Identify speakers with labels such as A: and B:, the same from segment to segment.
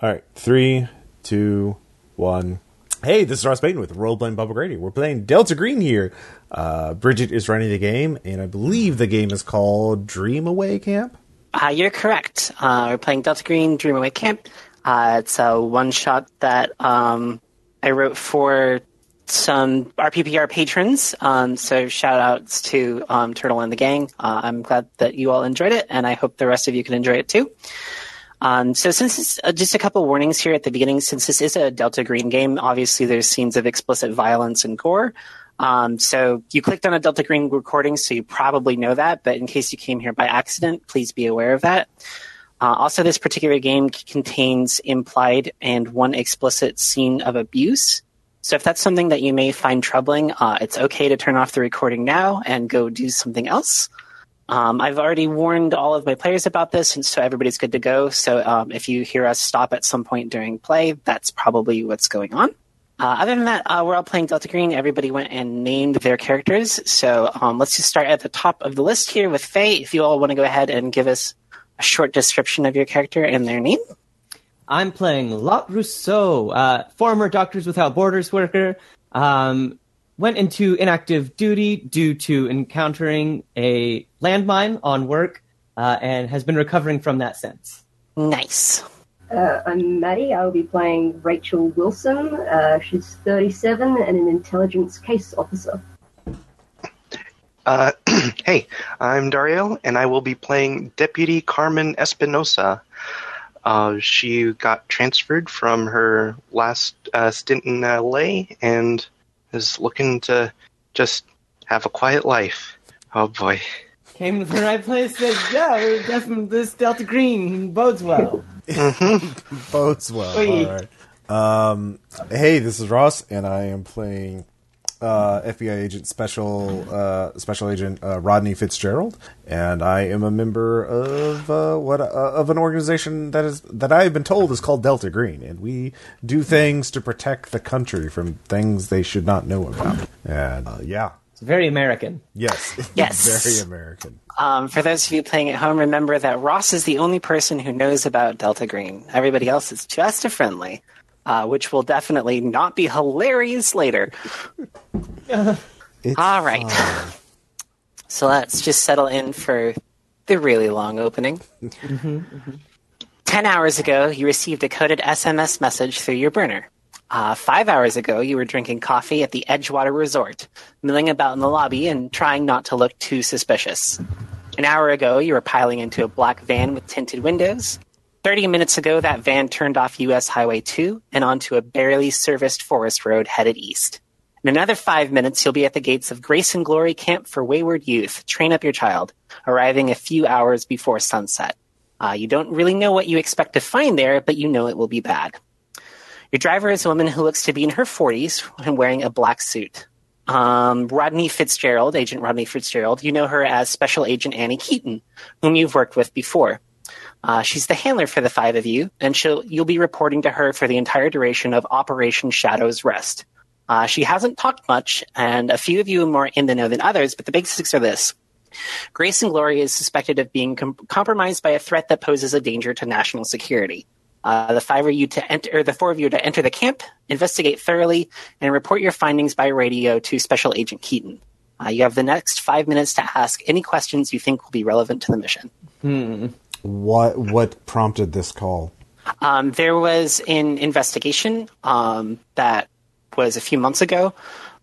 A: All right, three, two, one. Hey, this is Ross Payton with Roleplaying Bob O'Grady. We're playing Delta Green here. Uh, Bridget is running the game, and I believe the game is called Dream Away Camp.
B: Uh, you're correct. Uh, we're playing Delta Green Dream Away Camp. Uh, it's a one shot that um, I wrote for some RPPR patrons. Um, so shout outs to um, Turtle and the gang. Uh, I'm glad that you all enjoyed it, and I hope the rest of you can enjoy it too. Um, so since it's uh, just a couple warnings here at the beginning, since this is a Delta Green game, obviously there's scenes of explicit violence and gore. Um, so you clicked on a Delta Green recording, so you probably know that. But in case you came here by accident, please be aware of that. Uh, also, this particular game c- contains implied and one explicit scene of abuse. So if that's something that you may find troubling, uh, it's okay to turn off the recording now and go do something else. Um, I've already warned all of my players about this, and so everybody's good to go. So um, if you hear us stop at some point during play, that's probably what's going on. Uh, other than that, uh, we're all playing Delta Green. Everybody went and named their characters. So um, let's just start at the top of the list here with Faye. If you all want to go ahead and give us a short description of your character and their name.
C: I'm playing Lot Rousseau, uh, former Doctors Without Borders worker. Um, went into inactive duty due to encountering a landmine on work uh, and has been recovering from that since.
B: Nice.
D: Uh, I'm Maddie. I'll be playing Rachel Wilson. Uh, she's 37 and an intelligence case officer.
E: Uh, hey, I'm Dario, and I will be playing Deputy Carmen Espinosa. Uh, she got transferred from her last uh, stint in LA and is looking to just have a quiet life. Oh boy.
C: Came to the right place, said, yeah, we're definitely this Delta Green bodes well.
A: Bodes well.
C: Sweet.
A: All right. Um, hey, this is Ross, and I am playing uh, FBI agent special uh, special agent uh, Rodney Fitzgerald, and I am a member of uh, what uh, of an organization that is that I have been told is called Delta Green, and we do things to protect the country from things they should not know about. And uh, yeah,
C: It's very American.
A: yes,
B: Yes.
A: very American.
B: Um, for those of you playing at home, remember that Ross is the only person who knows about Delta Green. Everybody else is just a friendly, uh, which will definitely not be hilarious later.
A: It's
B: All right. So let's just settle in for the really long opening. 10 hours ago, you received a coded SMS message through your burner. Uh, five hours ago, you were drinking coffee at the Edgewater Resort, milling about in the lobby and trying not to look too suspicious. An hour ago, you were piling into a black van with tinted windows. 30 minutes ago, that van turned off US Highway 2 and onto a barely serviced forest road headed east. In another five minutes, you'll be at the gates of Grace and Glory Camp for Wayward Youth. Train up your child, arriving a few hours before sunset. Uh, you don't really know what you expect to find there, but you know it will be bad. Your driver is a woman who looks to be in her 40s and wearing a black suit. Um, Rodney Fitzgerald, Agent Rodney Fitzgerald, you know her as Special Agent Annie Keaton, whom you've worked with before. Uh, she's the handler for the five of you, and she'll, you'll be reporting to her for the entire duration of Operation Shadow's Rest. Uh, she hasn't talked much, and a few of you are more in the know than others, but the basics are this. Grace and Glory is suspected of being com- compromised by a threat that poses a danger to national security. Uh, the five of you to enter, or the four of you to enter the camp, investigate thoroughly, and report your findings by radio to Special Agent Keaton. Uh, you have the next five minutes to ask any questions you think will be relevant to the mission.
A: What what prompted this call?
B: Um, there was an investigation um, that was a few months ago,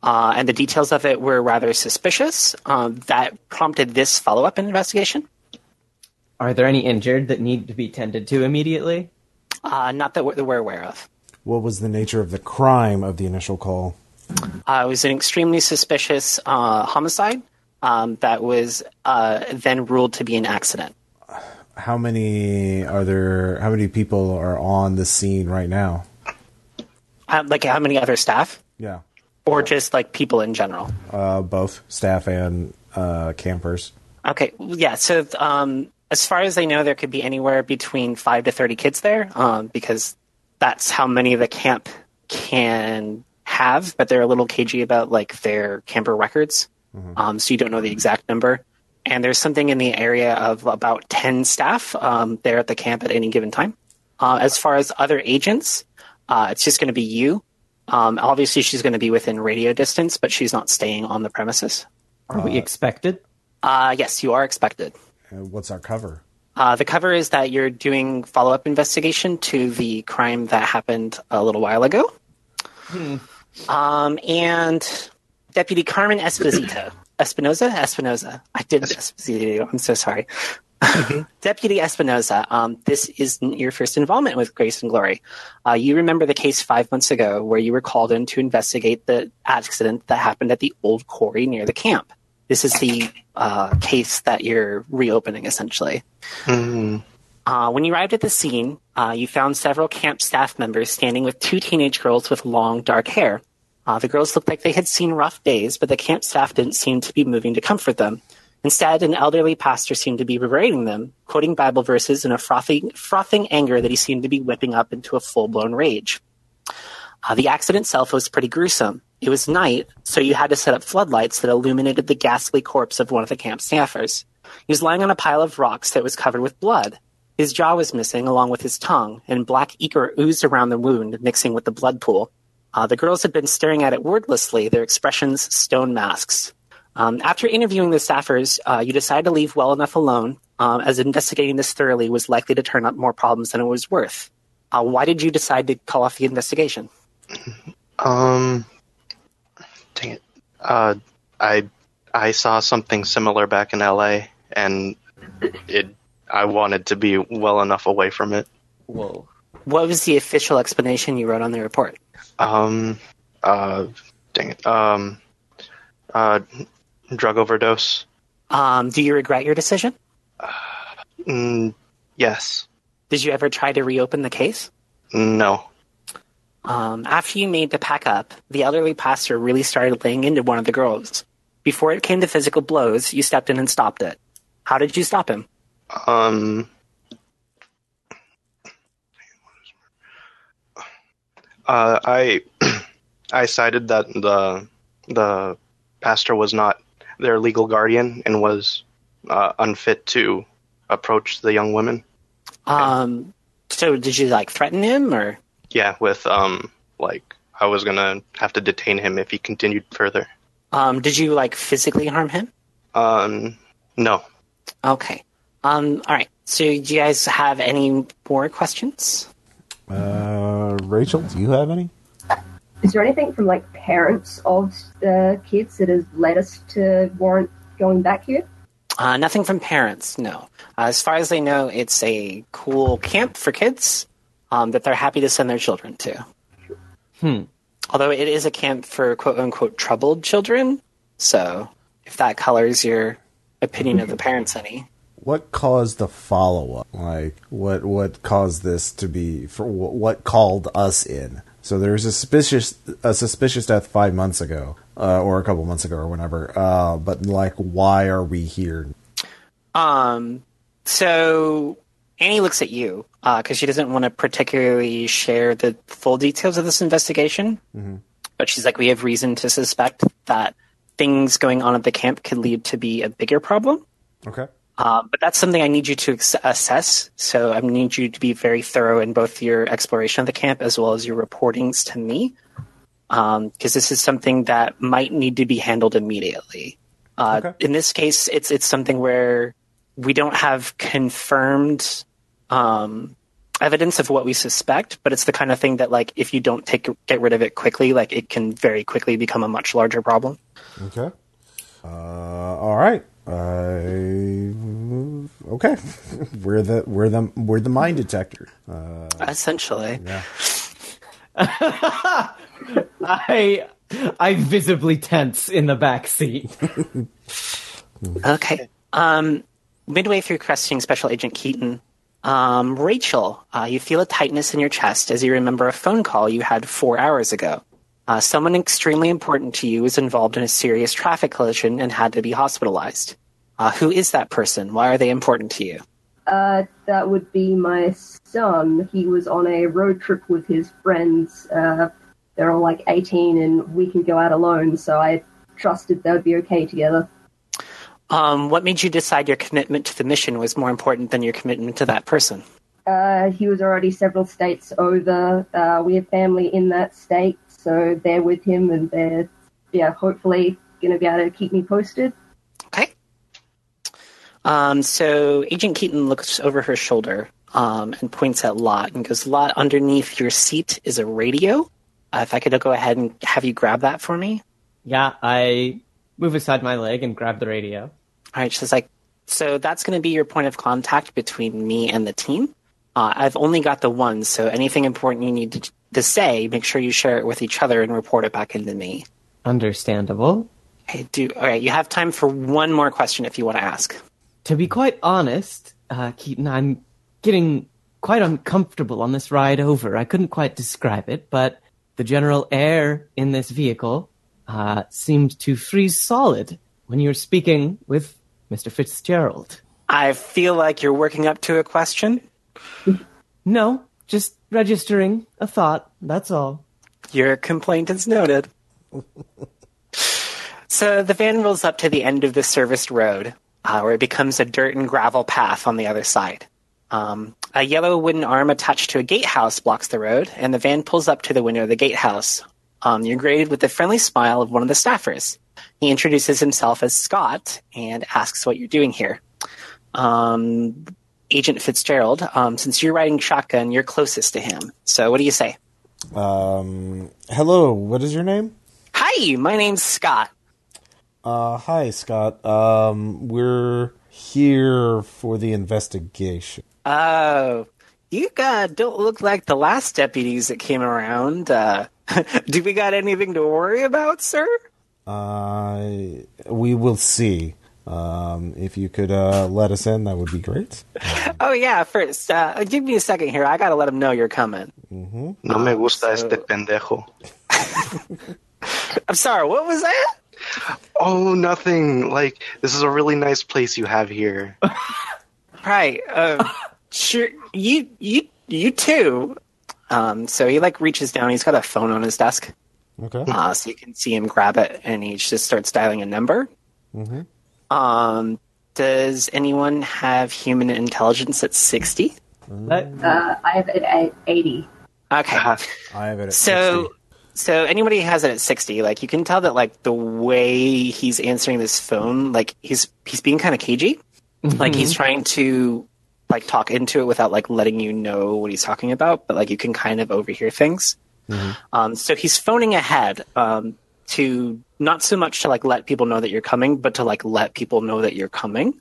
B: uh, and the details of it were rather suspicious. Um, that prompted this follow up investigation.
C: Are there any injured that need to be tended to immediately?
B: Uh, not that we're, that we're aware of.
A: What was the nature of the crime of the initial call?
B: Uh, it was an extremely suspicious uh, homicide um, that was uh, then ruled to be an accident.
A: How many are there? How many people are on the scene right now?
B: Uh, like how many other staff,
A: Yeah,
B: or just like people in general?
A: uh, both staff and uh, campers.
B: Okay, yeah. So um, as far as I know, there could be anywhere between five to thirty kids there, um, because that's how many the camp can have. But they're a little cagey about like their camper records, um, so you don't know the exact number. And there's something in the area of about ten staff um, there at the camp at any given time. Uh, as far as other agents, uh, it's just going to be you. Um, obviously, she's going to be within radio distance, but she's not staying on the premises.
C: Are we expected?
B: Uh, yes, you are expected.
A: Uh, What's our cover?
B: Uh, the cover is that you're doing follow up investigation to the crime that happened a little while ago. Um, and Deputy Carmen Esposito. Espinoza? Espinoza. I did Esposito. I'm so sorry. Deputy Espinoza, um, this isn't your first involvement with Grace and Glory. Uh, you remember the case five months ago where you were called in to investigate the accident that happened at the old quarry near the camp. This is the uh, case that you're reopening, essentially.
E: Hmm.
B: Uh, when you arrived at the scene, uh, you found several camp staff members standing with two teenage girls with long, dark hair. Uh, the girls looked like they had seen rough days, but the camp staff didn't seem to be moving to comfort them. Instead, an elderly pastor seemed to be berating them, quoting Bible verses in a frothing, frothing anger that he seemed to be whipping up into a full blown rage. Uh, the accident itself was pretty gruesome. It was night, so you had to set up floodlights that illuminated the ghastly corpse of one of the camp staffers. He was lying on a pile of rocks that was covered with blood. His jaw was missing, along with his tongue, and black ichor oozed around the wound, mixing with the blood pool. Uh, the girls had been staring at it wordlessly, their expressions stone masks. Um, after interviewing the staffers, uh, you decided to leave well enough alone, um, as investigating this thoroughly was likely to turn up more problems than it was worth. Uh, why did you decide to call off the investigation?
E: Um, dang it. Uh, I I saw something similar back in L.A. and it. I wanted to be well enough away from it.
C: Whoa.
B: What was the official explanation you wrote on the report?
E: Um, uh, dang it. Um, uh, drug overdose.
B: Um, do you regret your decision?
E: Mm, yes.
B: Did you ever try to reopen the case?
E: No.
B: Um, after you made the pack up, the elderly pastor really started laying into one of the girls. Before it came to physical blows, you stepped in and stopped it. How did you stop him?
E: Um. Uh, I I cited that the the pastor was not their legal guardian and was uh, unfit to approach the young women.
B: Um, so did you like threaten him or?
E: Yeah, with um like I was gonna have to detain him if he continued further.
B: Um, did you like physically harm him?
E: Um, no.
B: Okay. Um, all right. So do you guys have any more questions?
A: Uh, Rachel, do you have any?
D: Is there anything from like parents of the kids that has led us to warrant going back here?
B: Uh, nothing from parents, no. Uh, as far as they know, it's a cool camp for kids um, that they're happy to send their children to.
C: Hmm.
B: Although it is a camp for quote unquote troubled children, so if that colors your opinion of the parents any.
A: What caused the follow up? Like, what what caused this to be? For wh- what called us in? So there was a suspicious a suspicious death five months ago, uh, or a couple months ago, or whenever. Uh, but like, why are we here?
B: Um, so Annie looks at you because she doesn't want to particularly share the full details of this investigation. But she's like, we have reason to suspect that things going on at the camp could lead to be a bigger problem.
A: Okay.
B: Uh, but that's something I need you to ex- assess. So I need you to be very thorough in both your exploration of the camp as well as your reportings to me, because this is something that might need to be handled immediately. Uh,
A: Okay.
B: In this case, it's it's something where we don't have confirmed um, evidence of what we suspect, but it's the kind of thing that like if you don't take get rid of it quickly, like it can very quickly become a much larger problem.
A: Okay. Uh, all right. I okay. we're the we're the we're the mine detector. Uh,
B: Essentially,
A: yeah.
C: I I visibly tense in the back seat.
B: Okay. Um, midway through questioning Special Agent Keaton, um, Rachel, uh, you feel a tightness in your chest as you remember a phone call you had four hours ago. Uh, someone extremely important to you was involved in a serious traffic collision and had to be hospitalized. Uh, who is that person? Why are they important to you?
D: Uh, that would be my son. He was on a road trip with his friends. Uh, they're all like 18 and we can go out alone, so I trusted they would be okay together.
B: Um, what made you decide your commitment to the mission was more important than your commitment to that person?
D: Uh, he was already several states over. Uh, we have family in that state, so they're with him, and they're yeah, hopefully going to be able to keep me posted.
B: Okay. Um, so Agent Keaton looks over her shoulder um, and points at Lot and goes, Lot, underneath your seat is a radio. Uh, if I could go ahead and have you grab that for me.
C: Yeah, I move aside my leg and grab the radio.
B: All right, she's like, so that's going to be your point of contact between me and the team. Uh, I've only got the one, so anything important you need to, to say, make sure you share it with each other and report it back into me.
C: Understandable.
B: I do. All right, you have time for one more question if you want to ask.
C: To be quite honest, uh, Keaton, I'm getting quite uncomfortable on this ride over. I couldn't quite describe it, but the general air in this vehicle uh, seemed to freeze solid when you were speaking with Mr. Fitzgerald.
B: I feel like you're working up to a question.
C: No, just registering a thought. That's all.
B: Your complaint is noted. so the van rolls up to the end of the serviced road, uh, where it becomes a dirt and gravel path on the other side. Um, a yellow wooden arm attached to a gatehouse blocks the road, and the van pulls up to the window of the gatehouse. Um, you're greeted with the friendly smile of one of the staffers. He introduces himself as Scott and asks what you're doing here. Um, Agent Fitzgerald, um, since you're riding shotgun, you're closest to him. So what do you say?
A: Um, hello, what is your name?
B: Hi, my name's Scott.
A: Uh, hi, Scott. Um, we're here for the investigation.
B: Oh, you uh, don't look like the last deputies that came around. Uh, do we got anything to worry about, sir?
A: Uh, we will see. Um, if you could uh, let us in, that would be great.
B: Oh yeah, first, uh, give me a second here. I gotta let them know you're coming.
E: No me gusta
B: so-
E: este pendejo.
B: I'm sorry, what was that?
E: Oh, nothing. Like, this is a really nice place you have here.
B: Right. Uh, sure. You you you too. Um, so he like reaches down. He's got a phone on his desk,
A: Okay.
B: uh, so you can see him grab it, and he just starts dialing a number.
A: Mhm.
B: Um, does anyone have human intelligence at sixty?
C: But
D: Uh, I have it at 80.
B: Okay.
E: Uh,
A: I have it at
B: So, so anybody who has it at sixty, like you can tell that like the way he's answering this phone, like he's he's being kind of cagey, like he's trying to like talk into it without like letting you know what he's talking about, but like you can kind of overhear things. Um, so he's phoning ahead um, to not so much to like let people know that you're coming, but to like let people know that you're coming.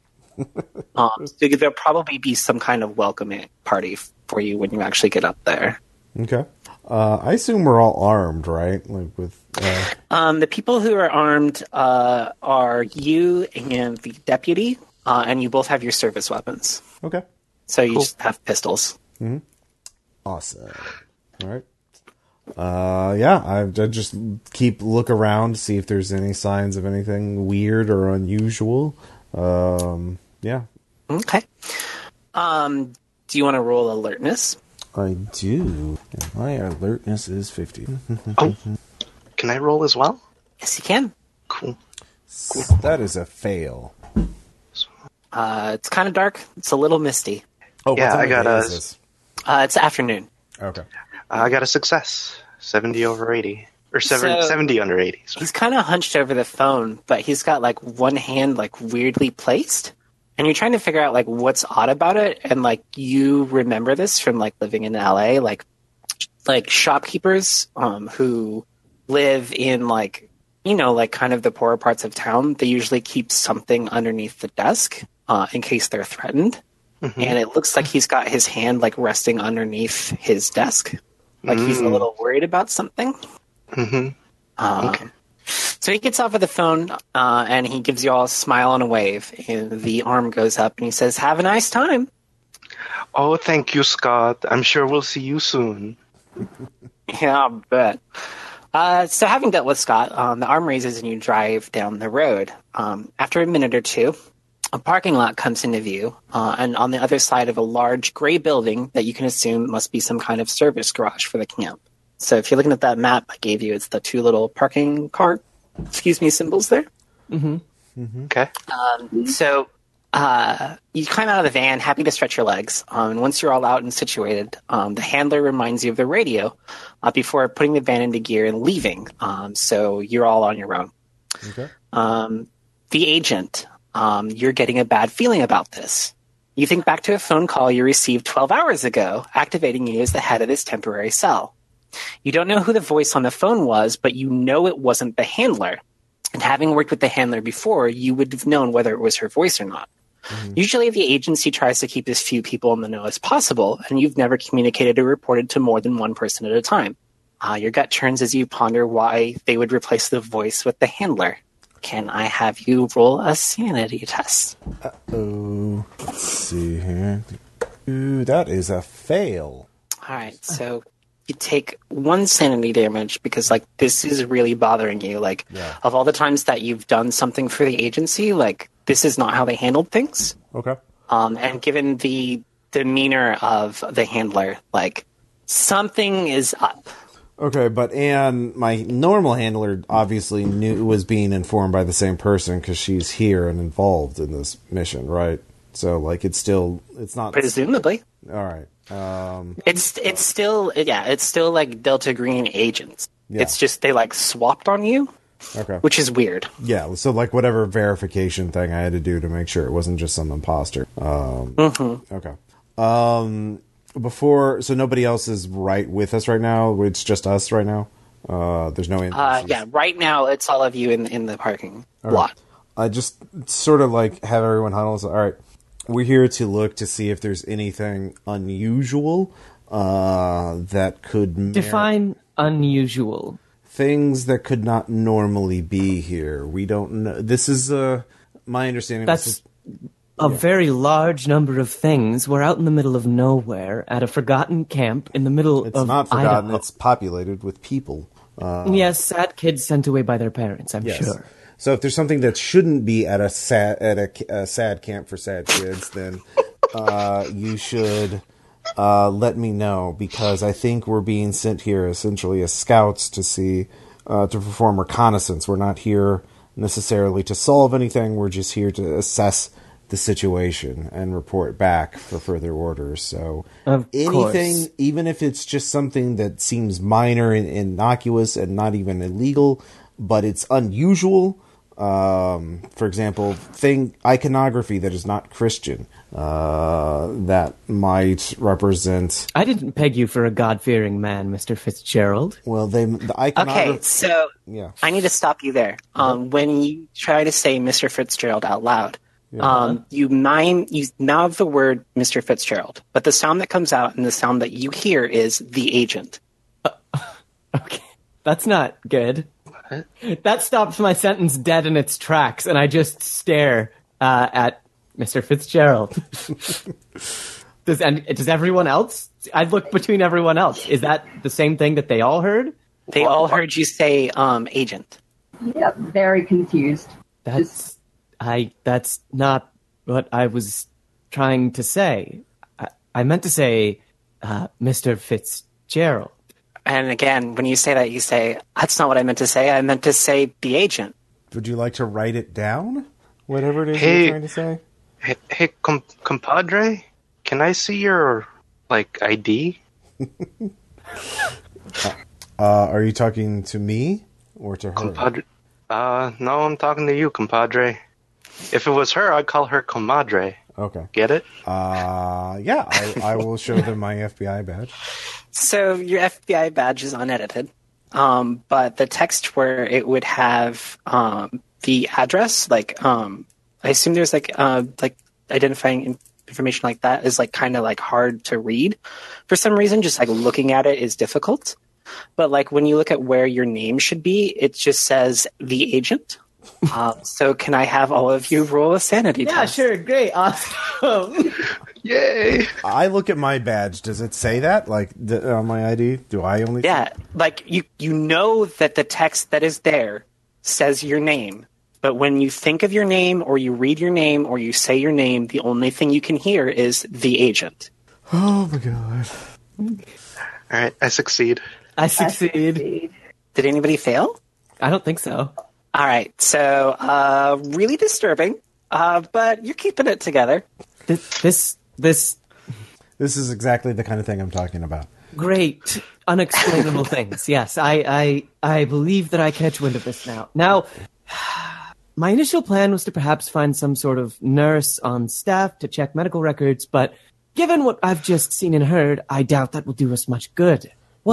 B: um, so there'll probably be some kind of welcoming party f- for you when you actually get up there.
A: 60. Okay. Uh, I assume we're all armed, right? Like with uh,
B: Um, the people who are armed uh, are you and the deputy, uh, and you both have your service weapons.
A: okay,
B: So you just have pistols.
A: awesome. All right. Uh, yeah, I, I just keep look around, see if there's any signs of anything weird or unusual. Um, yeah,
B: Okay. Um, do you want to roll alertness?
A: I do. And my alertness is 50.
E: can I roll as well?
B: Yes, you can.
E: Cool.
A: that is a fail.
B: Uh, it's kind of dark. It's a little misty.
A: Oh, what
E: Yeah,
A: time
E: I
A: of
E: got
A: day
E: a-
A: is this?
B: Uh, it's afternoon.
A: Okay.
E: I got a success 70 over 80. Or seven,
B: So-
E: 70 under 80. Sorry.
B: He's kind of hunched over the phone, but he's got like one hand like weirdly placed, and you're trying to figure out like what's odd about it, and like you remember this from like living in LA, like like shopkeepers um, who live in like you know like kind of the poorer parts of town they usually keep something underneath the desk uh, in case they're threatened and it looks like he's got his hand like resting underneath his desk like he's a little worried about something uh, so he gets off of the phone uh, and he gives you all a smile and a wave and the arm goes up and he says have a nice time
E: Oh, thank you, Scott. I'm sure we'll see you soon.
B: Yeah, I bet. Uh, so, having dealt with Scott, um, the arm raises and you drive down the road. Um, after a minute or two, a parking lot comes into view, uh, and on the other side of a large gray building that you can assume must be some kind of service garage for the camp. So, if you're looking at that map I gave you, it's the two little parking cart, excuse me, symbols there.
E: Okay.
B: So Uh, you climb out of the van, happy to stretch your legs. Um, and once you're all out and situated, um, the handler reminds you of the radio uh, before putting the van into gear and leaving. Um, so you're all on your own.
A: Okay.
B: Um, the agent, um, you're getting a bad feeling about this. You think back to a phone call you received 12 hours ago, activating you as the head of this temporary cell. You don't know who the voice on the phone was, but you know it wasn't the handler. And having worked with the handler before, you would have known whether it was her voice or not. Mm-hmm. Usually, the agency tries to keep as few people in the know as possible, and you've never communicated or reported to more than one person at a time. Uh, your gut turns as you ponder why they would replace the voice with the handler. Can I have you roll a sanity test?
A: Oh, let's see here. Ooh, that is a fail.
B: All right, so you take one sanity damage because, like, this is really bothering you. Like,
A: Yeah.
B: of all the times that you've done something for the agency, like, this is not how they handled things.
A: Okay.
B: um, and given the demeanor of the handler, like something is up.
A: Okay, but Anne, my normal handler, obviously knew was being informed by the same person because she's here and involved in this mission, right? So, like, it's still, it's not.
B: Presumably,
A: all right. Um,
B: it's it's still yeah, it's still like Delta Green agents.
A: Yeah.
B: It's just they like swapped on you,
A: okay.
B: which is weird.
A: yeah. So, like, whatever verification thing I had to do to make sure it wasn't just some imposter. Um,
B: Mm-hmm.
A: Okay. Um, before, so nobody else is right with us right now. It's just us right now. Uh, there's no.
B: Uh,
A: NPCs.
B: yeah, right now it's all of you in in the parking lot.
A: I just sort of like have everyone huddle. So, all right, we're here to look to see if there's anything unusual uh, that could merit-
C: Define unusual.
A: things that could not normally be here. We don't know. This is uh, my understanding. this
C: That's
A: is-
C: a very large number of things. We're out in the middle of nowhere at a forgotten camp in the middle
A: it's
C: of
A: not forgotten.
C: Idaho.
A: It's populated with people. Uh,
C: yes, sad kids sent away by their parents. I'm
A: yes.
C: sure.
A: So if there's something that shouldn't be at a sad at a, a sad camp for sad kids, then uh, you should uh, let me know because I think we're being sent here essentially as scouts to see uh, to perform reconnaissance. We're not here necessarily to solve anything. We're just here to assess the situation and report back for further orders. So
C: Of
A: anything
C: course.
A: even if it's just something that seems minor and innocuous and not even illegal, but it's unusual. Um, for example, thing iconography that is not Christian uh, that might represent.
C: I didn't peg you for a God fearing man, Mr. Fitzgerald.
A: Well, they the iconography.
B: Okay, so
A: Yeah. Uh-huh.
B: I need to stop you there. Um, when you try to say Mr. Fitzgerald out loud, um, you mime you mouth the word Mr. Fitzgerald, but the sound that comes out and the sound that you hear is the agent.
C: Okay. That's not good. That stops my sentence dead in its tracks, and I just stare uh, at Mr. Fitzgerald. does, and, does everyone else? I look between everyone else. Is that the same thing that they all heard?
B: They all heard you say um, agent.
D: Yeah, very confused.
C: That's I. That's not what I was trying to say. I, I meant to say, uh, Mr. Fitzgerald.
B: And again, when you say that, you say that's not what I meant to say. I meant to say the agent.
A: Would you like to write it down? Whatever it is
E: Hey.
A: you're trying to say.
E: Hey, hey com- compadre, can I see your like ID?
A: Uh, are you talking to me or to her?
E: Compadre. Uh, no, I'm talking to you, compadre. If it was her, I'd call her comadre.
A: Okay.
E: Get it?
A: Uh, yeah, I, I will show them my FBI badge.
B: So your FBI badge is unedited, um, but the text where it would have um, the address, like um, I assume there's like uh, like identifying in- information like that is like kind of like hard to read for some reason. Just like looking at it is difficult. But like when you look at where your name should be, it just says the agent. Um, so can I have all of you roll a sanity test?
C: Great. Awesome.
E: Yay!
A: I look at my badge. Does it say that? Like th- on my ID? Do I only?
B: Yeah, like you you know that the text that is there says your name, but when you think of your name or you read your name or you say your name, the only thing you can hear is the agent.
A: Oh my god.
E: Alright, I succeed.
C: I succeed.
B: Did anybody fail?
C: I don't think so.
B: All right, so uh, really disturbing. Uh, but you're keeping it together.
C: This, this, this
A: This is exactly the kind of thing I'm talking about.
C: great unexplainable things. Yes, I, I, I believe that I catch wind of this now. Now, my initial plan was to perhaps find some sort of nurse on staff to check medical records, but given what I've just seen and heard, I doubt that will do us much good.
A: No,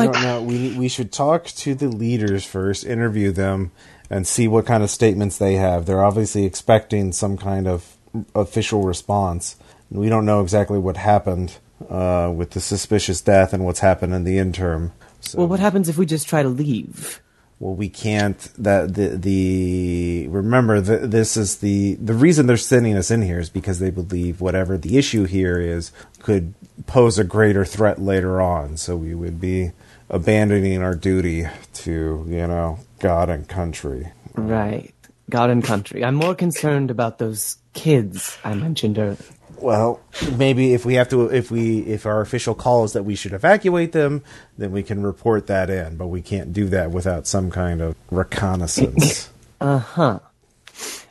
C: What?
A: no, we we should talk to the leaders first, interview them, and see what kind of statements they have. They're obviously expecting some kind of official response. We don't know exactly what happened uh, with the suspicious death and what's happened in the interim. So,
C: Well, what happens if we just try to leave?
A: well, we can't. That the the remember th this is the the reason they're sending us in here is because they believe whatever the issue here is could pose a greater threat later on. So we would be abandoning our duty to you know God and country.
C: Right. God and country. I'm more concerned about those kids I mentioned earlier.
A: Well, maybe if we have to, if we if our official call is that we should evacuate them, then we can report that in. But we can't do that without some kind of reconnaissance.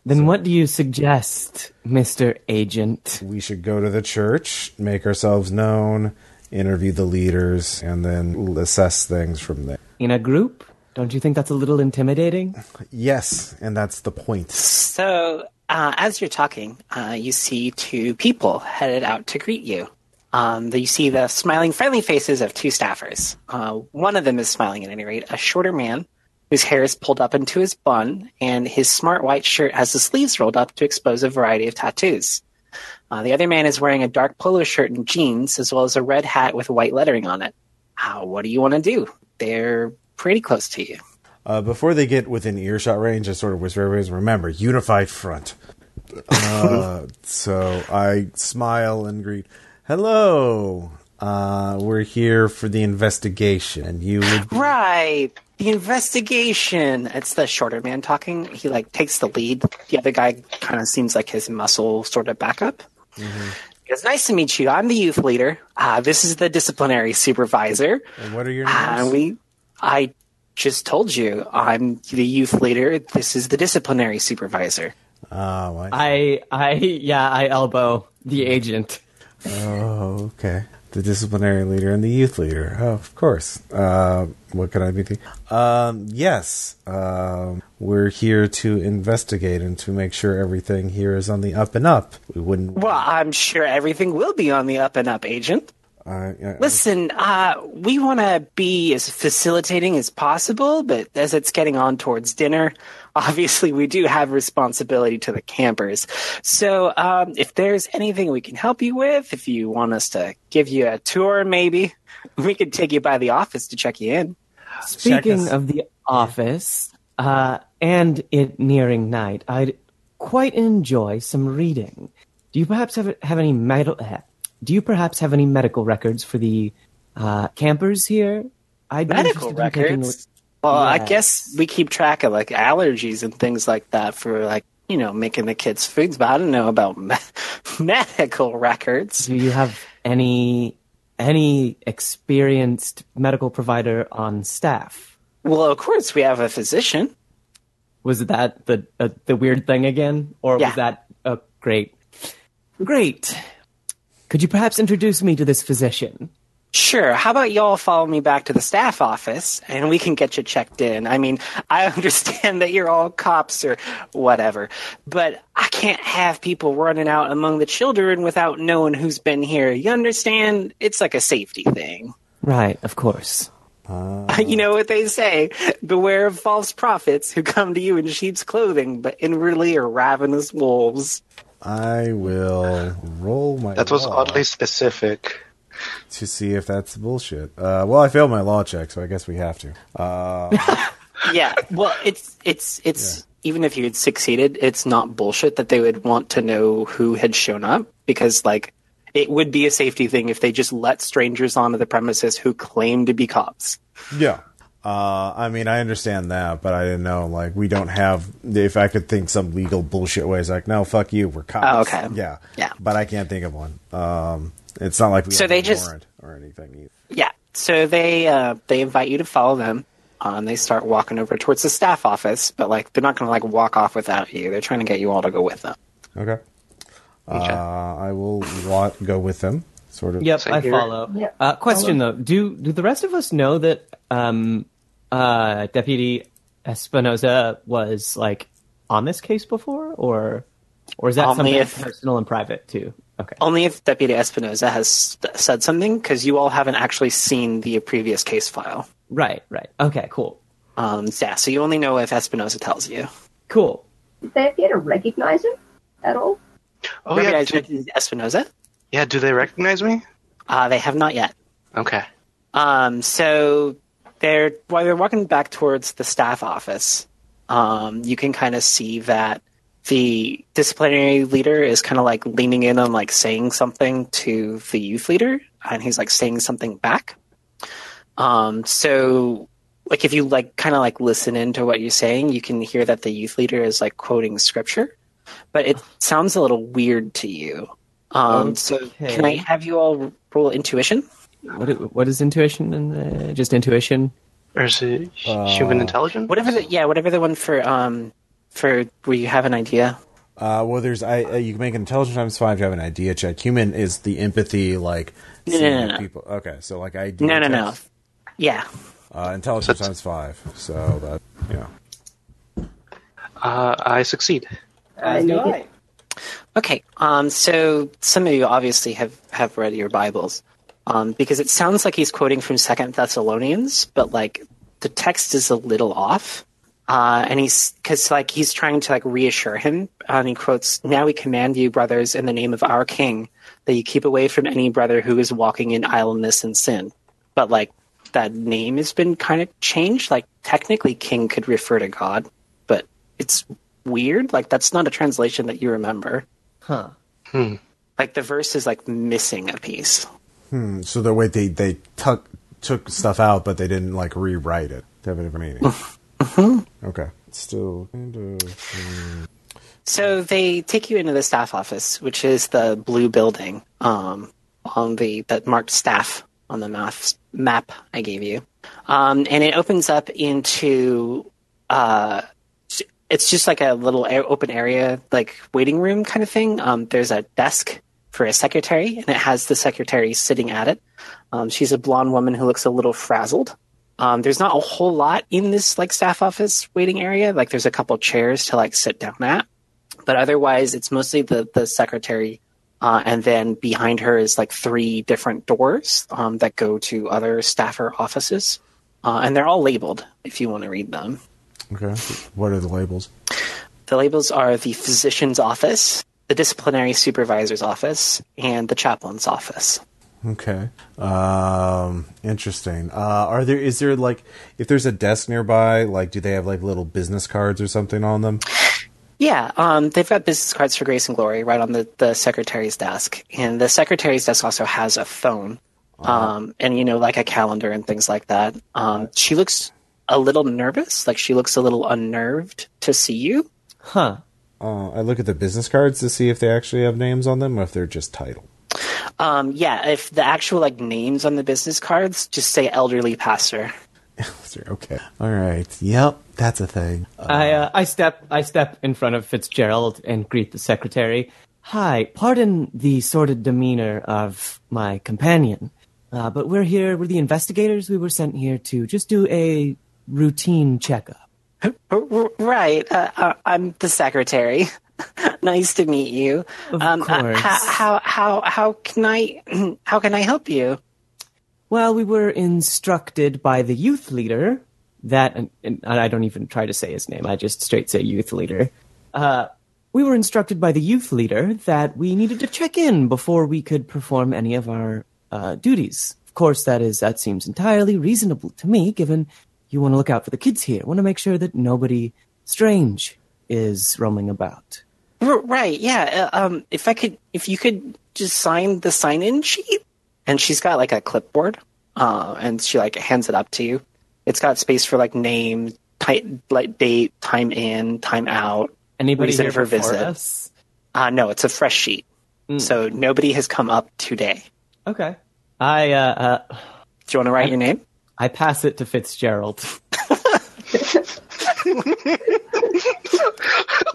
C: Then what do you suggest, Mr. Agent?
A: we should go to the church, make ourselves known, interview the leaders, and then assess things from there.
C: In a group? Don't you think that's a little intimidating?
A: Yes, and that's the point.
B: So, uh, as you're talking, uh, you see two people headed out to greet you. Um, you see the smiling, friendly faces of two staffers. Uh, one of them is smiling at any rate, a shorter man whose hair is pulled up into his bun, and his smart white shirt has the sleeves rolled up to expose a variety of tattoos. Uh, the other man is wearing a dark polo shirt and jeans, as well as a red hat with white lettering on it. Uh, what do you want to do? They're pretty close to you.
A: Uh, before they get within earshot range, I sort of whisper, everybody's remember, unified front. Uh, so I smile and greet, hello. Uh, we're here for the investigation, and you would be
B: Right. The investigation. It's the shorter man talking. He like takes the lead. The other guy kind of seems like his muscle sort of backup. It's nice to meet you. I'm the youth leader. Uh, this is the disciplinary supervisor.
A: And what are your
B: Uh,
A: names?
B: we, I just told you I'm the youth leader. This is the disciplinary supervisor.
A: Oh, I-
C: I, I, yeah, I elbow the agent.
A: Oh, okay. The disciplinary leader and the youth leader. Oh, of course. Uh, what could I be thinking? Um, yes. Um, we're here to investigate and to make sure everything here is on the up and up. We wouldn't.
B: Well, I'm sure everything will be on the up and up, agent.
A: I- I-
B: Listen, uh, we want to be as facilitating as possible, but as it's getting on towards dinner, obviously we do have responsibility to the campers. So um, if there's anything we can help you with, if you want us to give you a tour, maybe we could take you by the office to check you in.
C: Speaking
A: us.
C: of the office, uh, and it nearing night, I'd quite enjoy some reading. Do you perhaps have, have any medical? eh, Do you perhaps have any medical records for the uh, campers here? I'd be
B: Medical
C: interested in taking a
B: records. Well, I
C: Yeah.
B: guess we keep track of like allergies and things like that for like you know making the kids foods, but I don't know about me- medical records.
C: Do you have any any experienced medical provider on staff?
B: Well, of course we have a physician.
C: Was that the uh, the weird thing again, or
B: Yeah.
C: was that oh, great? Great. Could you perhaps introduce me to this physician?
B: Sure. How about y'all follow me back to the staff office and we can get you checked in? I mean, I understand that you're all cops or whatever, but I can't have people running out among the children without knowing who's been here. You understand? It's like a safety thing.
C: Right, of course.
B: you know what they say beware of false prophets who come to you in sheep's clothing, but inwardly are ravenous wolves.
A: I will roll my.
E: That was
A: law
E: oddly specific.
A: To see if that's bullshit. Uh, well, I failed my law check, so I guess we have to. Uh,
B: yeah well it's it's it's even if you had succeeded it's not bullshit that they would want to know who had shown up because like it would be a safety thing if they just let strangers onto the premises who claim to be cops
A: Yeah. Uh, I mean, I understand that, but I didn't know. Like, we don't have. If I could think some legal bullshit way, it's like, no, fuck you, we're cops.
B: Oh, okay.
A: Yeah.
B: Yeah.
A: But I can't think of one. Um, it's not like we
B: So
A: have
B: they
A: a
B: just-
A: warrant or anything. Either.
B: yeah so they uh they invite you to follow them um, they start walking over towards the staff office, but like they're not going to like walk off without you. They're trying to get you all to go with them.
A: Okay. Uh, I will wa- go with them. Sort of.
C: Yep,
E: Same
C: I
E: here.
C: follow.
D: Yeah.
C: Uh, question though, do do the rest of us know that um, uh, Deputy Espinoza was like on this case before, or or is that
B: Only
C: something
B: if-
C: personal and private too? Okay.
B: Only if Deputy Espinosa has st- said something, because you all haven't actually seen the previous case file.
C: Right. Right. Okay. Cool.
B: Um, yeah, so you only know if Espinosa tells you.
C: Cool.
D: Did they appear to recognize him at all?
E: Oh
B: Remember
E: yeah,
B: I
E: do,
B: mentioned Espinosa?
E: yeah. Do they recognize me?
B: Uh, they have not yet.
E: Okay.
B: Um, so they're while they're walking back towards the staff office, um, you can kind of see that the disciplinary leader is kind of like leaning in on like saying something to the youth leader, and he's like saying something back. Um, so like if you like kind of like listen into what you're saying, you can hear that the youth leader is like quoting scripture, but it sounds a little weird to you. Um, so can I
C: Okay.
B: have you all roll intuition?
C: What i- what is intuition and uh, just intuition?
E: Or is it hu- human intelligence?
B: Whatever the yeah, whatever the one for um for where you have an idea.
A: Uh, well, there's I. Uh, you can make an intelligence times five to have an idea check. Human is the empathy, like
B: No, no,
A: seeing
B: no,
A: the
B: no.
A: people. Okay, so like idea.
B: No, no, no.
A: checks.
B: Yeah.
A: Uh, intelligence times five. So that yeah.
E: Uh, I succeed.
D: As do I. uh,
B: Okay. Um so some of you obviously have have read your Bibles. Um because it sounds like he's quoting from 2nd Thessalonians, but like the text is a little off. Uh, and he's because like he's trying to like reassure him, and he quotes, "Now we command you, brothers, in the name of our King, that you keep away from any brother who is walking in idleness and sin." But like that name has been kind of changed. Like technically, King could refer to God, but it's weird. Like that's not a translation that you remember.
C: Huh.
B: Like the verse is like missing a piece.
A: Hmm, So the way they they tuck, took stuff out, but they didn't like rewrite it to have a different meaning. okay, Mm-hmm. still kind of.
B: So they take you into the staff office, which is the blue building um, on the that marked staff on the map map I gave you, um, and it opens up into uh, it's just like a little air, open area, like waiting room kind of thing. Um, there's a desk for a secretary, and it has the secretary sitting at it. Um, she's a blonde woman who looks a little frazzled. Um, there's not a whole lot in this like staff office waiting area. Like there's a couple chairs to like sit down at, but otherwise it's mostly the the secretary. Uh, and then behind her is like three different doors um, that go to other staffer offices, uh, and they're all labeled if you want to read them.
A: Okay, what are the labels?
B: The labels are the physician's office, the disciplinary supervisor's office, and the chaplain's office.
A: Okay, um, interesting. Uh, are there is there like if there's a desk nearby, like do they have like little business cards or something on them?
B: Yeah, um, they've got business cards for Grace and Glory right on the, the secretary's desk. And the secretary's desk also has a phone
C: Uh-huh.
B: um, and, you know, like a calendar and things like that. Um, she looks a little nervous, like she looks a little unnerved to see you.
C: Huh.
A: Uh, I look at the business cards to see if they actually have names on them or if they're just title.
B: Um, yeah, if the actual, like, names on the business cards just say elderly pastor.
A: Okay, all right. Yep, that's a thing.
C: I uh, I step I step in front of Fitzgerald and greet the secretary. Hi, pardon the sordid demeanor of my companion, uh, but we're here. We're the investigators. We were sent here to just do a routine checkup.
B: R- r- Right. Uh, uh, I'm the secretary. nice to meet you.
C: Of
B: um, uh,
C: course.
B: ho- how how how can I how can I help you?
C: Well, we were instructed by the youth leader that, and, and I don't even try to say his name. I just straight say youth leader. Uh, we were instructed by the youth leader that we needed to check in before we could perform any of our uh, duties. Of course, that is that seems entirely reasonable to me, given you want to look out for the kids here, want to make sure that nobody strange is roaming about.
B: R- right. Yeah. Uh, um. If I could, if you could just sign the sign-in sheet, and she's got like a clipboard, uh, and she like hands it up to you. It's got space for like name, type, like date, time in, time out.
C: Anybody
B: Reason
C: here
B: for
C: before
B: visit.
C: us?
B: Uh, no, it's a fresh sheet, so nobody has come up today.
C: Okay, I uh, uh,
B: Do you want to write your name?
C: I pass it to Fitzgerald.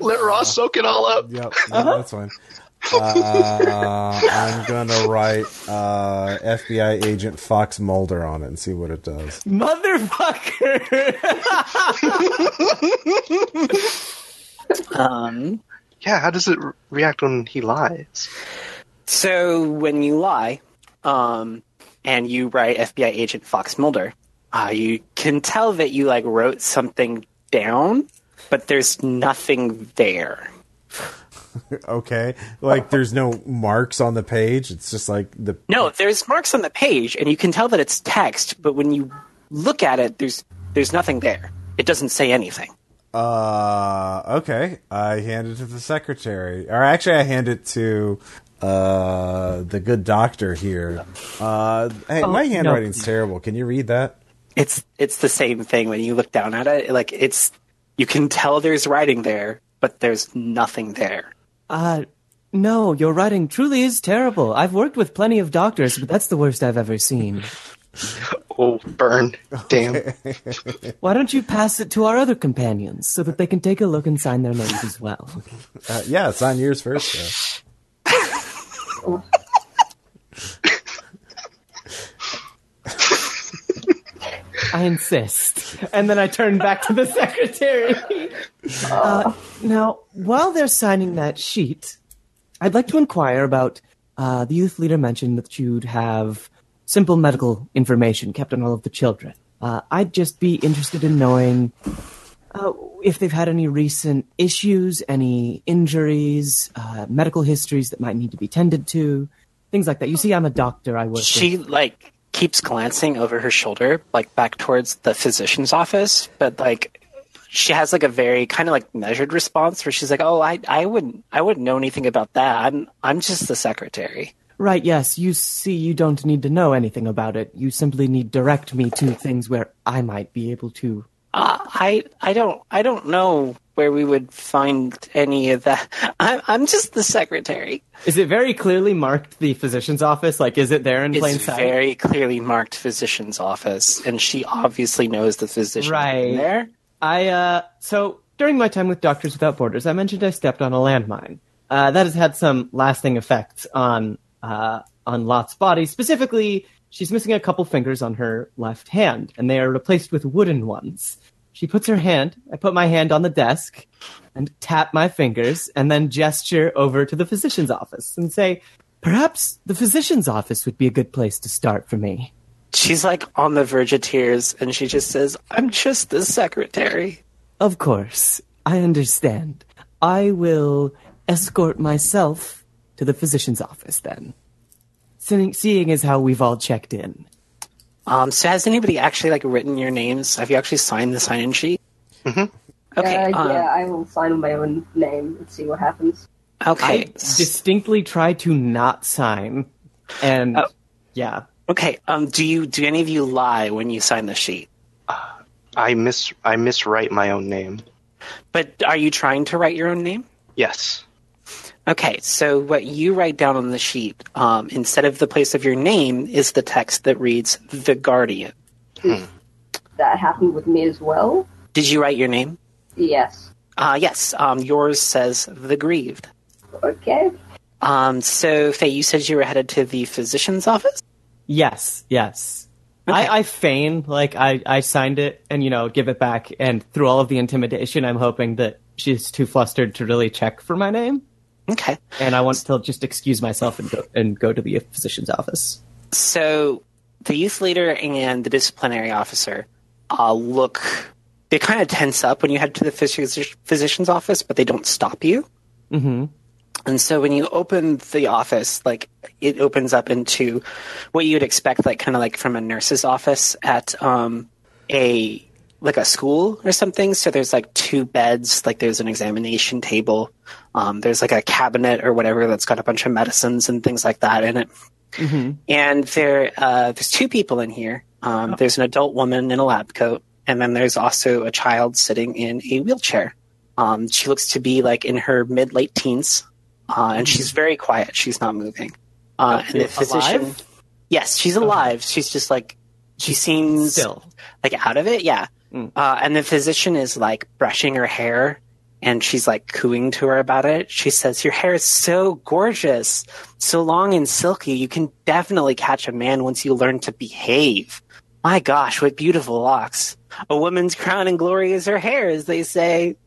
E: Let Ross soak it all up.
A: Yep, no, that's fine. Uh, I'm gonna write uh, FBI agent Fox Mulder on it and see what it does.
C: Motherfucker!
B: Um,
E: Yeah, how does it re- react when he lies?
B: So when you lie, um, and you write FBI agent Fox Mulder, uh, you can tell that you like wrote something down, but there's nothing there.
A: Okay, like there's no marks on the page. It's just like the
B: No, there's marks on the page, and you can tell that it's text, but when you look at it, there's there's nothing there. It doesn't say anything.
A: Uh, okay. I hand it to the secretary, or actually, I hand it to uh the good doctor here. Uh, hey, my handwriting's terrible. Can you read that?
B: It's it's the same thing when you look down at it. Like it's you can tell there's writing there, but there's nothing there.
C: Uh, no, your writing truly is terrible. I've worked with plenty of doctors, but that's the worst I've ever seen.
E: Oh, burn. Damn.
C: Why don't you pass it to our other companions so that they can take a look and sign their names as well?
A: Uh, yeah, it's on yours first. Though.
C: I insist. And then I turn back to the secretary. Uh, now, while they're signing that sheet, I'd like to inquire about uh, the youth leader mentioned that you'd have simple medical information kept on all of the children. Uh, I'd just be interested in knowing uh, if they've had any recent issues, any injuries, uh, medical histories that might need to be tended to, things like that. You see, I'm a doctor. I work. with-
B: She like keeps glancing over her shoulder, like back towards the physician's office, but like she has like a very kind of like measured response where she's like, "Oh, I I wouldn't I wouldn't know anything about that. I'm I'm just the secretary."
C: Right, yes. You see, you don't need to know anything about it. You simply need direct me to things where I might be able to.
B: Uh, I I don't I don't know where we would find any of that. I'm I'm just the secretary.
C: Is it very clearly marked the physician's office? Like, is it there in plain
B: It's
C: sight?
B: very clearly marked physician's office, and she obviously knows the physician
C: Right.
B: there.
C: I, uh, so during my time with Doctors Without Borders, I mentioned I stepped on a landmine. Uh, that has had some lasting effects on, uh, on Lot's body. Specifically, she's missing a couple fingers on her left hand, and they are replaced with wooden ones. She puts her hand, I put my hand on the desk, and tap my fingers, and then gesture over to the physician's office and say, Perhaps the physician's office would be a good place to start for me.
B: She's like on the verge of tears, and she just says, "I'm just the secretary."
C: Of course, I understand. I will escort myself to the physician's office then. Seeing, seeing as how we've all checked in.
B: Um, so has anybody actually like written your names? Have you actually signed the sign-in sheet? Mm-hmm. Okay.
D: Uh,
B: um,
D: yeah, I will sign my own name and see what happens.
B: Okay.
C: Distinctly try to not sign. And
B: Oh.
C: yeah.
B: okay. Um, do you do any of you lie when you sign the sheet?
E: I mis I miswrite my own name.
B: But are you trying to write your own name?
E: Yes.
B: Okay. So what you write down on the sheet, um, instead of the place of your name, is the text that reads "The Guardian."
D: That happened with me as well.
B: Did you write your name?
D: Yes.
B: Uh, yes. Um, yours says "The Grieved."
D: Okay.
B: Um, so Faye, you said you were headed to the physician's office.
C: Yes, yes. I, I feign, like, I, I signed it and, you know, give it back. And through all of the intimidation, I'm hoping that she's too flustered to really check for my name.
B: Okay.
C: And I want to just excuse myself and go, and go to the physician's office.
B: So the youth leader and the disciplinary officer uh, look. They kind of tense up when you head to the physici- physician's office, but they don't stop you. Mm-hmm. And so when you open the office, like it opens up into what you'd expect, like kind of like from a nurse's office at um, a like a school or something. So there's like two beds, like there's an examination table, um, there's like a cabinet or whatever that's got a bunch of medicines and things like that in it and there uh, there's two people in here. Um, There's an adult woman in a lab coat, and then there's also a child sitting in a wheelchair. Um, she looks to be like in her mid late teens, uh, and she's very quiet. She's not moving. Uh, and the physician,
C: Alive?
B: yes, she's alive. She's just like she seems
C: Still.
B: like out of it. Yeah. Uh, and the physician is like brushing her hair and she's like cooing to her about it. She says, Your hair is so gorgeous, so long and silky. You can definitely catch a man once you learn to behave. My gosh, what beautiful locks. A woman's crown and glory is her hair, as they say.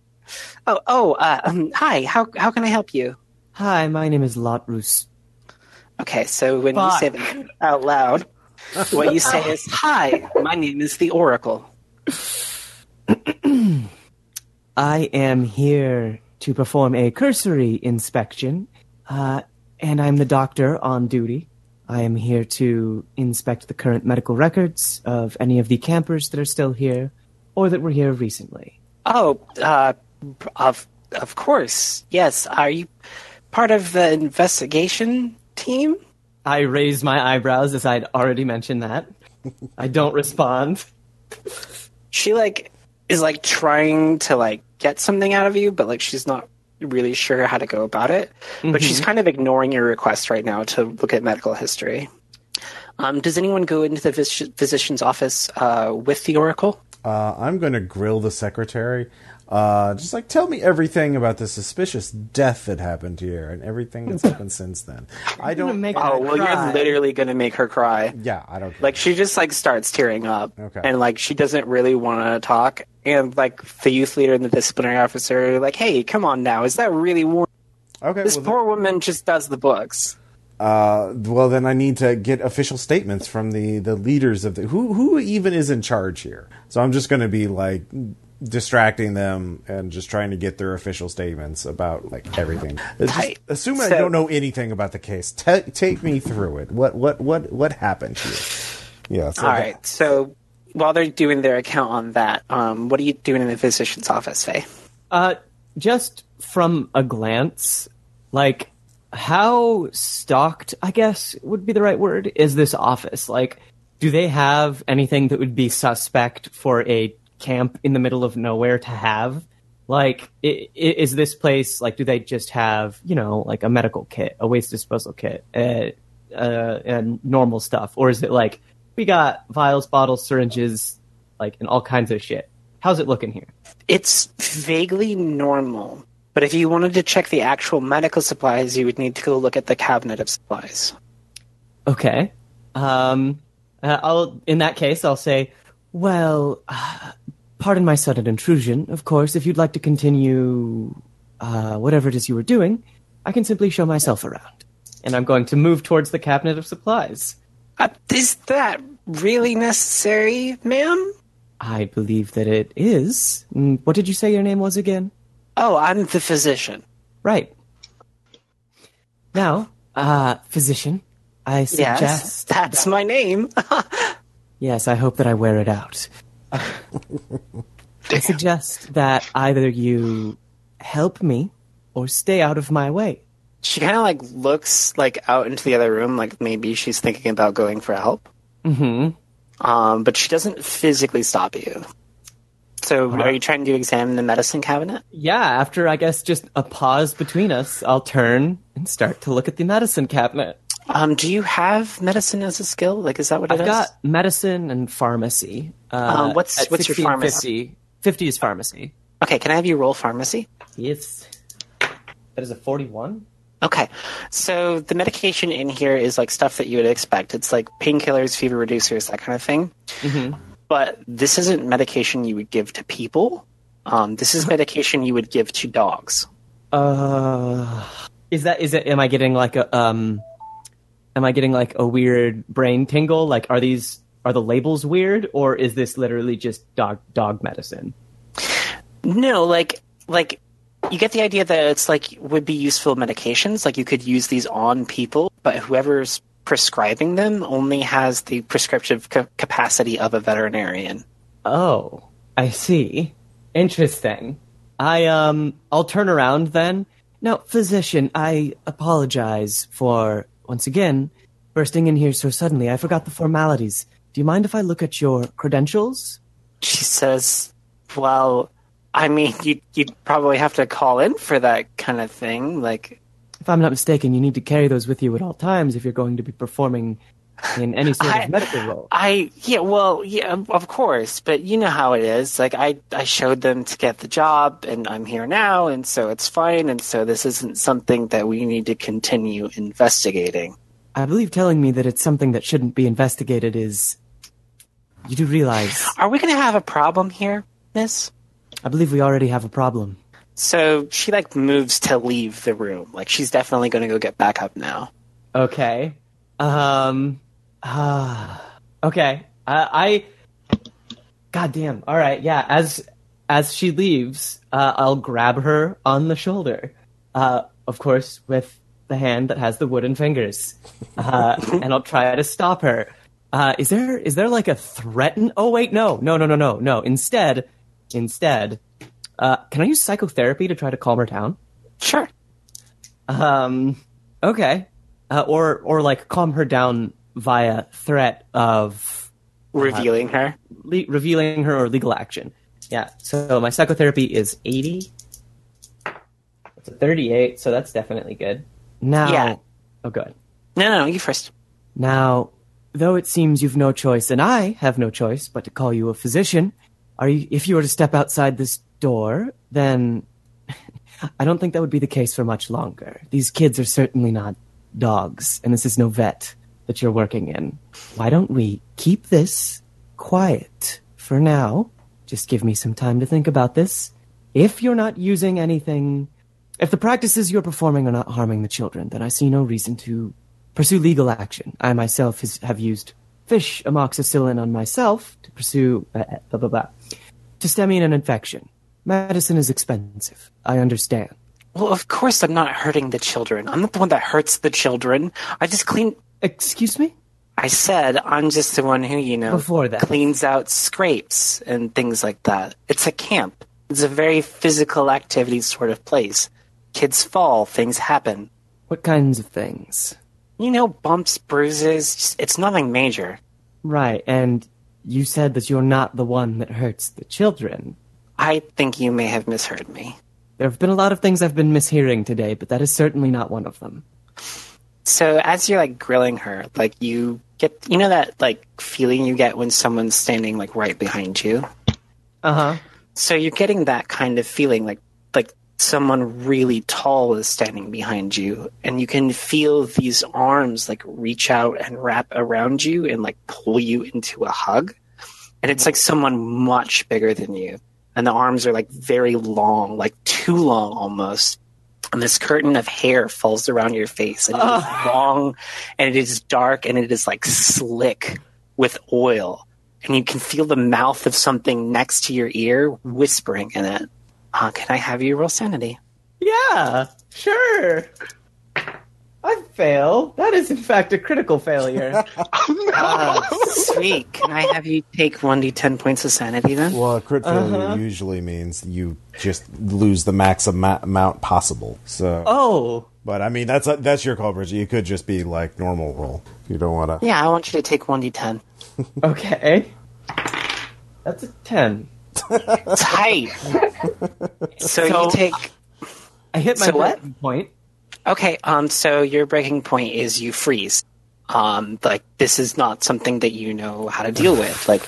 B: Oh, oh, uh, um, hi, how, how can I help you?
C: Hi, my name is Lot Roos.
B: Okay, so when you say that out loud, what you say is, Hi, my name is the Oracle.
C: I am here to perform a cursory inspection, uh, and I'm the doctor on duty. I am here to inspect the current medical records of any of the campers that are still here or that were here recently.
B: Oh, uh, of of course, yes. Are you part of the investigation team?
C: I raised my eyebrows as I'd already mentioned that. I don't respond.
B: She like is like trying to like get something out of you, but like she's not really sure how to go about it. But she's kind of ignoring your request right now to look at medical history. Um, does anyone go into the phys- physician's office uh, with the oracle?
A: Uh, I'm going to grill the secretary. Uh, just like tell me everything about the suspicious death that happened here and everything that's happened since then. I
C: gonna
A: don't.
C: make
B: Oh,
C: her
B: well,
C: cry.
B: you're literally going to make her cry.
A: yeah, I don't. Care.
B: Like she just like starts tearing up,
A: Okay.
B: and like she doesn't really want to talk. And like the youth leader and the disciplinary officer, are like, hey, come on now, is that really war?
A: okay.
B: This
A: well,
B: poor woman just does the books.
A: Uh, well, then I need to get official statements from the, the leaders of the who who even is in charge here. So I'm just going to be like distracting them and just trying to get their official statements about like everything. It's Just,
B: Right.
A: assuming I
B: So-
A: don't know anything about the case, ta take me through it. What what what what happened here? Yeah. So
B: All right. So while they're doing their account on that, um, what are you doing in the physician's office, Faye?
C: Uh, just from a glance, like how stocked, I guess would be the right word, is this office? Like, do they have anything that would be suspect for a camp in the middle of nowhere to have? Like, i- i- is this place like? Do they just have you know like a medical kit, a waste disposal kit, uh, uh, and normal stuff, or is it like we got vials, bottles, syringes, like, and all kinds of shit? How's it looking here?
B: It's vaguely normal, but if you wanted to check the actual medical supplies, you would need to go look at the cabinet of supplies.
C: Okay. Um, uh, I'll in that case I'll say, well, uh, pardon my sudden intrusion. Of course, if you'd like to continue uh, whatever it is you were doing, I can simply show myself around. And I'm going to move towards the cabinet of supplies.
B: Uh, is that really necessary, ma'am?
C: I believe that it is. Mm, What did you say your name was again?
B: Oh, I'm the physician.
C: Right. Now, uh, physician, I suggest.
B: Yes, that's my name.
C: Yes, I hope that I wear it out. I suggest that either you help me or stay out of my way.
B: she kind of like looks like out into the other room, like maybe she's thinking about going for help. Mm-hmm. Um, but she doesn't physically stop you. So, are you trying to examine the medicine cabinet?
C: Yeah, after I guess just a pause between us, I'll turn and start to look at the medicine cabinet.
B: Um, do you have medicine as a skill? Like, is that what it
C: I've
B: is?
C: got medicine and pharmacy. Uh,
B: Oh, Um, what's-
C: at
B: what's your
C: 60 and
B: pharmacy?
C: 50. 50 is pharmacy.
B: Okay, can I have you roll pharmacy?
C: Yes. That is a 41?
B: Okay, so the medication in here is like stuff that you would expect. It's like painkillers, fever reducers, that kind of thing. But this isn't medication you would give to people. Um, this is medication you would give to dogs.
C: Uh, is that is it? Am I getting like a um? Am I getting like a weird brain tingle? Like, are these are the labels weird, or is this literally just dog dog medicine?
B: No, like like you get the idea that it's like would be useful medications. Like you could use these on people, but whoever's prescribing them only has the prescriptive ca- capacity of a veterinarian.
C: Oh, I see. Interesting. I um, I'll turn around then. Now, physician, I apologize for once again bursting in here so suddenly. I forgot the formalities. Do you mind if I look at your credentials?
B: She says, "Well, I mean, you you'd probably have to call in for that kind of thing. Like,
C: if I'm not mistaken, you need to carry those with you at all times if you're going to be performing in any sort
B: I-
C: of medical role.
B: I yeah, well, yeah, of- of course, but you know how it is. Like I I showed them to get the job and I'm here now and so it's fine and so this isn't something that we need to continue investigating.
C: I believe telling me that it's something that shouldn't be investigated is. You do realize.
B: Are we going to have a problem here, miss?
C: I believe we already have a problem.
B: So she like moves to leave the room. Like she's definitely going to go get back up now.
C: Okay. Um. ah, okay. I. I God damn. All right. Yeah. As as she leaves, uh, I'll grab her on the shoulder. Uh, of course, with the hand that has the wooden fingers, uh, and I'll try to stop her. Uh, is there is there like a threaten? Oh wait, no, no, no, no, no, no. Instead, instead, uh, can I use psychotherapy to try to calm her down?
B: Sure.
C: Um, okay. Uh, or or like calm her down via threat of
B: Revealing her.
C: le- revealing her or legal action. Yeah. So my psychotherapy is eighty. It's a thirty-eight, so that's definitely good. Now,
B: Yeah.
C: oh, good.
B: No, no, no, you first.
C: Now, though it seems you've no choice, and I have no choice but to call you a physician, are you, if you were to step outside this door, then I don't think that would be the case for much longer. These kids are certainly not dogs, and this is no vet that you're working in. Why don't we keep this quiet for now? Just give me some time to think about this. If you're not using anything, if the practices you're performing are not harming the children, then I see no reason to pursue legal action. I myself has, have used fish amoxicillin on myself to pursue uh, uh, blah blah blah to stemming an infection. Medicine is expensive. I understand.
B: Well, of course I'm not hurting the children. I'm not the one that hurts the children. I just clean
C: Excuse me.
B: I said I'm just the one who, you know,
C: Before that.
B: cleans out scrapes and things like that. It's a camp. It's a very physical activity sort of place. Kids fall, things happen.
C: What kinds of things?
B: You know, bumps, bruises, just- it's nothing major.
C: Right, and you said that you're not the one that hurts the children.
B: I think you may have misheard me.
C: There have been a lot of things I've been mishearing today, but that is certainly not one of them.
B: So as you're like grilling her, like you get you know that like feeling you get when someone's standing like right behind you?
C: Uh huh.
B: So you're getting that kind of feeling like like someone really tall is standing behind you and you can feel these arms like reach out and wrap around you and like pull you into a hug. And it's like someone much bigger than you. And the arms are like very long, like too long almost. And this curtain of hair falls around your face and it is long and it is dark and it is like slick with oil and you can feel the mouth of something next to your ear whispering in it. Uh, can I have you roll sanity?
C: Yeah, sure. I fail. That is, in fact, a critical failure.
B: Sweet. Can I have you take 1d10 points of sanity then?
A: Well, a crit failure
B: Uh-huh.
A: usually means you just lose the max ama- amount possible. So,
C: oh,
A: but I mean, that's that's your call, Bridget. You could just be like normal roll. You don't want to.
B: Yeah, I want you to take 1d10.
C: okay. That's a 10.
B: Tight. so,
C: So-
B: you take.
C: I hit my
B: So what?
C: breaking point.
B: Okay. Um. So your breaking point is you freeze. Um. Like this is not something that you know how to deal with. Like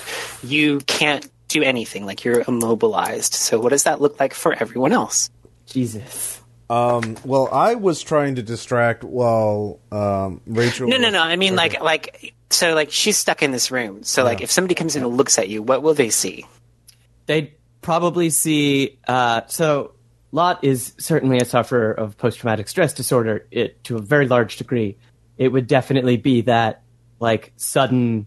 B: you can't do anything. Like you're immobilized. So what does that look like for everyone else?
C: Jesus.
A: Well, I was trying to distract while um, Rachel.
B: No, no, no. I mean, like, like, so, like, she's stuck in this room. So, like, if somebody comes in and looks at you, what will they see?
C: They'd probably see. Uh, so, Lot is certainly a sufferer of post traumatic stress disorder it, to a very large degree. It would definitely be that, like, sudden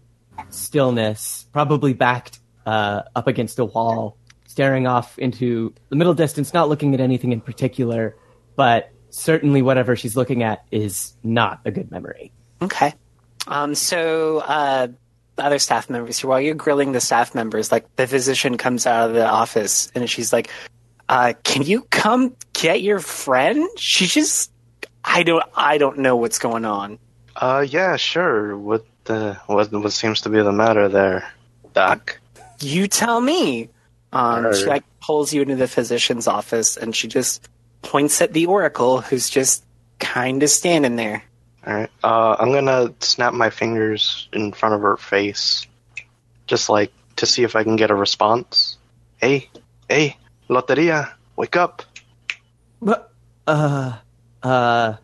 C: stillness, probably backed uh, up against a wall, staring off into the middle distance, not looking at anything in particular, but certainly whatever she's looking at is not a good memory.
B: Okay. Um. So, uh, the other staff members. While you're grilling the staff members, like, the physician comes out of the office and she's like, "Uh, can you come get your friend?" She just, I don't, I don't know what's going on.
E: Uh, yeah, sure. What the what what seems to be the matter there, Doc?
B: you tell me. Um, she
E: Alright.
B: like pulls you into the physician's office and she just points at the oracle who's just kind of standing there.
E: All right. Uh, I'm gonna snap my fingers in front of her face, just like to see if I can get a response. Hey, hey, Loteria, wake up!
C: But, uh, uh,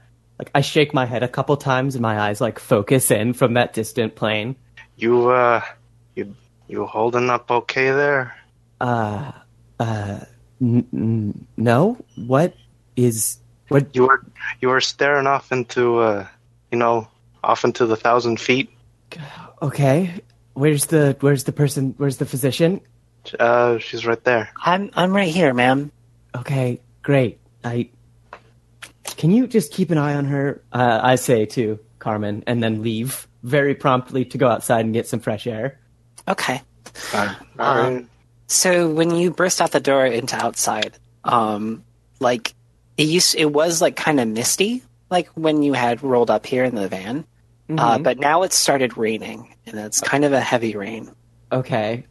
C: like I shake my head a couple times and my eyes like focus in from that distant plane.
E: You, uh, you, you holding up okay there?
C: Uh, uh, n- n- no. What is what?
E: You were, you were staring off into, uh, you know, off into the thousand feet.
C: Okay. Where's the where's the person? Where's the physician?
E: Uh, she's right there.
B: I'm I'm right here, ma'am.
C: Okay, great. I can you just keep an eye on her? Uh, I say to Carmen, and then leave very promptly to go outside and get some fresh air.
B: Okay.
E: All right.
B: So when you burst out the door into outside, um, like it used, it was like kind of misty, like when you had rolled up here in the van. Uh, but now it's started raining, and it's kind of a heavy rain.
C: Okay.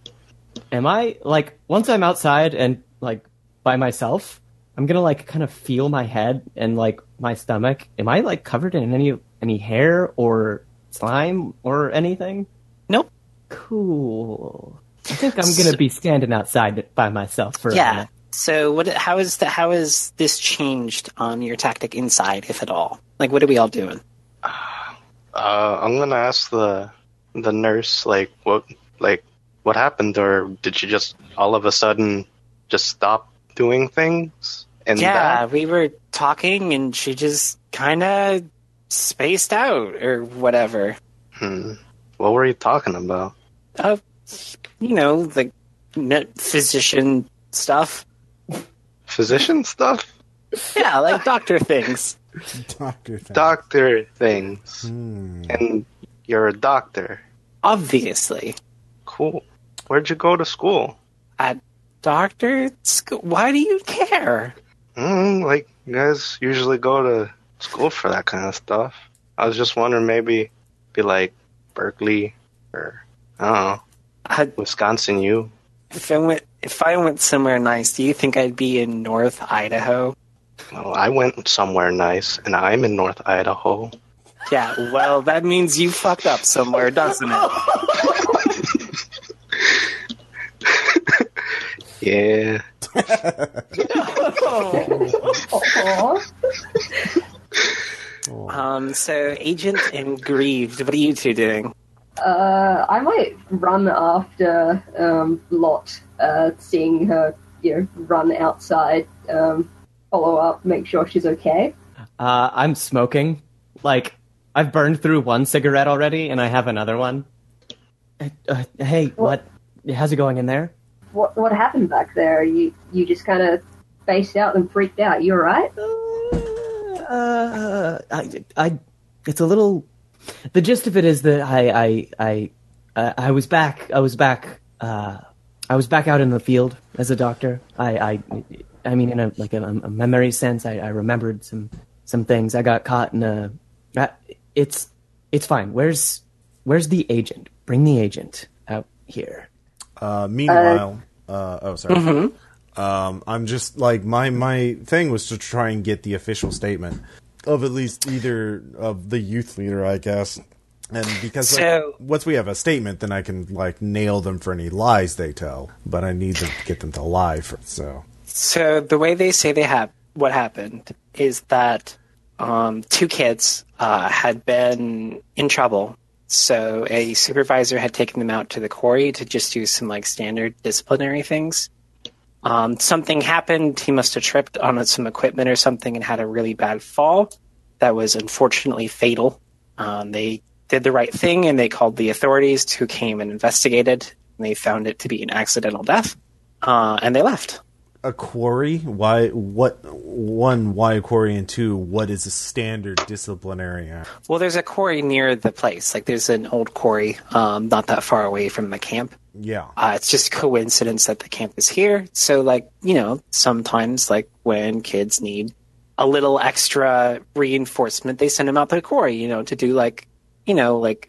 C: Am I like once I'm outside and like by myself, I'm gonna like kind of feel my head and like my stomach. Am I like covered in any any hair or slime or anything?
B: Nope.
C: Cool. I think I'm gonna be standing outside by myself for a
B: Yeah.
C: minute.
B: So what? How is the how is this changed on your tactic inside, if at all? Like, what are we all doing?
E: Uh, I'm gonna ask the the nurse like what like what happened or did she just all of a sudden just stop doing things and
B: yeah,
E: that?
B: we were talking, and she just kind of spaced out or whatever.
E: Hmm. What were you talking about?
B: uh, you know, the n- physician stuff.
E: Physician stuff,
B: Yeah, like doctor things.
A: Doctor. Thing.
E: doctor things,
A: Hmm.
E: and you're a doctor.
B: Obviously,
E: Cool. Where'd you go to school?
B: doctor. sc- Why do you care?
E: Mm, like you guys usually go to school for that kind of stuff. I was just wondering maybe be like Berkeley or I don't know
B: I,
E: Wisconsin U.
B: if I went, if I went somewhere nice, do you think I'd be in North Idaho?
E: Well, I went somewhere nice, and I'm in North Idaho.
B: Yeah. Well, that means you fucked up somewhere, doesn't it?
E: Yeah.
D: Aw.
B: Um. So, agent and grieved. What are you two doing?
D: Uh, I might run after um, Lot, uh, seeing her, you know, run outside, um, follow up, make sure she's okay.
C: Uh, I'm smoking. Like I've burned through one cigarette already, and I have another one. Uh, uh, hey, what? How's it going in there?
D: What what happened back there? You you just kind of spaced out and freaked out. You all right?
C: uh, I, I, it's a little. The gist of it is that I, I, I, uh, I was back. I was back. Uh, I was back out in the field as a doctor. I, I, I mean, in a like a, a memory sense, I, I remembered some some things. I got caught in a. I- It's it's fine. Where's where's the agent? Bring the agent out here.
A: Uh, meanwhile, uh, oh sorry. Um, I'm just like my my thing was to try and get the official statement of at least either of the youth leader, I guess. And because like,
B: So-
A: once we have a statement, then I can like nail them for any lies they tell. But I need them to get them to lie for so.
B: So the way they say they have what happened is that um, two kids uh, had been in trouble. So a supervisor had taken them out to the quarry to just do some like standard disciplinary things. Um, something happened. He must have tripped on some equipment or something and had a really bad fall. That was unfortunately fatal. Um, they did the right thing and they called the authorities who came and investigated. And they found it to be an accidental death. Uh, and they left.
A: A quarry? Why? What? One? Why a quarry? And two? What is a standard disciplinary act?
B: Well, there's a quarry near the place. Like, there's an old quarry um, not that far away from the camp.
A: Yeah.
B: Uh, it's just coincidence that the camp is here. So, like, you know, sometimes, like, when kids need a little extra reinforcement, they send them out to the quarry, you know, to do, like, you know, like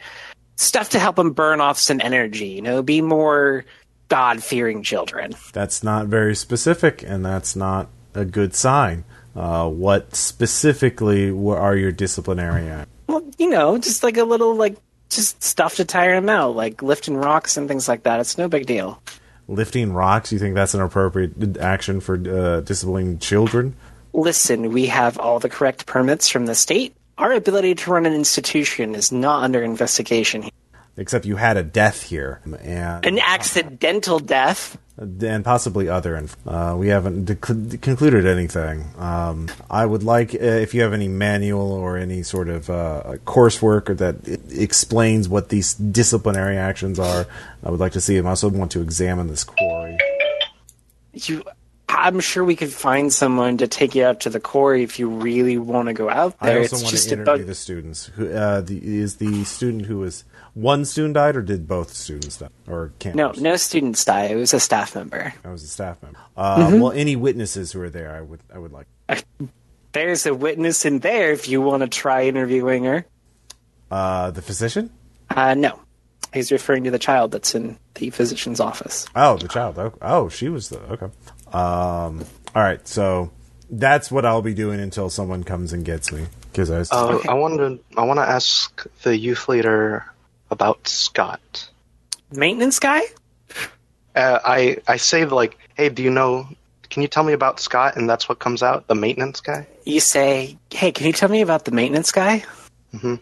B: stuff to help them burn off some energy, you know, be more God fearing children.
A: that's not very specific and that's not a good sign. Uh, what specifically were- are your disciplinary acts?
B: Well, you know, just like a little like just stuff to tire him out, like lifting rocks and things like that. It's no big deal.
A: Lifting rocks. You think that's an appropriate action for uh, disciplining children?
B: Listen, we have all the correct permits from the state. Our ability to run an institution is not under investigation.
A: Except you had a death here, um, and
B: An accidental death.
A: and possibly other. Inf- uh, we haven't dec- concluded anything. Um, I would like uh, if you have any manual or any sort of uh, coursework or that i explains what these disciplinary actions are. I would like to see them. I also want to examine this quarry.
B: You, I'm sure we could find someone to take you out to the quarry if you really want to go out
A: I
B: there.
A: also
B: it's
A: want
B: just
A: to interview
B: about
A: the students. Who uh, the, is the student who was one student died, or did both students die, or can't?
B: no, no students die. It was a staff member.
A: I was a staff member. Uh,
B: Mm-hmm.
A: Well, any witnesses who are there, I would, I would like.
B: There's a witness in there if you want to try interviewing her.
A: Uh, the physician?
B: Uh, no, he's referring to the child that's in the physician's office.
A: Oh, the child. Oh, oh she was the okay. Um, all right, so that's what I'll be doing until someone comes and gets me because I was.
B: Oh.
E: Uh, I wanted to, I want to ask the youth leader about Scott.
B: Maintenance guy?
E: Uh, I I say like, hey, do you know? Can you tell me about Scott? And that's what comes out. The maintenance guy.
B: You say, hey, can you tell me about the maintenance guy? Mm-hmm.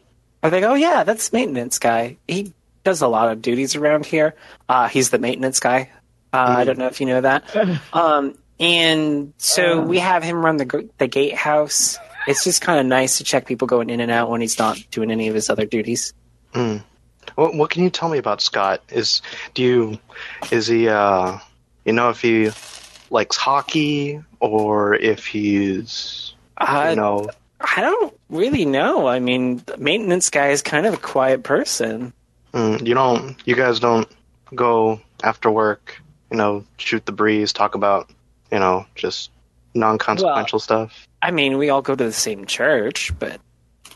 B: Are they go, oh, yeah, that's maintenance guy. He does a lot of duties around here. Uh, he's the maintenance guy. Uh, I don't know if you know that. um, and so we have him run the, gr- the gatehouse. It's just kind of nice to check people going in and out when he's not doing any of his other duties.
E: What, what can you tell me about Scott? Is do you is he uh you know if he likes hockey or if he's
B: Uh,
E: you know
B: I don't really know. I mean, the maintenance guy is kind of a quiet person.
E: mm, you don't you guys don't go after work you know shoot the breeze talk about you know just non consequential stuff
B: I mean, we all go to the same church, but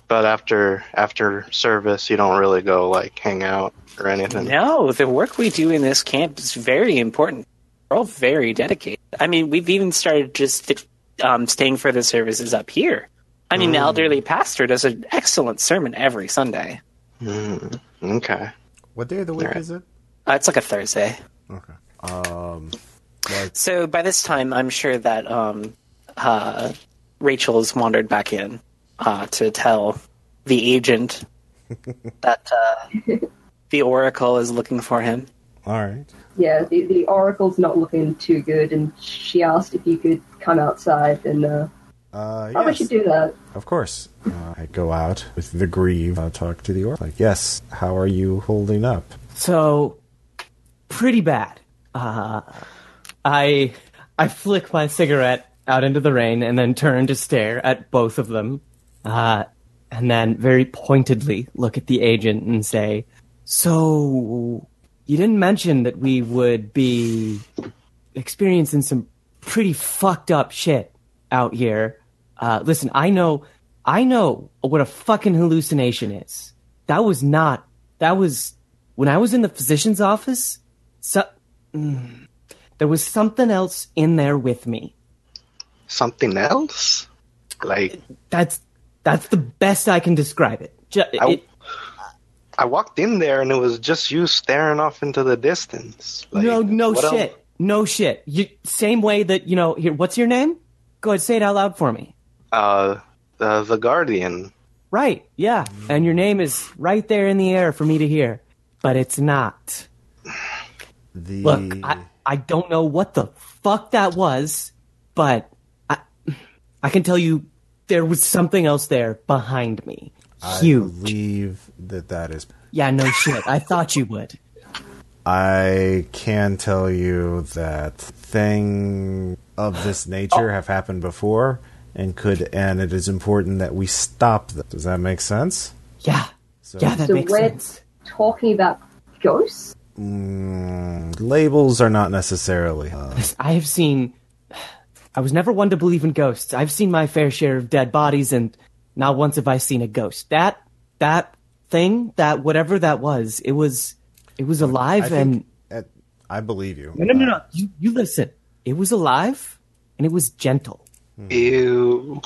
E: but after after service you don't really go like hang out or anything
B: no, the work we do in this camp is very important. We're all very dedicated. I mean, we've even started just um, staying for the services up here. I
A: Mm.
B: mean, the elderly pastor does an excellent sermon every Sunday.
E: okay
A: what day of the week is it?
B: Uh, it's like a Thursday.
A: Okay. Um, like,
B: So by this time, I'm sure that um, uh, Rachel's wandered back in uh, to tell the agent that uh, the Oracle is looking for him.
A: all right.
D: Yeah, the, the oracle's not looking too good, and she asked if you could come outside, and uh,
A: Uh,
D: I
A: yes,
D: should do that.
A: of course. Uh, I go out with the grieve. Uh, talk to the orc. Like, yes. How are you holding up?
C: So, pretty bad. Uh, I I flick my cigarette out into the rain and then turn to stare at both of them, uh, and then very pointedly look at the agent and say, "So you didn't mention that we would be experiencing some pretty fucked up shit out here. Uh, listen, I know, I know what a fucking hallucination is. That was not. That was when I was in the physician's office. So, mm, there was something else in there with me.
E: something else like
C: That's that's the best I can describe it. Ju-
E: I-
C: it
E: I walked in there and it was just you staring off into the distance. Like,
C: no, no
E: what
C: shit,
E: else-
C: no shit. You, same way that you know. Here, what's your name? Go ahead, say it out loud for me.
E: Uh, the the Guardian.
C: Right, yeah. And your name is right there in the air for me to hear. But it's not.
A: The
C: Look, I, I don't know what the fuck that was, but I, I can tell you there was something else there behind me.
A: I
C: Huge.
A: believe that that is.
C: yeah, no shit. I thought you would.
A: I can tell you that thing of this
C: Oh.
A: nature have happened before and could and it is important that we stop them. Does that make sense?
C: Yeah. yeah, that
D: So
C: makes
D: we're
C: sense.
D: talking about ghosts?
A: Mm, labels are not necessarily. Uh,
C: I have seen. I was never one to believe in ghosts. I've seen my fair share of dead bodies, and not once have I seen a ghost. That that thing, that whatever that was, it was it was alive
A: I
C: and.
A: think at, I believe you.
C: No, no, no, no. You, you listen. It was alive and it was gentle.
E: Ew.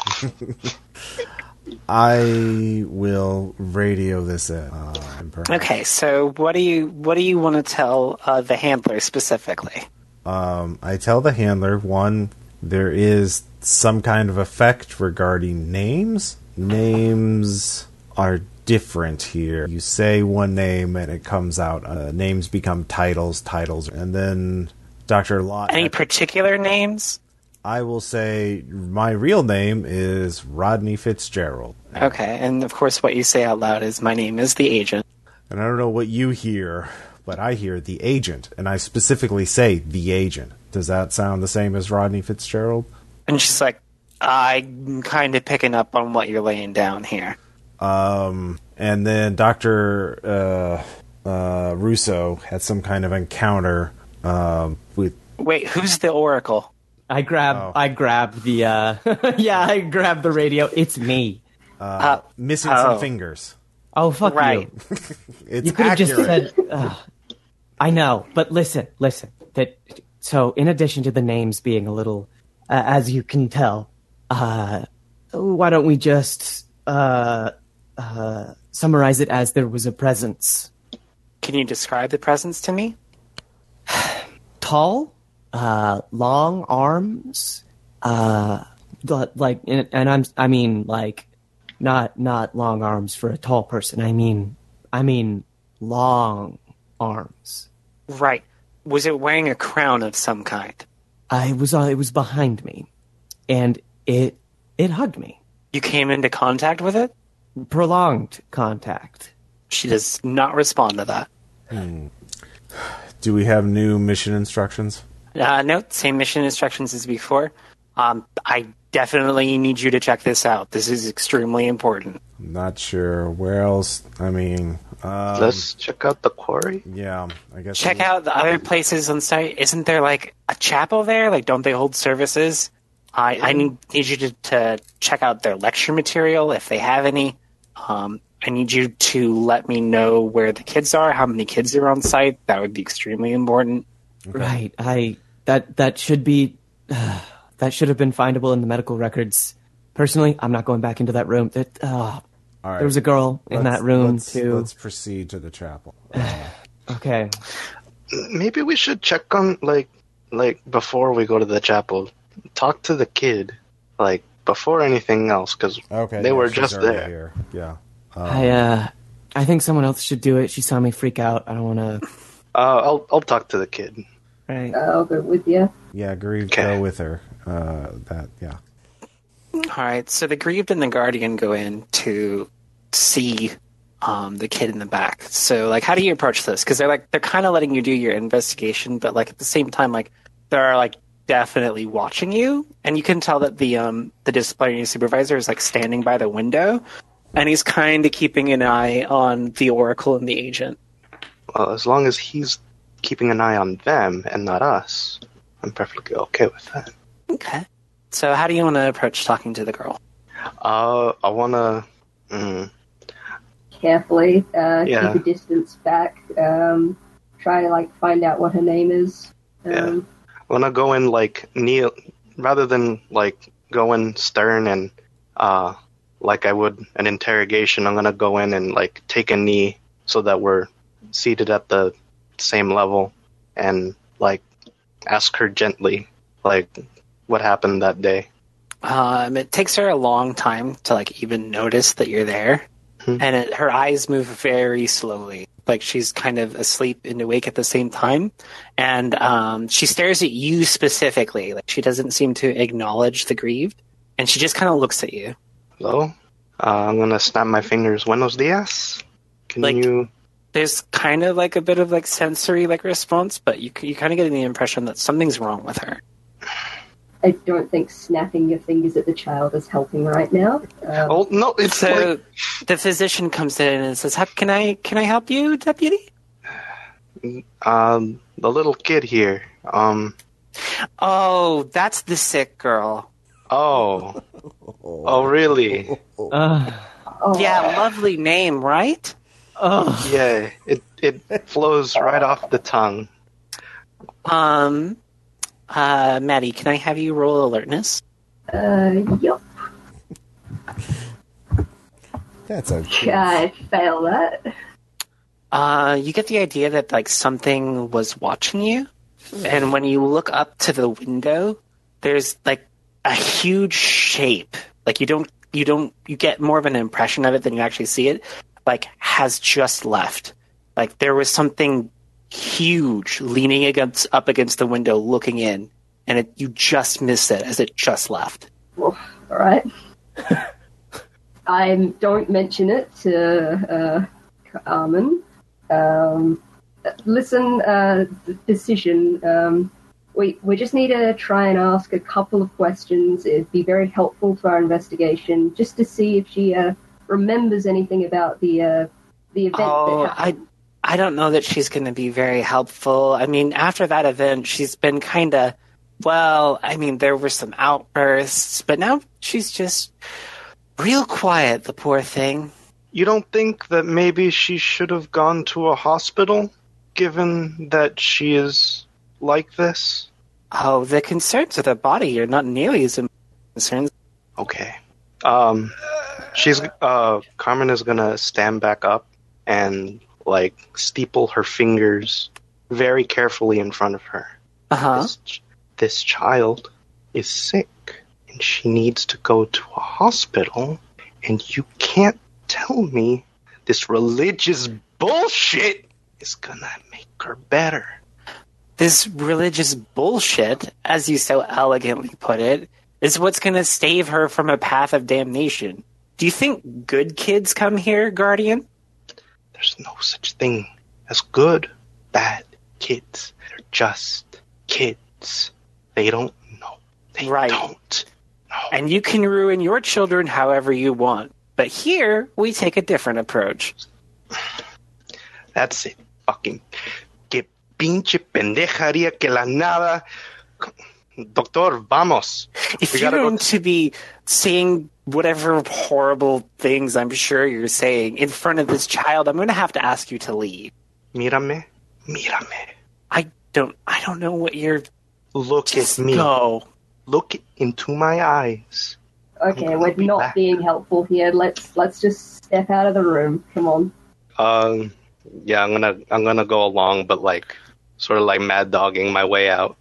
A: I will radio this in. Uh, and perhaps-
B: Okay, so what do you what do you want to tell uh, the handler specifically?
A: Um, I tell the handler one, there is some kind of effect regarding names. Names are different here. You say one name and it comes out. Uh, names become titles, titles, and then Doctor Lot.
B: Any particular names?
A: I will say my real name is Rodney Fitzgerald,
B: Okay, and of course, what you say out loud is, "My name is the agent."
A: and I don't know what you hear, but I hear the agent, and I specifically say the agent. Does that sound the same as Rodney Fitzgerald?
B: And she's like, "I'm kind of picking up on what you're laying down here."
A: Um, and then Doctor uh, uh, Russo had some kind of encounter um, with.
B: Wait, who's the oracle?
C: I grab,
A: Oh.
C: I grab the, uh, yeah, I grab the radio. It's me.
B: Uh,
A: Missing
B: oh.
A: some fingers.
C: Oh fuck
B: right.
C: you!
A: It's
C: You could have just
A: accurate.
C: said. Ugh. I know, but listen, listen. That so, in addition to the names being a little, uh, as you can tell, uh, why don't we just uh, uh, summarize it as there was a presence,
B: Can you describe the presence to me?
C: tall, uh, long arms, uh, but like, and, and I'm, I mean, like, not not long arms for a tall person. I mean, I mean, long arms.
B: Right. Was it wearing a crown of some kind?
C: I was uh, it was behind me, and it it hugged me.
B: You came into contact with it?
C: Prolonged contact.
B: She does not respond to that.
A: Do we have new mission instructions?
B: Uh, no, same mission instructions as before. Um, I definitely need you to check this out. This is extremely important.
A: I'm not sure where else. I mean, um,
E: Let's check out the quarry.
A: yeah, I guess.
B: Check out the other places on site. Isn't there like a chapel there? Like, don't they hold services? I, I need, need you to, to check out their lecture material if they have any. Um, I need you to let me know where the kids are, how many kids are on site. That would be extremely important.
C: Right. I that that should be that should have been findable in the medical records. Personally, I'm not going back into that room. That uh,
A: All right.
C: there was a girl in
A: Let's-
C: that room
A: let's-
C: too.
A: Let's proceed to the chapel.
C: Okay.
E: Maybe we should check on like like before we go to the chapel. Talk to the kid like before anything else because
A: Okay,
E: they
A: yeah,
E: were
A: she's
E: just
A: already
E: there.
A: Here. Yeah.
C: I uh, I think someone else should do it. She saw me freak out. I don't want to.
E: Uh, I'll I'll talk to the kid.
C: Right.
D: uh, I'll go with you.
A: Yeah, Grieve,
E: Okay.
A: go with her. Uh, that, yeah.
B: All right, so the grieved and the guardian go in to see um, the kid in the back. So, like, how do you approach this? Because they're like they're kind of letting you do your investigation, but like at the same time, like they're like definitely watching you, and you can tell that the um the disciplinary supervisor is like standing by the window, and he's kind of keeping an eye on the oracle and the agent.
E: Well, as long as he's keeping an eye on them and not us, I'm perfectly okay with that.
B: Okay. So, how do you want to approach talking to the girl?
E: Uh, I wanna. Mm,
D: Carefully, uh,
E: Yeah.
D: keep a distance back. Um, try to like find out what her name is. Um,
E: I wanna go in like kneel rather than like go in stern and uh like I would an interrogation. I'm gonna go in and like take a knee so that we're seated at the same level and like ask her gently like what happened that day.
B: Um, it takes her a long time to like even notice that you're there, and it, her eyes move very slowly, like she's kind of asleep and awake at the same time. And um, she stares at you specifically, like she doesn't seem to acknowledge the grieved, and she just kind of looks at you.
E: Hello? Uh, I'm gonna snap my fingers. Buenos dias. Can
B: Like-
E: you?
B: There's kind of like a bit of like sensory like response, but you you kind of get the impression that something's wrong with her.
D: I don't think snapping your fingers at the child is helping right now. Um,
E: Oh no! It's
B: uh, So
E: like
B: the physician comes in and says, "How can I can I help you, deputy?"
E: um, the little kid here. Um.
B: Oh, that's the sick girl.
E: Oh. Oh really?
C: Uh,
D: oh,
B: Yeah, lovely name, right?
C: oh.
E: Yeah. It it flows right off the tongue.
B: Um, uh, Maddie,
D: oh,
B: can I have you roll alertness?
D: Uh, yep.
A: That's a
D: I fail that.
B: Uh, you get the idea that like something was watching you, and when you look up to the window, there's like a huge shape. Like you don't, you don't, you get more of an impression of it than you actually see it. Like has just left. Like there was something huge leaning against up against the window, looking in, and it, you just missed it as it just left.
D: All right. I don't mention it to uh, Carmen. Um, listen, uh, the decision. Um, we we just need to try and ask a couple of questions. It'd be very helpful for our investigation, just to see if she uh, remembers anything about the uh, the event.
B: Oh,
D: that
B: I
D: happened.
B: I don't know that she's going to be very helpful. I mean, after that event, she's been kind of well, I mean, there were some outbursts, but now she's just real quiet, the poor thing.
E: You don't think that maybe she should have gone to a hospital, given that she is like this?
B: Oh, the concerns of the body are not nearly as important as concerns.
E: Okay. Um, she's uh, Carmen is gonna stand back up and like steeple her fingers very carefully in front of her.
B: Uh-huh.
E: This, ch- this child is sick and she needs to go to a hospital, and you can't tell me this religious bullshit is gonna make her better.
B: This religious bullshit, as you so elegantly put it, is what's going to save her from a path of damnation. Do you think good kids come here, Guardian?
E: There's no such thing as good, bad kids. They're just kids. They don't know. They
B: Right.
E: don't.
B: and you can ruin your children however you want. But here, we take a different approach.
E: That's it. Fucking. Que pinche pendejaría que la nada. Doctor, vamos.
B: If
E: We
B: you're
E: gotta go
B: going
E: to-
B: to be saying whatever horrible things I'm sure you're saying in front of this child, I'm going to have to ask you to leave.
E: Mírame. Mírame.
B: I don't, I don't know what you're.
E: Look
B: Just
E: at me.
B: go.
E: Look into my eyes.
D: okay,
E: I'll
D: we're
E: be
D: not
E: back.
D: being helpful here. Let's let's just step out of the room. Come on.
E: Um, yeah, I'm gonna I'm gonna go along, but like sort of like mad dogging my way out.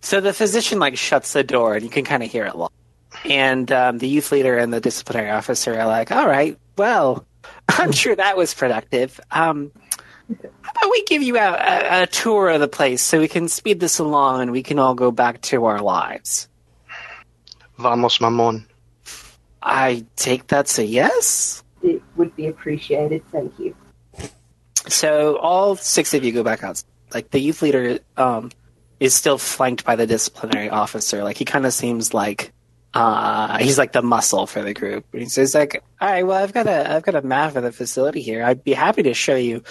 B: So the physician like shuts the door, and you can kind of hear it lock. And um, the youth leader and the disciplinary officer are like, "All right, well, I'm sure that was productive. Um, how about we give you a, a, a tour of the place so we can speed this along and we can all go back to our lives?"
E: Vamos, mamon.
B: I take that's a yes.
D: It would be appreciated. Thank you.
B: So all six of you go back out. Like the youth leader um, is still flanked by the disciplinary officer. Like he kind of seems like uh, he's like the muscle for the group. And he says like, "All right, well, I've got a I've got a map of the facility here. I'd be happy to show you."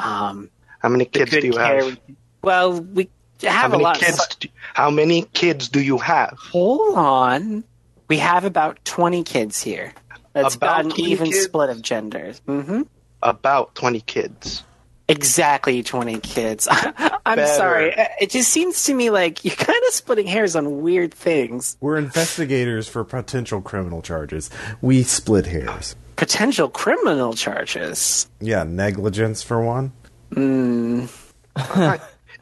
B: Um,
E: How many
B: the
E: kids
B: good
E: do you
B: care
E: have?
B: we- Well, we
E: How
B: have a
E: many
B: lot. of
E: kids? Do, how many kids do you have?
B: Hold on. We have about twenty kids here. That's
E: About
B: about, an
E: 20
B: even
E: kids?
B: split of genders. hmm
E: About twenty kids.
B: Exactly 20 kids. I'm
E: Better.
B: sorry. Uh, It just seems to me like you're kind of splitting hairs on weird things.
A: We're investigators for potential criminal charges. We split hairs.
B: Potential criminal charges.
A: Yeah, negligence for one.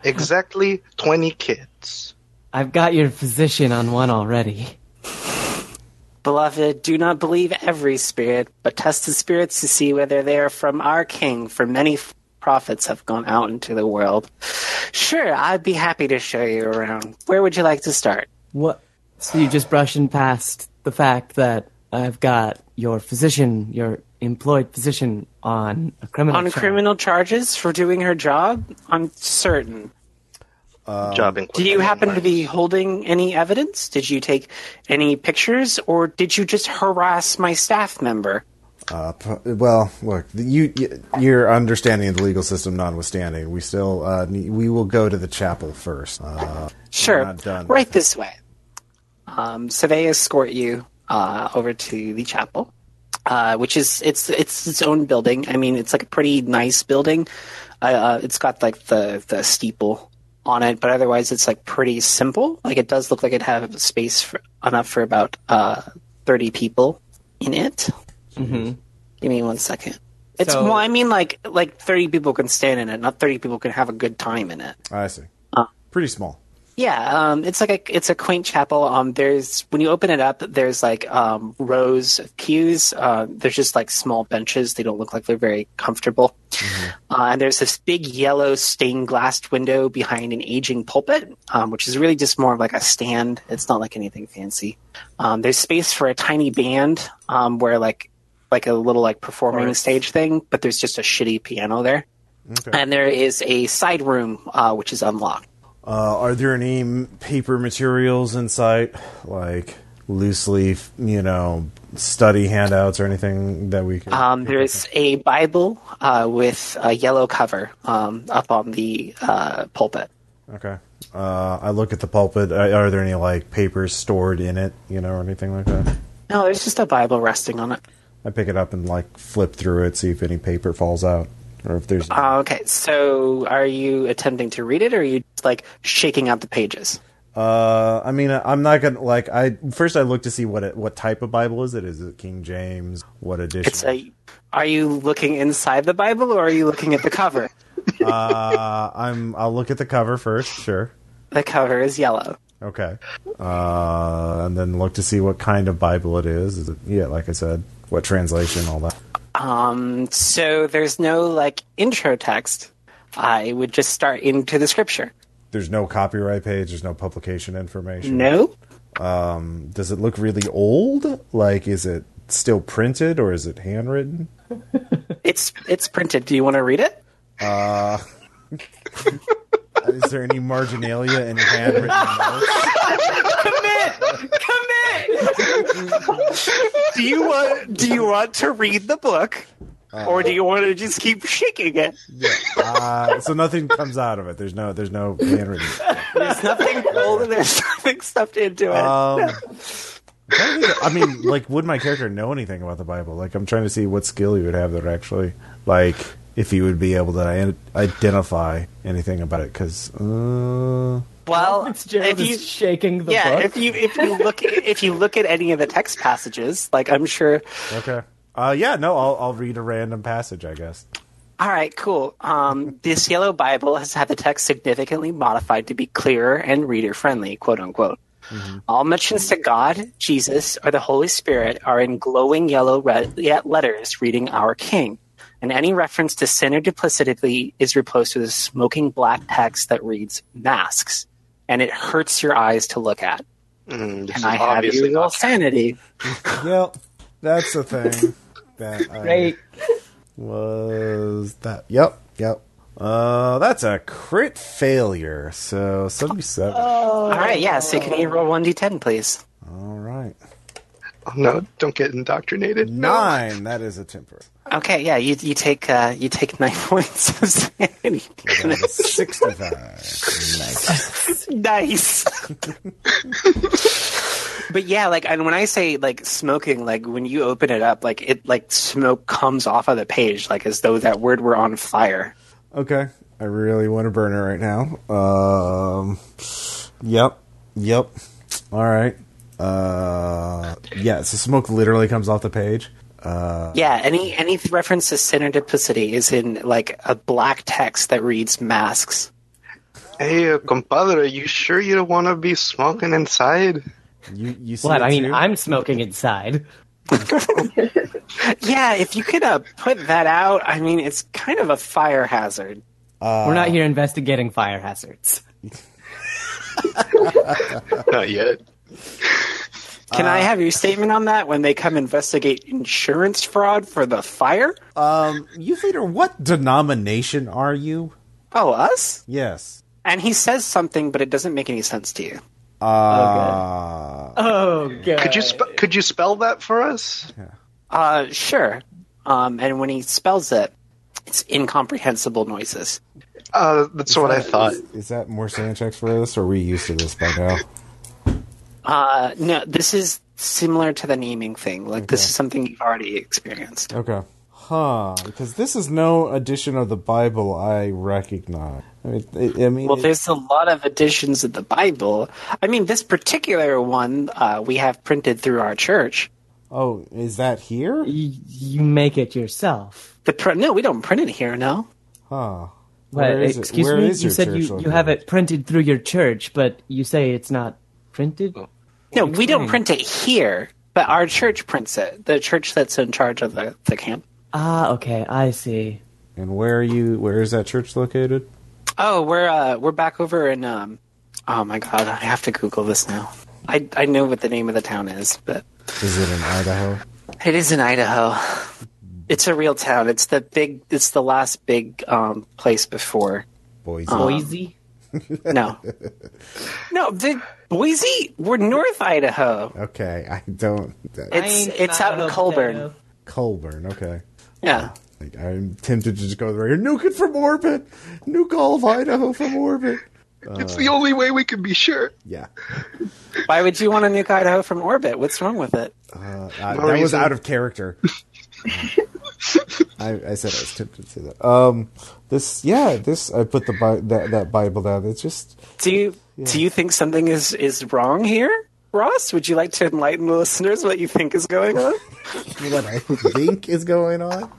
E: Exactly twenty kids.
C: I've got your physician on one already.
B: Beloved, do not believe every spirit, but test the spirits to see whether they are from our king, for many f- prophets have gone out into the world. Sure, I'd be happy to show you around. Where would you like to start?
C: What? So you're just brushing past the fact that I've got your physician, your employed physician, on a criminal.
B: On
C: charge.
B: criminal charges for doing her job? I'm certain.
E: Job in
B: Do you
E: Quebec.
B: happen to be holding any evidence? Did you take any pictures, or did you just harass my staff member?
A: Uh, p- well, look, the- you, you your understanding of the legal system notwithstanding, we still uh, ne- we will go to the chapel first. Uh,
B: Sure,
A: not done.
B: right this way. Um, so they escort you uh, over to the chapel, uh, which is it's it's its own building. I mean, it's like a pretty nice building. Uh, uh, it's got like the the steeple on it, but otherwise it's like pretty simple. Like it does look like it have space for, enough for about uh, thirty people in it. Give me one second. It's
C: So-
B: well, I mean, like like thirty people can stand in it, not thirty people can have a good time in it.
A: I see. Pretty small.
B: Yeah, um, it's like a it's a quaint chapel. Um, there's when you open it up, there's like um, rows of pews. Uh, there's just like small benches. They don't look like they're very comfortable. Uh, and there's this big yellow stained glass window behind an aging pulpit, um, which is really just more of like a stand. It's not like anything fancy. Um, there's space for a tiny band um, where like like a little like performing stage thing, but there's just a shitty piano there. And there is a side room uh, which is unlocked.
A: Uh, are there any m- paper materials in sight, like loose leaf, you know, study handouts or anything that we can?
B: Um, there's a Bible uh, with a yellow cover um, up on the uh, pulpit.
A: okay. Uh, I look at the pulpit. Are, are there any like papers stored in it, you know, or anything like that?
B: No, there's just a Bible resting on it.
A: I pick it up and like flip through it, see if any paper falls out, or if there's.
B: Uh, okay, so are you attempting to read it, or are you just, like shaking out the pages?
A: Uh, I mean, I'm not gonna like. I first I look to see what it, what type of Bible is it. Is it King James? What edition?
B: It's a. Are you looking inside the Bible, or are you looking at the cover?
A: uh, I'm. I'll look at the cover first. Sure.
B: the cover is yellow.
A: Okay. Uh, and then look to see what kind of Bible it is. Is it, yeah, like I said, what translation, all that.
B: Um, so there's no like intro text. I would just start into the scripture.
A: There's no copyright page. There's no publication information.
B: No,
A: Does it look really old? Like, is it still printed or is it handwritten?
B: it's it's printed. Do you want to read it?
A: Is there any marginalia in handwritten notes?
B: do you want do you want to read the book or do you want to just keep shaking it
A: Uh, so nothing comes out of it. There's no. There's no handwritten.
B: there's nothing old and there's nothing stuffed into it
A: Um, I'm trying to think- I mean, like, would my character know anything about the Bible? Like, I'm trying to see what skill he would have that actually, like, if he would be able to i- identify anything about it. Because, uh,
B: well
C: Fitzgerald
B: if you
C: is shaking the
B: yeah
C: book.
B: if you if you look if you look at any of the text passages like i'm sure
A: okay, uh, yeah, no, I'll I'll read a random passage, I guess.
B: all right cool um this yellow bible has had the text significantly modified to be clearer and reader friendly quote unquote
E: Mm-hmm.
B: All mentions to God, Jesus, or the Holy Spirit are in glowing yellow red yeah, letters reading Our King. And any reference to sin or duplicity is replaced with a smoking black text that reads masks. And it hurts your eyes to look at.
E: Mm,
B: And
E: this is
B: I have
E: obviously
B: illegal
E: not
B: sanity.
A: Yep, that's the thing. That I
C: Great.
A: was that. Yep, yep. Uh, that's a crit failure. So seventy-seven.
B: All right, yeah, so can you roll 1d10, please?
A: All right,
E: Oh, no, don't get indoctrinated. No.
A: nine. That is a temper.
B: Okay, yeah, you, you take uh, you take nine points of sanity.
A: Down to Sixty-five. Nice.
B: nice. but yeah, like, and when I say like smoking, like when you open it up, like it like smoke comes off of the page, like as though that word were on fire.
A: Okay. I really want a burner right now. Um, yep. Yep. All right. Uh, yeah, so smoke literally comes off the page.
B: Yeah, any any reference to sin or duplicity is in like a black text that reads masks.
E: Hey, uh, compadre, you sure you don't want to be smoking inside?
A: You you see
C: What?
A: it
C: I mean,
A: too?
C: I'm smoking inside.
B: Yeah, if you could uh, put that out, I mean, it's kind of a fire hazard.
C: We're not here investigating fire hazards.
E: Not yet.
B: Can I have your statement on that when they come investigate insurance fraud for the fire?
A: um youth leader. What denomination are you?
B: Oh, us?
A: Yes.
B: And he says something, but it doesn't make any sense to you.
A: Uh,
C: Oh, God.
E: Could you sp- could you spell that for us?
B: Uh, sure. Um, and when he spells it, it's incomprehensible noises.
E: Uh, that's what I thought.
A: Is that more sand checks for this, or are we used to this by now?
B: Uh, no, this is similar to the naming thing. Like, this is something you've already experienced.
A: Okay. Huh? Because this is no edition of the Bible I recognize. I mean, it, I mean
B: Well,
A: it-
B: there's a lot of editions of the Bible. I mean, this particular one uh, we have printed through our church.
A: Oh, is that here?
C: You, you make it yourself.
B: The pr- no, we don't print it here. No,
A: Huh.
C: But,
A: is it-
C: excuse
A: where
C: me,
A: is
C: you
A: your
C: said
A: church
C: you, you
A: located?
C: have it printed through your church, but you say it's not printed?
A: Oh.
B: no, we don't
C: Explain.
B: print it here. But our church prints it. The church that's in charge of the, the camp.
C: Ah, okay, I see.
A: And where are you? Where is that church located?
B: Oh, we're uh, we're back over in um. Oh my god, I have to Google this now. I I know what the name of the town is, but
A: Is it in Idaho?
B: it is in Idaho. It's a real town. It's the big. It's the last big um place before.
A: Boise.
C: Oh, Boise?
B: No, no, the, Boise. We're North Idaho.
A: Okay, I don't. That,
B: It's- it's out in Colburn.
A: Colburn. Okay.
B: Yeah.
A: Like, I'm tempted to just go there. Nuke it from orbit. Nuke all of Idaho from orbit.
E: it's the only way we can be sure.
A: Yeah,
B: Why would you want to nuke Idaho from orbit? What's wrong with it?
A: uh, I,
E: No
A: that was
E: reason.
A: out of character. I, I said I was tempted to say that. Um, this, yeah, this. I put the Bi- that, that Bible down. It's just
B: Do you do you think something is is wrong here, Ross? Would you like to enlighten the listeners what you think is going on?
A: what I think is going on.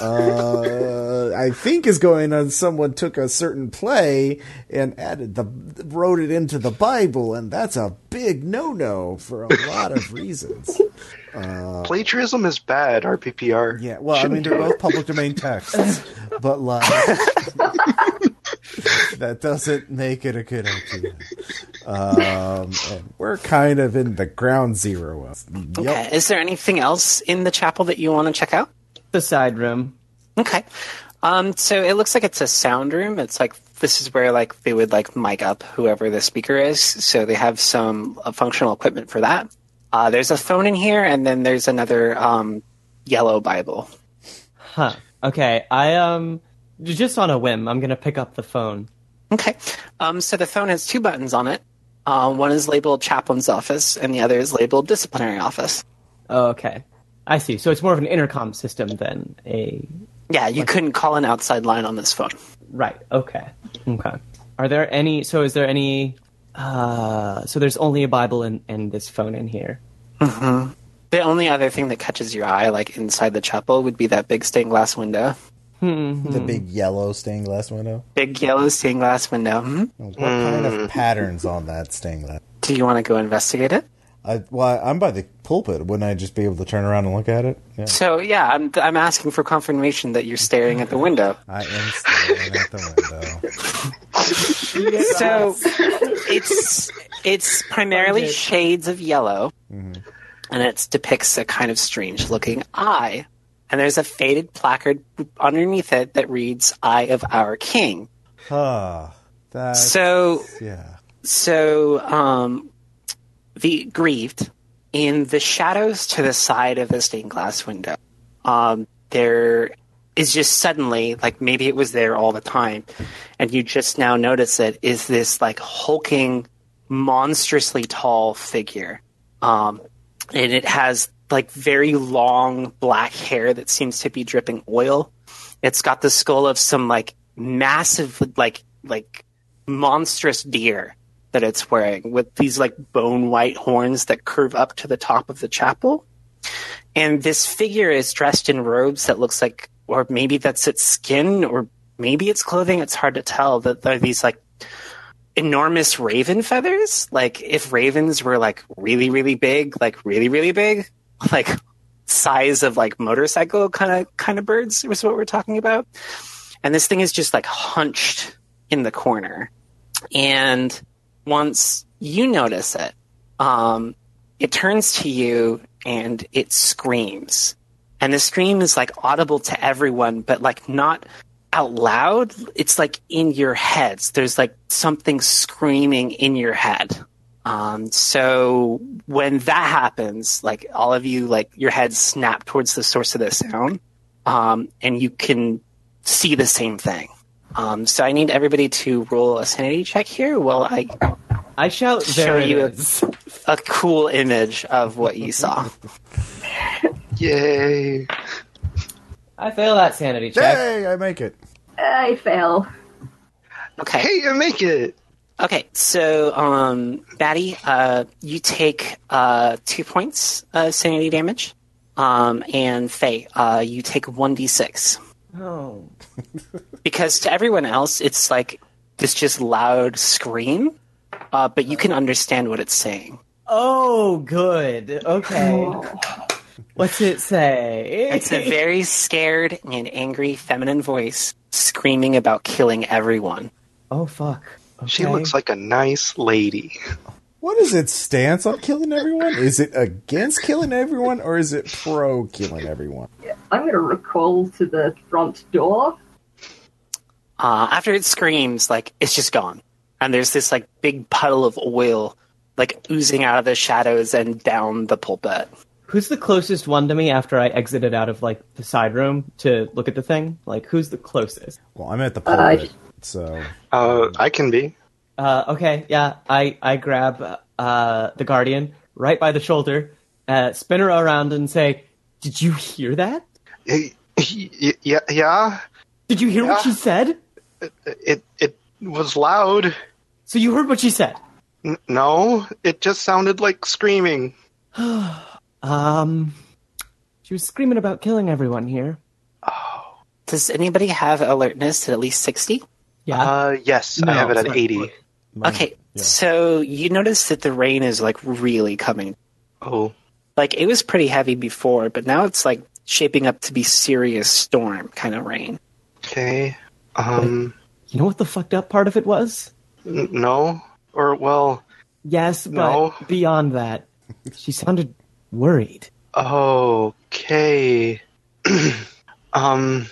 A: Uh, I think is going on. Someone took a certain play and added the wrote it into the Bible, and that's a big no no for a lot of reasons.
E: Plagiarism is bad. RPPR.
A: Oh. Yeah, well, I mean, they're both public domain texts, but like that doesn't make it a good idea. Um, and we're kind of in the ground zero of. Yep.
B: Okay. Is there anything else in the chapel that you want to check out?
C: The side room.
B: Okay. Um, so it looks like it's a sound room. It's like this is where like they would like mic up whoever the speaker is. So they have some uh, functional equipment for that. Uh, there's a phone in here, and then there's another um, yellow Bible.
C: Huh. Okay, I, um, j- just on a whim, I'm gonna pick up the phone.
B: Okay. Um, so the phone has two buttons on it. Uh, one is labeled chaplain's office, and the other is labeled disciplinary office.
C: Oh, okay. I see. So it's more of an intercom system than a
B: Yeah, you couldn't call an outside line on this phone.
C: Right. Okay. Okay. Are there any? So is there any? Uh, so there's only a Bible and, and this phone in here.
B: The only other thing that catches your eye, like inside the chapel, would be that big stained glass window. Hmm.
F: The big yellow stained glass window.
B: Big yellow stained glass window. Hmm?
A: Mm-hmm.
F: What kind of patterns on that stained glass?
B: Do you want to go investigate it?
F: I, well, I'm by the pulpit. Wouldn't I just be able to turn around and look at it? Yeah.
B: So yeah, I'm I'm asking for confirmation that you're staring at the window.
F: I am staring at the window.
B: So it's it's primarily shades of yellow, and it depicts a kind of strange looking eye. And there's a faded placard underneath it that reads "Eye of Our King."
F: Huh. That's,
B: So
F: yeah.
B: so um, the grieved in the shadows to the side of the stained glass window um, there is just suddenly like maybe it was there all the time and you just now notice it is this like hulking monstrously tall figure um, and it has like very long black hair that seems to be dripping oil it's got the skull of some like massive like like monstrous deer that it's wearing with these like bone white horns that curve up to the top of the chapel. And this figure is dressed in robes that looks like, or maybe that's its skin, or maybe it's clothing. It's hard to tell that they're these like enormous raven feathers. Like if ravens were like really, really big, like really, really big, like size of like motorcycle kind of kind of birds is what we're talking about. And this thing is just like hunched in the corner. And once you notice it, um, it turns to you and it screams. And the scream is like audible to everyone, but like not out loud. It's like in your heads. There's like something screaming in your head. Um, so when that happens, like all of you, like your heads snap towards the source of the sound, um, and you can see the same thing. Um, so I need everybody to roll a sanity check here while I
C: I shout.
B: show
C: There it
B: you a,
C: is."
B: a cool image of what you saw.
E: Yay.
C: I fail that sanity check.
A: Hey, I make it.
D: I fail.
B: Okay.
E: Hey, you make it.
B: Okay, so um, Batty, uh, you take uh, two points of sanity damage, um, and Faye, uh, you take one d six
C: Oh.
B: because to everyone else it's like this just loud scream, uh, but you can understand what it's saying.
C: Oh, good. Okay. What's it say?
B: It's a very scared and angry feminine voice screaming about killing everyone.
C: oh, fuck.
E: She
C: Okay.
E: looks like a nice lady.
A: What is its stance on killing everyone? Is it against killing everyone or is it pro killing everyone?
D: I'm going to recall to the front door.
B: Uh, after it screams, like it's just gone, and there's this like big puddle of oil, like oozing out of the shadows and down the pulpit.
C: Who's the closest one to me after I exited out of like the side room to look at the thing? Like, who's the closest?
A: Well, I'm at the
D: Uh,
A: pulpit, so
E: Uh, I can be.
C: Uh, okay, yeah, I I grab uh, the guardian right by the shoulder, uh, spin her around, and say, "Did you hear that?
E: Y- y- Yeah, yeah.
C: Did you hear what she
E: Yeah.
C: said?
E: It it was loud.
C: So you heard what she said?
E: N- no, it just sounded like screaming.
C: Um, she was screaming about killing everyone here.
B: Does anybody have alertness at at least 60?
C: Yeah,
E: Uh, yes, I have it at eighty.
B: Okay, so you notice that the rain is like really coming.
E: Oh,
B: Like it was pretty heavy before, but now it's like shaping up to be serious storm kind of rain.
E: okay. Um,
C: you know what the fucked up part of it was?
E: n- no, or well,
C: Yes, but
E: No.
C: beyond that, she sounded worried.
E: okay. um,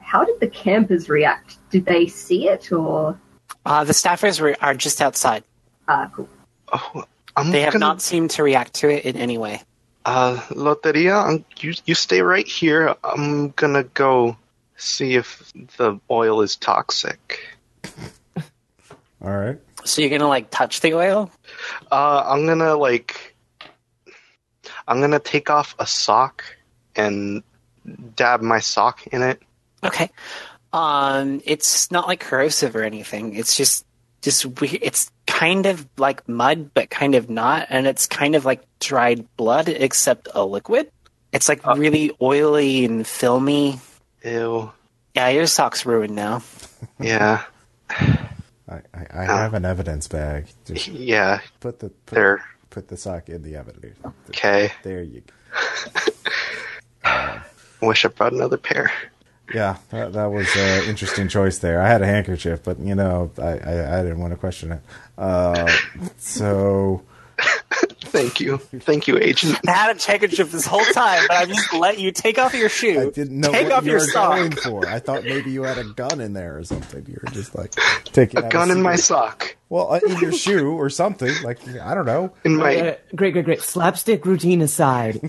D: How did the campers react? Did they see it or?
B: Uh, the staffers were, are just outside.
D: Ah, cool.
E: oh, I'm
B: They have
E: gonna,
B: not seemed to react to it in any way.
E: Uh, Loteria, um, you you stay right here. I'm gonna go see if the oil is toxic.
A: all right.
B: So you're going to like touch the oil?
E: Uh, I'm gonna like, I'm gonna take off a sock and dab my sock in it.
B: Okay. Um, it's not like corrosive or anything. It's just just weird. It's kind of like mud, but kind of not, and it's kind of like dried blood, except a liquid. It's like really oily and filmy.
E: Ew.
B: Yeah, your sock's ruined now.
E: Yeah.
A: I, I,
E: Uh,
A: I have an evidence bag. Just
E: Yeah.
A: put the put,
E: There.
A: put the sock in the evidence.
E: Okay.
A: There you. go.
E: Wish I brought another pair.
A: Yeah, that, that was an interesting choice there. I had a handkerchief, but you know, I, I, I didn't want to question it. Uh, so
E: Thank you. Thank you, agent.
B: I had a handkerchief this whole time, but I just let you take off your shoe.
A: I didn't know
B: take
A: what
B: off
A: you
B: your
A: were
B: sock.
A: going for. I thought maybe you had a gun in there or something. You were just like taking
E: A gun in my sock.
A: well uh, in your shoe or something. Like I don't know.
E: In my
C: Uh, great, great, great. Slapstick routine aside,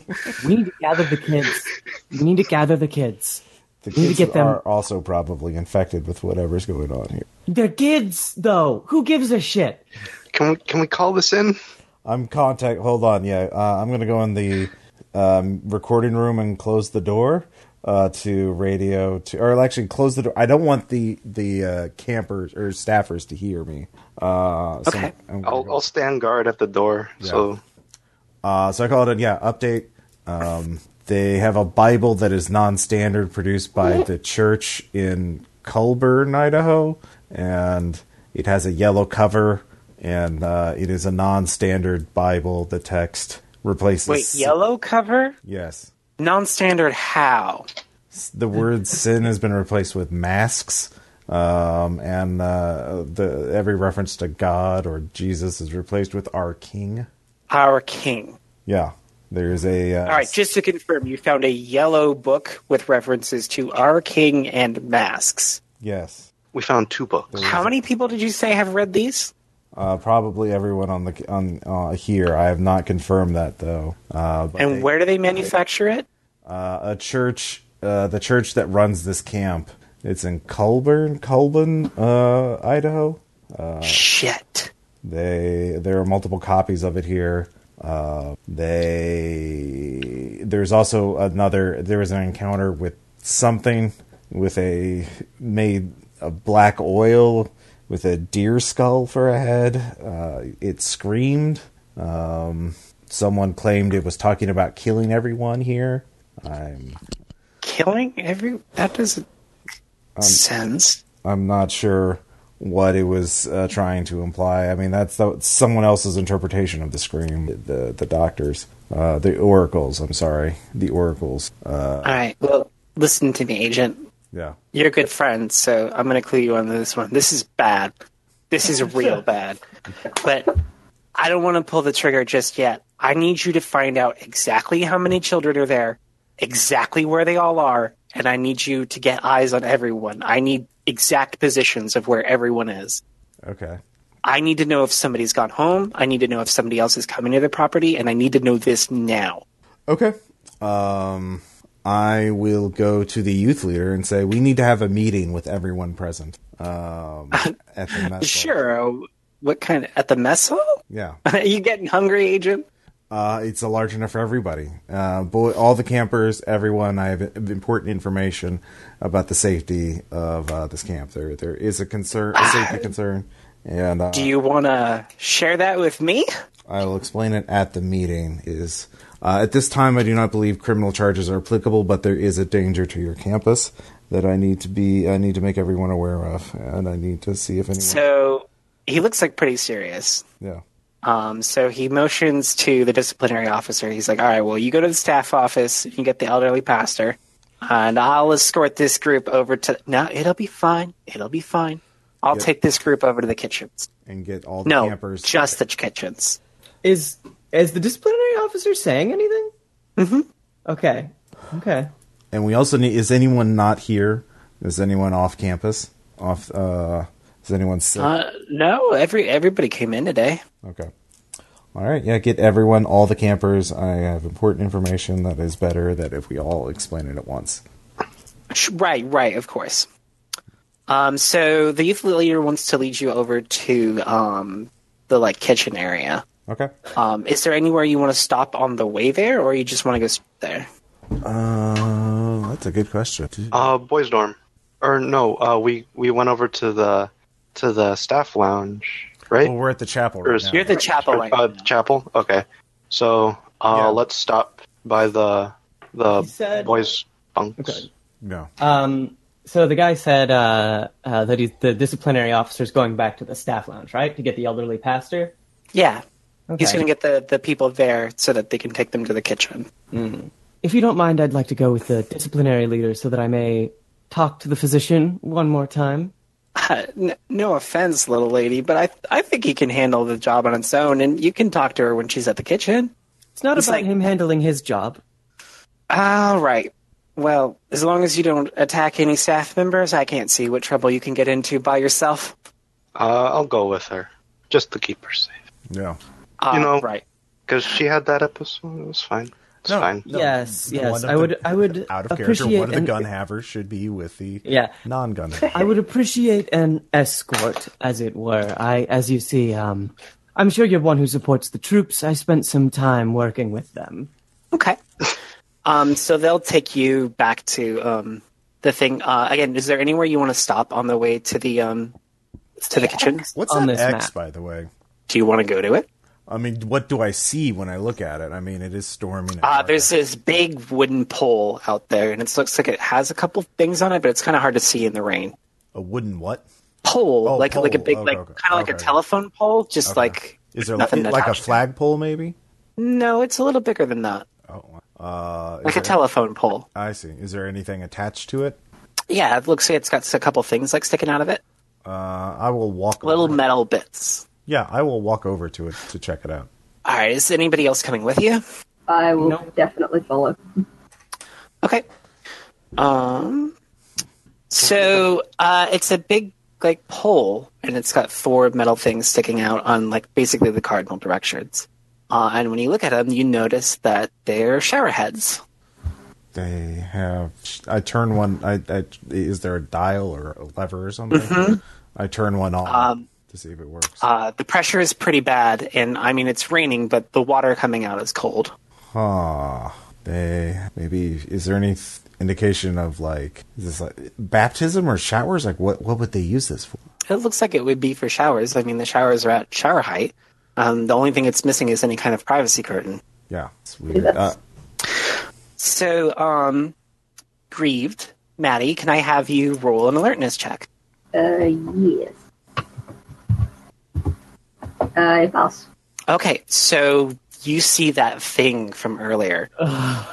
C: we need to gather the kids. We need to gather the kids.
A: The
C: need to
A: kids
C: get them-
A: are also probably infected with whatever's going on here.
C: They're kids, though. Who gives a shit?
E: can we can we call this in?
A: I'm contact. Hold on, yeah. Uh, I'm gonna go in the um, recording room and close the door uh, to radio to, or actually close the door. I don't want the the uh, campers or staffers to hear me. Uh, so
B: Okay.
A: I'm gonna
E: I'll
A: go-
E: I'll stand guard at the door. So
A: Uh, so I called it, yeah, update. Um, they have a Bible that is non standard produced
B: Mm-hmm.
A: by the church in Culburn, Idaho, and it has a yellow cover, and uh, it is a non standard Bible. The text replaces.
B: Wait, yellow cover?
A: Yes.
B: Non standard how?
A: The word sin has been replaced with masks. Um, and uh, the every reference to God or Jesus is replaced with our King.
B: Our king.
A: Yeah, there's a uh,
B: All right, just to confirm, you found a yellow book with references to our king and masks.
A: yes.
E: we found two books.
B: How many people did you say have read these?
A: Uh, probably everyone on the on uh, here. I have not confirmed that though. Uh, but
B: And
A: they-
B: where do they manufacture it?
A: uh, a church, uh, the church that runs this camp, it's in Colburn, Colburn, uh, Idaho.
B: Shit.
A: They there are multiple copies of it here. Uh, they there's also another. There was an encounter with something with a made a black oil with a deer skull for a head. Uh, it screamed. Um, someone claimed it was talking about killing everyone here. I'm
B: Killing every that doesn't sense.
A: I'm not sure what it was uh, trying to imply. I mean, that's the, someone else's interpretation of the scream. The the doctors, uh, the oracles. I'm sorry, the oracles. Uh,
B: All right. Well, listen to me, agent.
A: yeah,
B: You're a good friend, so I'm going to clue you on this one. This is bad. This is real bad. But I don't want to pull the trigger just yet. I need you to find out exactly how many children are there, exactly where they all are, and I need you to get eyes on everyone. I need exact positions of where everyone is.
A: okay.
B: I need to know if somebody's gone home. I need to know if somebody else is coming to the property, and I need to know this now.
A: Okay. Um, I will go to the youth leader and say we need to have a meeting with everyone present. Um, at the mess hall."
B: Sure. What kind of, at the mess hall?
A: Yeah.
B: Are you getting hungry, agent?
A: Uh, it's a large enough for everybody. Uh, boy, all the campers, everyone. I have important information about the safety of uh, this camp. There, there is a concern, a safety concern, and uh,
B: Ah. Do you want to share that with me?
A: I will explain it at the meeting. Is uh, at this time, I do not believe criminal charges are applicable, but there is a danger to your campus that I need to be. I need to make everyone aware of, and I need to see if anyone.
B: So he looks like pretty serious.
A: yeah.
B: Um, so he motions to the disciplinary officer. He's like, "All right, well, you go to the staff office. You get the elderly pastor, and I'll escort this group over to. No, it'll be fine. It'll be fine. I'll take this group over to the kitchens.
A: and get all the
B: No,
A: campers.
B: just the kitchens.
C: Is is the disciplinary officer saying anything? Mm-hmm. Okay. Okay.
A: and we also need. Is anyone not here? Is anyone off campus? Off? Uh, is anyone sick?
B: Uh, no, every everybody came in today.
A: okay. All right. Yeah. Get everyone. All the campers. I have important information that is better that if we all explain it at once.
B: Sh- Right, right, of course. Um, so the youth leader wants to lead you over to um, the like kitchen area.
A: Okay.
B: Um, is there anywhere you want to stop on the way there, or you just want to go straight there?
A: Uh, that's a good question.
E: Uh, boys' dorm, or no? Uh, we we went over to the to the staff lounge, right?
A: well, we're at the chapel
E: Or
A: right
E: is-
A: now.
B: You're at the chapel right
E: uh,
B: now.
E: chapel. Okay, so uh,
A: Oh, Yeah.
E: let's stop by the the
C: He said-
E: boys' bunks.
C: Okay.
A: no.
C: Um, so the guy said uh, uh, that he's, the disciplinary officer's going back to the staff lounge, right, to get the elderly pastor.
B: Yeah.
C: Okay.
B: He's going to get the, the people there so that they can take them to the kitchen.
C: If you don't mind, I'd like to go with the disciplinary leader so that I may talk to the physician one more time.
B: Uh, n- no offense, little lady, but I I think he can handle the job on its own, and you can talk to her when she's at the kitchen.
C: It's not
B: It's
C: about
B: like-
C: him handling his job.
B: All right. Well, as long as you don't attack any staff members, I can't see what trouble you can get into by yourself.
E: Uh, I'll go with her, just to keep her safe,
A: No.
B: Uh,
E: You know-
B: right?
E: because she had that episode. It was fine. It's
A: No.
E: fine.
C: yes,
A: The
C: yes,
A: one of
C: I
A: the-
C: would, I would
A: Out of character.
C: appreciate
A: One of the
C: an-
A: gun havers should be with the
C: Yeah.
A: non-gun haver.
C: I would appreciate an escort, as it were. I, as you see, um, I'm sure you're one who supports the troops. I spent some time working with them.
B: Okay. Um, so they'll take you back to um, the thing. Uh, again, is there anywhere you want to stop on the way to the um, to the kitchen?
A: What's
C: On
A: that
C: this
A: X,
C: map.
A: by the way?
B: Do you want to go to it?
A: I mean, what do I see when I look at it? I mean, it is storming. and
B: Uh,
A: dark
B: there's
A: out.
B: this big wooden pole out there, and it looks like it has a couple things on it, but it's kind of hard to see in the rain.
A: a wooden what?
B: Pole,
A: Oh,
B: like like a
A: pole.
B: big,
A: Okay,
B: like
A: okay.
B: kind of like
A: Okay.
B: a telephone pole, just like
A: Is there
B: nothing
A: like a
B: attached.
A: flagpole? Maybe.
B: No, it's a little bigger than that,
A: Oh, uh, is
B: like a
A: there-
B: telephone pole.
A: I see. Is there anything attached to it?
B: Yeah, it looks like it's got a couple things like sticking out of it,
A: Uh, I will walk.
B: little
A: over.
B: metal bits.
A: Yeah, I will walk over to it to check it out.
B: All right, is anybody else coming with you?
D: I will
C: Nope.
D: definitely follow.
B: Okay. Um. So uh, it's a big like pole, and it's got four metal things sticking out on like basically the cardinal directions. Uh, and when you look at them, you notice that they're shower heads.
A: They have. I turn one. I, I is there a dial or a lever or something?
B: Mm-hmm.
A: I turn one on
B: Um,
A: to see if it works.
B: Uh, the pressure is pretty bad, and I mean it's raining, but the water coming out is cold.
A: Huh. They maybe is there any? th-
F: indication of like is this like baptism or showers? Like what what would they use this for?
B: It looks like it would be for showers. I mean, the showers are at shower height. Um, the only thing it's missing is any kind of privacy curtain.
F: Yeah, it's weird. Uh,
D: That's-
B: So, um, grieved, Maddie, can I have you roll an alertness check?
D: Uh, yes. Uh, it passed.
B: Okay, so you see that thing from earlier,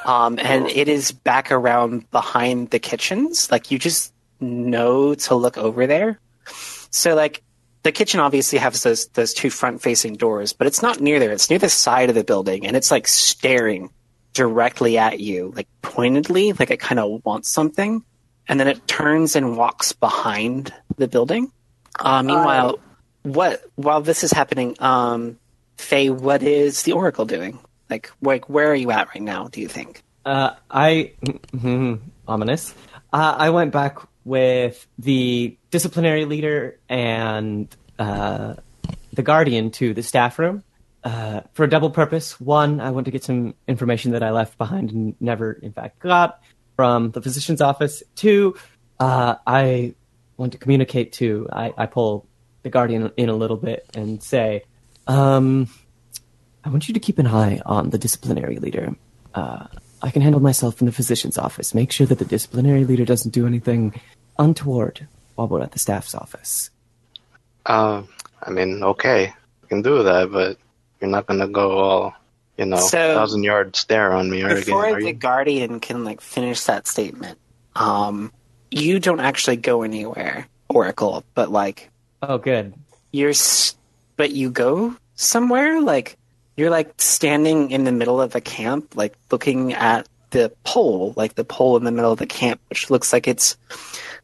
B: um, and it is back around behind the kitchens. Like you just know to look over there. So like the kitchen obviously has those those two front facing doors, but it's not near there. It's near the side of the building, and it's like staring directly at you, like pointedly, like it kind of wants something, and then it turns and walks behind the building. Uh, meanwhile, what while this is happening, um, Faye, what is the Oracle doing? Like, like where are you at right now? Do you think?
C: Uh, I hmm, ominous. Uh, I went back with the disciplinary leader and uh, the guardian to the staff room uh, for a double purpose. One, I want to get some information that I left behind and never, in fact, got from the physician's office. Two, uh, I want to communicate to. I, I pull the guardian in a little bit and say, um, "I want you to keep an eye on the disciplinary leader." I can handle myself in the physician's office. Make sure that the disciplinary leader doesn't do anything untoward while we're at the staff's office.
E: Uh, I mean, okay, you can do that, but you're not gonna go all, you know,
B: So-
E: thousand yard stare on me or again,
B: Before
E: are
B: the
E: you?
B: Guardian can like finish that statement, um, you don't actually go anywhere, Oracle, but like
C: Oh, good.
B: you're, s- but you go somewhere. Like you're like standing in the middle of a camp, like looking at the pole, like the pole in the middle of the camp, which looks like it's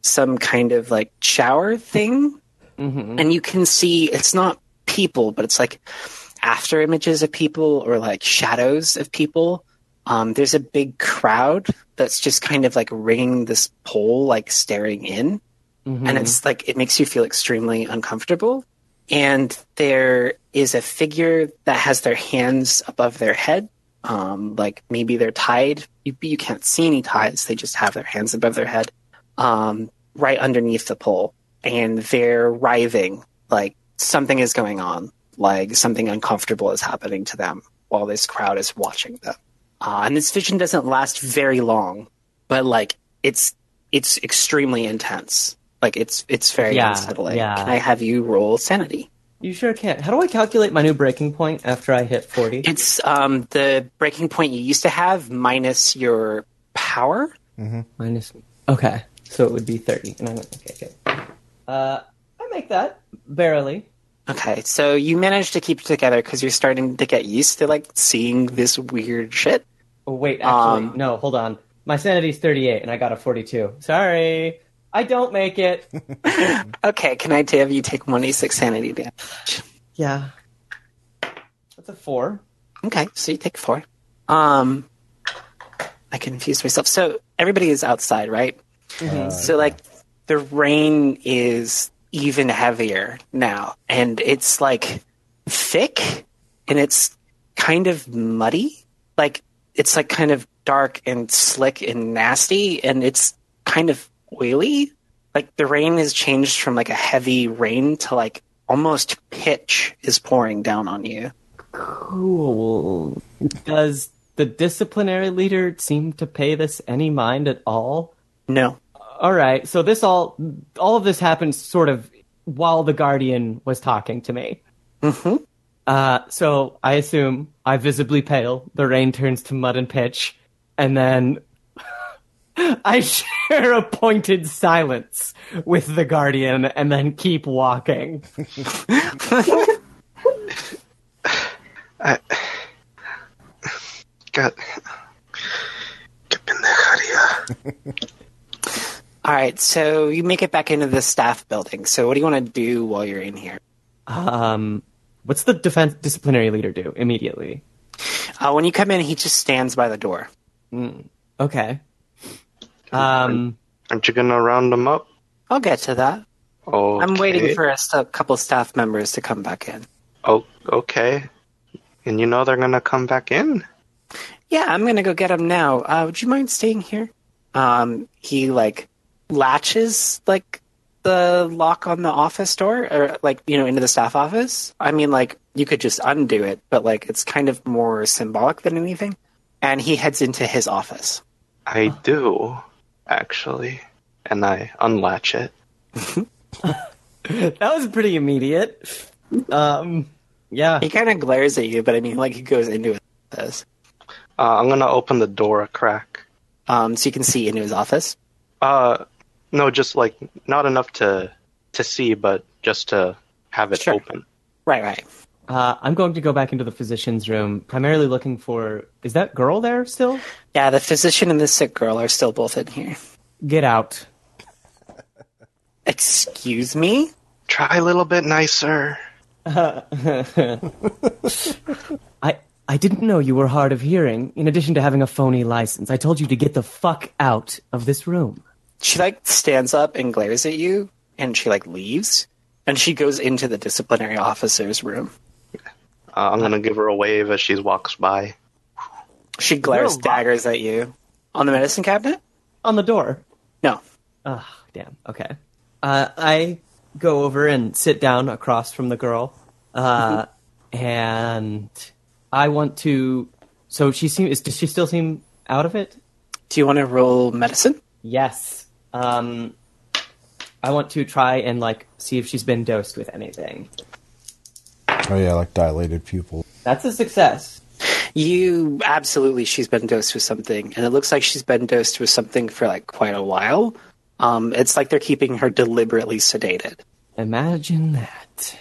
B: some kind of like shower thing
C: hmm
B: and you can see it's not people, but it's like after images of people or like shadows of people. Um, there's a big crowd that's just kind of like ringing this pole, like staring in,
C: mm-hmm.
B: and it's like it makes you feel extremely uncomfortable. And there is a figure that has their hands above their head, um, like maybe they're tied. You, you can't see any ties; they just have their hands above their head, um, right underneath the pole and they're writhing like something is going on like something uncomfortable is happening to them while this crowd is watching them uh, and this vision doesn't last very long but like it's it's extremely intense like it's it's very
C: Yeah,
B: unsettling
C: yeah.
B: can i have you roll sanity
C: You sure can. How do I calculate my new breaking point after I hit 40?
B: it's um the breaking point you used to have minus your power
C: Minus. Okay. So it would be 30. And I went, okay, good. Uh, I make that barely.
B: okay so you managed to keep it together because you're starting to get used to like seeing this weird shit
C: Oh, wait, actually,
B: Um,
C: no, hold on. My sanity's 38 and I got a 42. Sorry. I don't make it.
B: Okay, can I have you take 1d6 sanity damage?
C: yeah. That's a four.
B: Okay, so you take four. Um, I confused myself. So everybody is outside, right? so like the rain is even heavier now, and it's like thick, and it's kind of muddy. Like it's like kind of dark and slick and nasty, and it's kind of oily. Like the rain has changed from like a heavy rain to like almost pitch is pouring down on you.
C: Cool. Does the disciplinary leader seem to pay this any mind at all?
B: No.
C: All right. So this all all of this happened sort of while the guardian was talking to me.
B: hmm
C: Uh, so I assume I visibly pale. The rain turns to mud and pitch, and then I share a pointed silence with the guardian, and then keep walking.
E: God. Qué pendejaria.
B: All right, so you make it back into the staff building. So what do you want to do while you're in here?
C: Um, what's the defense disciplinary leader do immediately?
B: Uh, when you come in, he just stands by the door.
C: Okay. Um.
E: Aren't you gonna round them up?
B: I'll get to that.
E: Oh,
B: I'm waiting for a st- couple staff members to come back in.
E: Oh, okay. And you know they're gonna come back in.
B: Yeah, I'm going to go get them now. Uh, would you mind staying here? um, he like latches like the lock on the office door or like you know into the staff office i mean like you could just undo it but like it's kind of more symbolic than anything and he heads into his office
E: I do, actually. And I unlatch it.
C: that was pretty immediate. Um, yeah.
B: he kind of glares at you but i mean like he goes into his office
E: Uh, I'm gonna open the door a crack.
B: um, so you can see into his office
E: Uh, no, just like not enough to to see, but just to have it
B: Sure.
E: open.
B: right right
C: Uh, I'm going to go back into the physician's room, primarily looking for. Is that girl there still?
B: yeah the physician and the sick girl are still both in here
C: Get out.
B: excuse me
E: Try a little bit nicer.
C: I I didn't know you were hard of hearing. In addition to having a phony license, I told you to get the fuck out of this room.
B: she like stands up and glares at you and she like leaves and she goes into the disciplinary officer's room
E: Uh, I'm gonna give her a wave as she walks by.
B: she glares
C: You're a liar.
B: daggers at you on the medicine cabinet
C: On the door.
B: no
C: Ugh, Ah, damn. Okay. Uh, I go over and sit down across from the girl, uh, and I want to. So she seems. Does she still seem out of it?
B: do you want to roll medicine
C: Yes. Um, I want to try and like see if she's been dosed with anything.
F: Oh yeah, like dilated pupil.
C: That's a success.
B: You absolutely, she's been dosed with something, and it looks like she's been dosed with something for like quite a while. Um, it's like they're keeping her deliberately sedated.
C: Imagine that.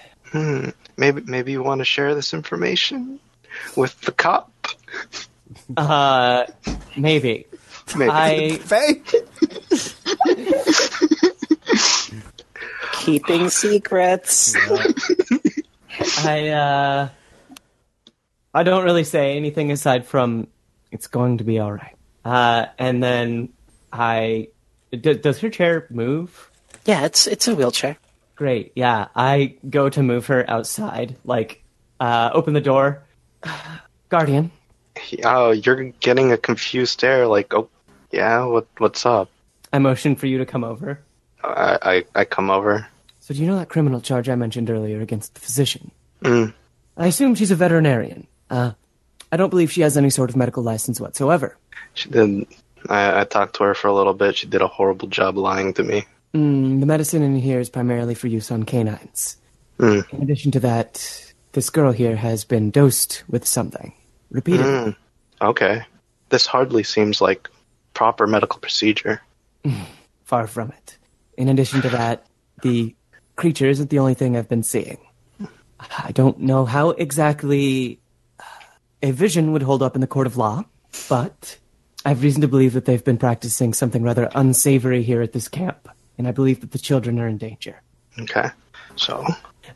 E: Maybe maybe you want to share this information with the cop.
C: Uh, maybe.
E: Maybe.
C: I
F: Fake.
B: Keeping secrets.
C: I uh, I don't really say anything aside from it's going to be all right. Uh, and then I d- does her chair move?
B: Yeah, it's it's a wheelchair.
C: Great. Yeah, I go to move her outside. Like, uh, open the door. Guardian.
E: oh, you're getting a confused stare. Like, oh, yeah, what what's up?
C: I motion for you to come over.
E: I I, I come over.
C: So do you know that criminal charge I mentioned earlier against the physician? I assume she's a veterinarian. Uh, I don't believe she has any sort of medical license whatsoever.
E: She did. I, I talked to her for a little bit. She did a horrible job lying to me.
C: Mm, The medicine in here is primarily for use on canines. In addition to that, this girl here has been dosed with something. Repeatedly.
E: Okay. This hardly seems like proper medical procedure.
C: Far from it. In addition to that, the creature isn't the only thing I've been seeing. I don't know how exactly uh, a vision would hold up in the court of law, but I've reason to believe that they've been practicing something rather unsavory here at this camp, and I believe that the children are in danger.
E: Okay. So,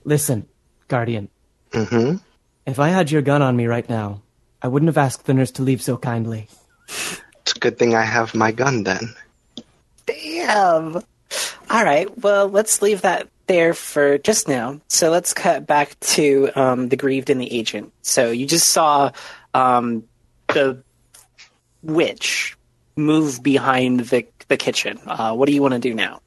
C: Listen, Guardian. Mm-hmm. If I had your gun on me right now, I wouldn't have asked the nurse to leave so kindly.
E: it's a good thing I have my gun then.
B: Damn. All right. Well, let's leave that there for just now. So let's cut back to um, the grieved and the agent. So you just saw um, the witch move behind the the kitchen. Uh, what do you want to do now?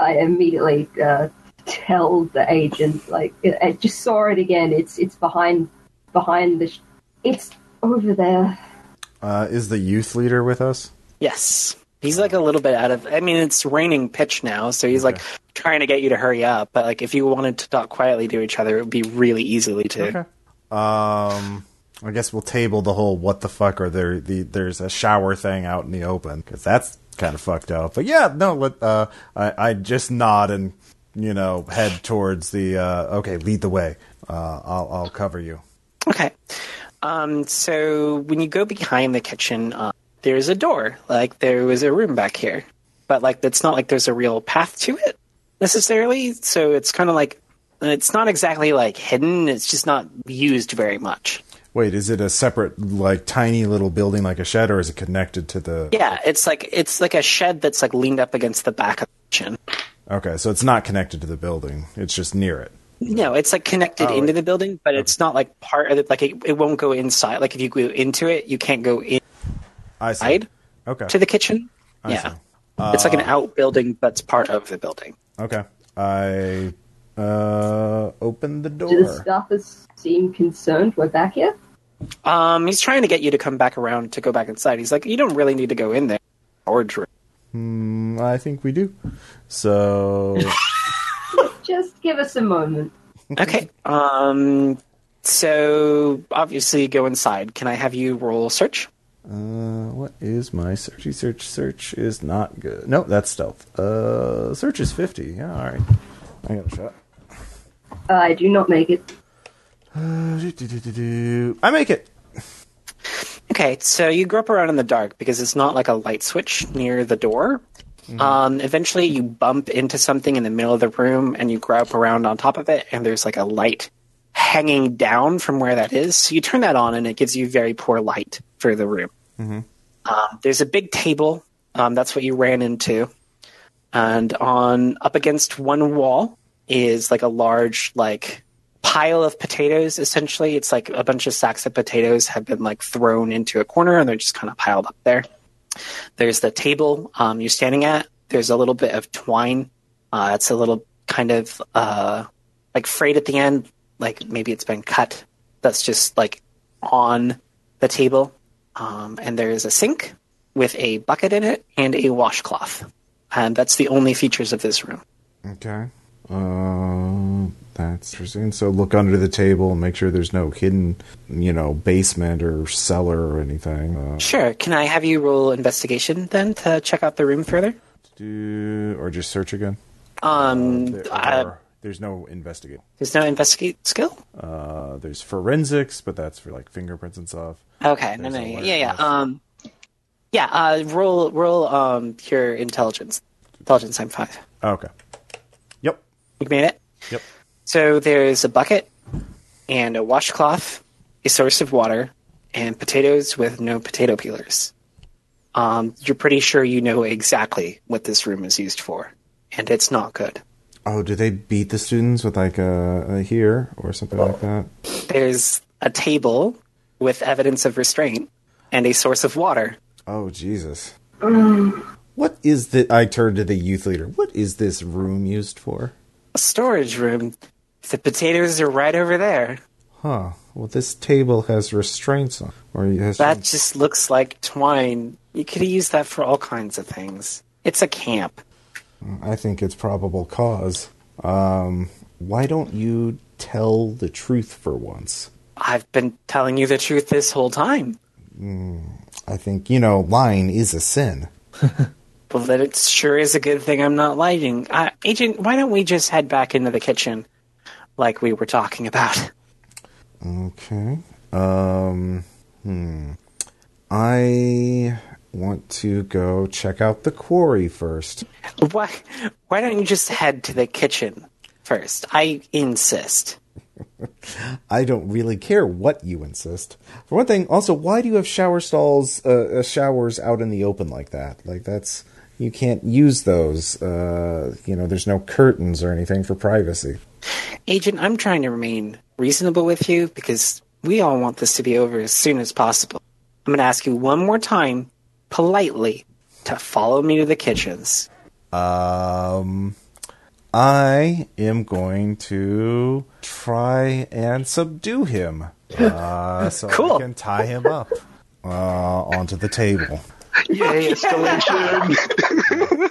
D: I immediately uh, tell the agent, like, uh, I just saw it again. It's it's behind behind the. Sh- it's over there.
A: Uh, is the youth leader with us?
B: Yes. He's like a little bit out of I mean it's raining pitch now, so he's like trying to get you to hurry up, but like if you wanted to talk quietly to each other it would be really easily to.
A: Um, I guess we'll table the whole "what the fuck" or there the there's a shower thing out in the open because that's kind of fucked up. But yeah, no, let uh, I I just nod and you know head towards the uh, okay, lead the way. Uh, I'll I'll cover you.
B: Okay. Um, so when you go behind the kitchen, uh, there's a door. Like there was a room back here, but like it's not like there's a real path to it necessarily. So it's kind of like it's not exactly like hidden. It's just not used very much.
A: Wait, is it a separate like tiny little building like a shed, or is it connected to the?
B: Yeah, it's like it's like a shed that's like leaned up against the back of the kitchen.
A: Okay, so it's not connected to the building. It's just near it.
B: No, it's like connected
A: Oh,
B: into the building, but it's not like part of it. Like it, it won't go inside. Like if you go into it, you can't go
A: I see.
B: inside
A: Okay.
B: to the kitchen.
A: I
B: yeah.
A: see. Uh,
B: it's like an outbuilding that's part of the building.
A: Okay.
G: I uh, open the
D: Do the
G: door.
D: staffers seem concerned we're back here?
B: Um, he's trying to get you to come back around to go back inside. He's like, you don't really need to go in there. Or dr-
G: Mm, I think we do. So
D: Just give us a moment.
B: okay. Um, so obviously go inside. Can I have you roll search?
G: Uh, what is my searchy search? Search is not good. No, that's stealth. Uh, search is fifty. Yeah, all right. I got a shot.
D: I do not make it.
G: Uh, do-do-do-do-do. Uh, I make it.
B: Okay, so you grope around in the dark because it's not like a light switch near the door. Um, eventually, you bump into something in the middle of the room and you grope around on top of it, and there's like a light hanging down from where that is. So you turn that on, and it gives you very poor light for the room. Um, there's a big table. Um, that's what you ran into, and on up against one wall is like a large like pile of potatoes. Essentially, it's like a bunch of sacks of potatoes have been like thrown into a corner, and they're just kind of piled up there. There's the table um, you're standing at. There's a little bit of twine. Uh, it's a little kind of uh, like frayed at the end, like maybe it's been cut. That's just like on the table. Um, and there is a sink with a bucket in it and a washcloth. And that's the only features of this room.
A: Okay. Uh, that's interesting. So look under the table and make sure there's no hidden, you know, basement or cellar or anything. Uh,
B: Sure. Can I have you roll investigation then to check out the room further?
A: do, or just search again.
B: Um,
G: There
B: I-
G: are- there's no investigate.
B: there's no investigate skill.
G: Uh, there's forensics, but that's for like fingerprints and stuff.
B: Okay. No,
G: There's
B: no,
G: a
B: yeah,
G: word
B: yeah, yeah.
G: that's-
B: Um, yeah. Uh, roll, roll. Um, pure intelligence. Intelligence. I'm five.
G: Oh, Okay. Yep.
B: You made it.
G: Yep.
B: So there's a bucket and a washcloth, a source of water, and potatoes with no potato peelers. Um, you're pretty sure you know exactly what this room is used for, and it's not good.
A: Oh, do they beat the students with like a, a here or something like that?
B: There's a table with evidence of restraint and a source of water.
A: Oh Jesus. what is the? I turn to the youth leader. What is this room used for?
B: A storage room. The potatoes are right over there.
A: Huh. Well, this table has restraints on, or it has
B: That just looks like twine. You could have used that for all kinds of things. It's a camp.
A: I think it's probable cause. Um, why don't you tell the truth for once?
B: I've been telling you the truth this whole time.
A: I think you know lying is a sin.
B: Well, then it sure is a good thing I'm not lighting. Uh, Agent, why don't we just head back into the kitchen like we were talking about?
A: Okay. Um. Hmm. I want to go check out the quarry first.
B: Why, why don't you just head to the kitchen first? I insist.
A: I don't really care what you insist. For one thing, also, why do you have shower stalls, uh, uh, showers out in the open like that? Like that's you can't use those. Uh, you know, there's no curtains or anything for privacy.
B: Agent, I'm trying to remain reasonable with you because we all want this to be over as soon as possible. I'm going to ask you one more time, politely, to follow me to the kitchens.
A: Um, I am going to try and subdue him, uh, so
B: Cool.
A: I can tie him up uh, onto the table.
E: Yay, escalation!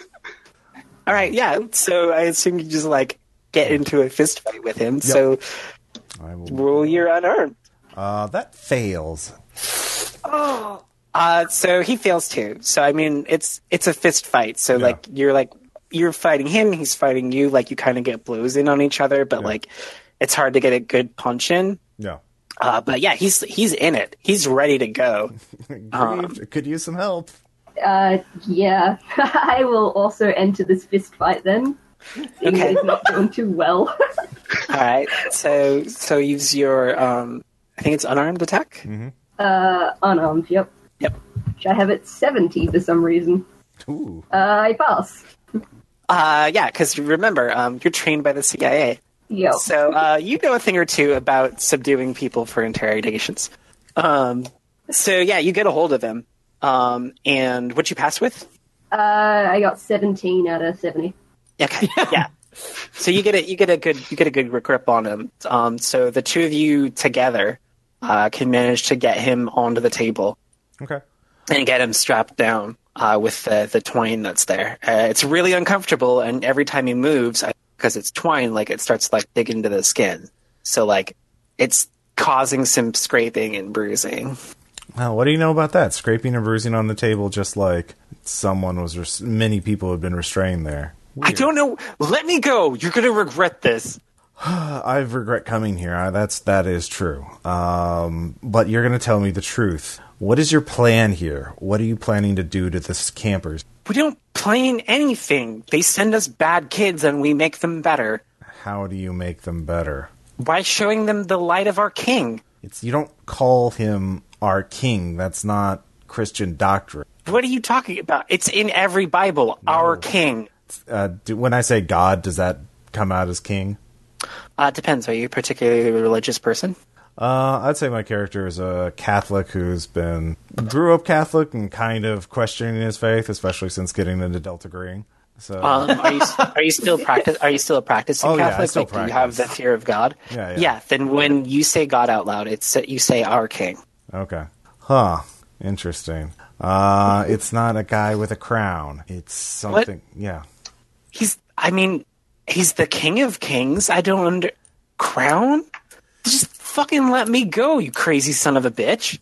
B: All right, yeah. So I assume you just like get into a fist fight with him. So
A: I will.
B: roll your unarmed.
A: Uh, that fails.
B: Uh, so he fails too. So I mean, it's it's a fist fight. So like you're like you're fighting him, he's fighting you. Like you kind of get blows in on each other, but like it's hard to get a good punch in.
A: Yeah.
B: Uh, but yeah, he's he's in it. He's ready to go.
A: Grieved. could use some help.
D: Uh, yeah. I will also enter this fist fight then. Seeing that
B: Okay.
D: He's not doing too well.
B: All right. So so use your um, I think it's unarmed attack.
D: uh, unarmed, yep.
B: Yep.
D: Which I have at 70 for some reason.
A: Ooh.
D: Uh, I pass.
B: Uh, yeah, because remember, um, you're trained by the CIA.
D: Yep.
B: So uh, you know a thing or two about subduing people for interrogations. Um, so yeah, you get a hold of him. Um, and what you pass with?
D: Uh, I got 17 out of 70.
B: Okay. Yeah. So you get a you get a good you get a good grip on him. Um, so the two of you together uh, can manage to get him onto the table
A: Okay.
B: and get him strapped down uh, with the, the twine that's there. Uh, it's really uncomfortable, and every time he moves, because it's twine, like it starts like digging into the skin. So like it's causing some scraping and bruising.
A: Well, what do you know about that? Scraping and bruising on the table, just like someone was, res- many people had been restrained there.
B: I don't know. Let me go. You're gonna regret this.
A: I regret coming here. I- That's that is true. Um, but you're going to tell me the truth. What is your plan here? What are you planning to do to this campers?
B: We don't plan anything. They send us bad kids, and we make them better.
A: How do you make them better?
B: Why showing them the light of our king?
A: It's you don't call him our king. That's not Christian doctrine.
B: What are you talking about? It's in every Bible, our king.
A: Uh, do, when I say God, does that come out as king?
B: Uh, depends. Are you a particularly religious person?
A: Uh, I'd say my character is a Catholic who's been grew up Catholic and kind of questioning his faith, especially since getting into Delta Green. So
B: Um, are you are you still practice? Are you still a practicing
A: Oh, yeah, I
B: Catholic?
A: still
B: like, do you have the
A: practice.
B: fear of God?
A: Yeah, yeah.
B: Then when you say God out loud, it's you say our king.
A: Okay. Huh. Interesting. Uh, it's not a guy with a crown. It's something. Yeah.
B: He's. I mean, he's the king of kings. I don't under crown. Just fucking let me go, you crazy son of a bitch.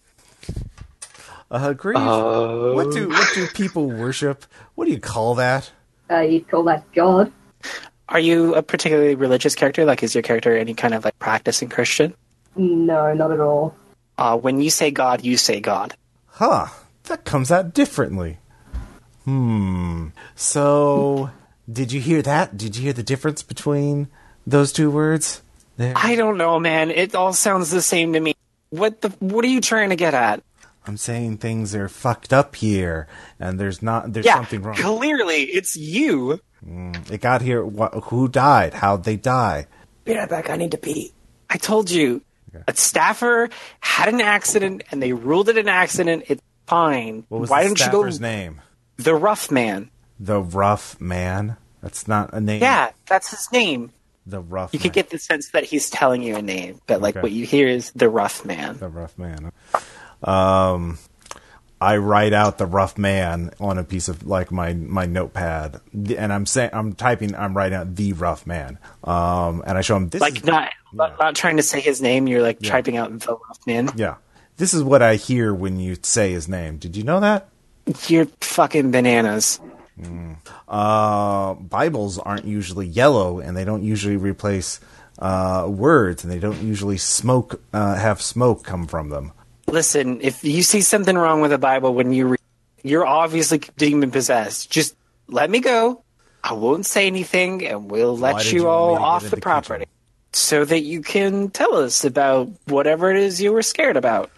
A: Uh, grief. what do what do people worship? What do you call that?
D: Uh, you'd call that God.
B: Are you a particularly religious character? Like, is your character any kind of like practicing Christian?
D: No, not at all.
B: Uh, when you say God, you say God.
A: Huh. That comes out differently. Hmm. So, did you hear that? Did you hear the difference between those two words? There.
B: I don't know, man. It all sounds the same to me. What the? What are you trying to get at?
A: I'm saying things are fucked up here, and there's not there's
B: Yeah,
A: something wrong.
B: clearly it's you.
A: It got here. Wh- who died? How'd they die?
B: Be right back. I need to pee. I told you, a staffer had an accident, and they ruled it an accident. It's fine.
A: What was
B: Why
A: the
B: don't you go
A: staffer's name? Hmm.
B: the rough man?
A: The Rough Man. That's not a name.
B: Yeah, that's his name.
A: The Rough
B: You
A: Man.
B: could get the sense that he's telling you a name, but like
A: Okay.
B: what you hear is the rough man.
A: The Rough Man. Um, I write out the Rough Man on a piece of like my my notepad, The- and I'm saying I'm typing. I'm writing out the Rough Man. Um, and I show him this.
B: Like
A: is-
B: not not, not trying to say his name. You're like typing out the rough man.
A: yeah. This is what I hear when you say his name. Did you know that?
B: You're fucking bananas.
A: uh, Bibles aren't usually yellow, and they don't usually replace uh, words, and they don't usually smoke uh, have smoke come from them.
B: Listen, if you see something wrong with the Bible when you read, you're obviously demon possessed. Just let me go. I won't say anything, and we'll
A: Why
B: let
A: did
B: you,
A: you
B: all
A: want me to get
B: off
A: in
B: the,
A: the kitchen?
B: property, so that you can tell us about whatever it is you were scared about.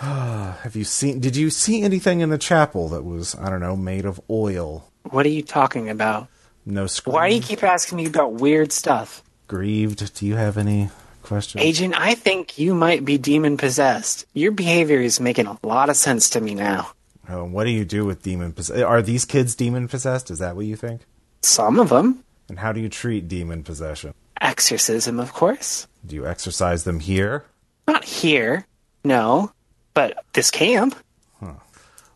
A: Have you seen? Did you see anything in the chapel that was I don't know made of oil?
B: What are you talking about?
A: No screen.
B: Why do you keep asking me about weird stuff,
A: grieved? Do you have any questions?
B: Agent? I think you might be demon possessed. Your behavior is making a lot of sense to me now.
A: Oh, what do you do with demon? Poss- are these kids demon possessed? Is that what you think?
B: Some of them,
A: And how do you treat demon possession?
B: exorcism, of course.
A: Do you exercise them here?
B: Not here, no. But this camp,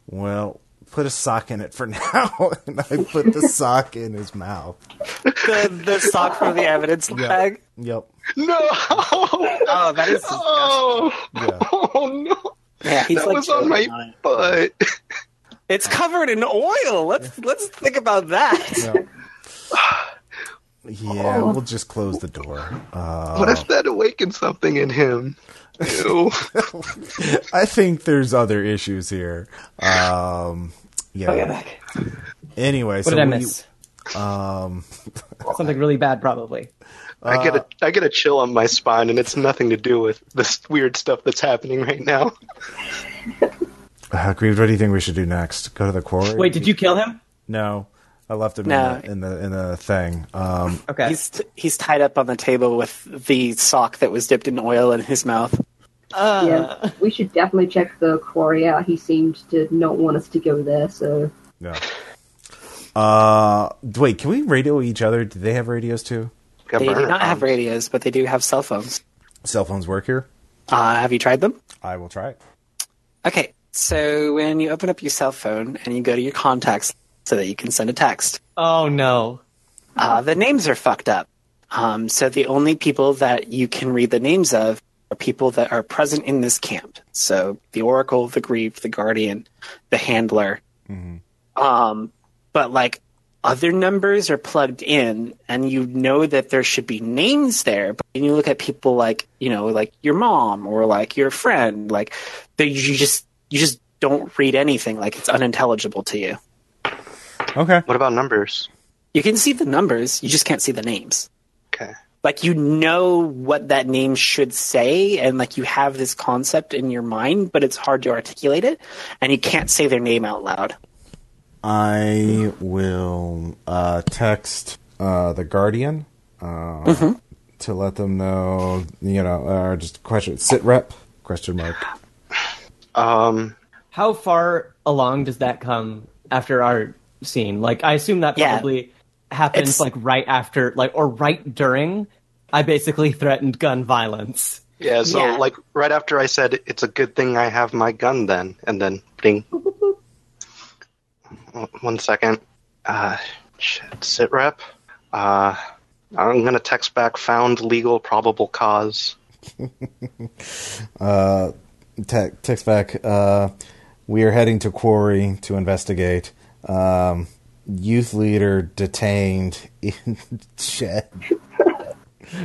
A: Well, put a sock in it for now, and I put the sock in his mouth.
B: the, the sock from the evidence bag.
A: Yep.
E: No.
B: Oh, that is.
E: Oh,
A: Yeah.
E: oh no.
B: Yeah, he's
E: that
B: like
E: was on my
B: choking on it.
E: butt.
B: It's covered in oil. Let's let's think about that.
A: Yeah, we'll just close the door. Uh,
E: What if that awakened something in him? Ew.
A: I think there's other issues here. Um, yeah. Anyway,
C: What
A: so
C: did I
A: we-
C: miss? Um, something really bad, probably.
E: I get a I get a chill on my spine, and it's nothing to do with this weird stuff that's happening right now.
A: uh, grieved. What do you think we should do next? Go to the quarry?
C: Wait, did you kill him?
A: No, I left him
B: No.
A: in, the, in the in the thing. Um,
C: Okay.
B: He's he's tied up on the table with the sock that was dipped in oil in his mouth. Uh.
D: yeah, we should definitely check the quarry out. He seemed to not want us to go there, so
A: no. Uh, wait, can we radio each other? Do they have radios too?
E: Got Um,
B: They do
E: burner
B: not have
E: phones.
B: radios, but they do have cell phones.
A: Cell phones work here.
B: Uh, have you tried them?
A: I will try it.
B: Okay, so when you open up your cell phone and you go to your contacts so that you can send a text,
C: Oh no.
B: uh, the names are fucked up. Um, so the only people that you can read the names of are people that are present in this camp. So the Oracle, the Grieved, the Guardian, the Handler. Um, but like other numbers are plugged in, and you know that there should be names there. But when you look at people like you know, like your mom or like your friend, like they, you just you just don't read anything. Like it's unintelligible to you.
A: Okay.
E: What about numbers?
B: You can see the numbers, you just can't see the names.
E: Okay.
B: like you know what that name should say and like you have this concept in your mind but it's hard to articulate it and you can't say their name out loud
A: I will uh, text uh, the Guardian uh, to let them know, you know, or just question sit rep question mark.
E: Um,
C: How far along does that come after our scene? Like I assume that
B: Yeah.
C: probably happens
B: It's-
C: like right after like or right during I basically threatened gun violence.
E: yeah, so
B: Yeah.
E: like right after I said, it's a good thing I have my gun then, and then ding. One second. Uh, shit, sit rep. Uh, I'm going to text back found legal probable cause.
F: uh, Te- text back. Uh, we are heading to quarry to investigate. Um, youth leader detained in shed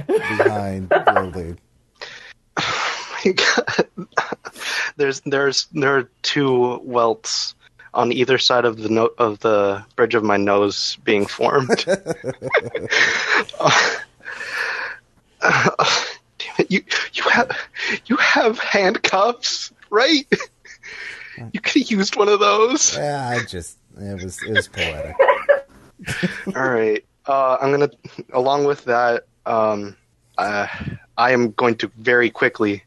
F: behind building.
E: there's there's there are two welts on either side of the no- of the bridge of my nose being formed. Damn it, you you have you have handcuffs, right? You could have used one of those.
F: Yeah, I just it was it was poetic.
E: All right. Uh, I'm gonna, along with that, um, uh, I am going to very quickly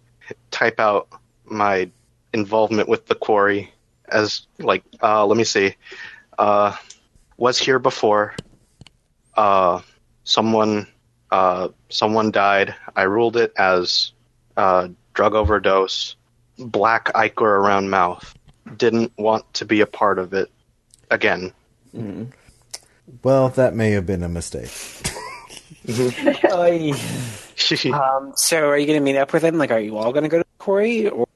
E: type out my involvement with the quarry as like, uh, let me see, uh, was here before. Uh, someone, uh, someone died. I ruled it as uh, drug overdose. Black ichor around mouth. Didn't want to be a part of it again.
F: Well, that may have been a mistake.
B: um, so are you going to meet up with them like are you all going to go to corey or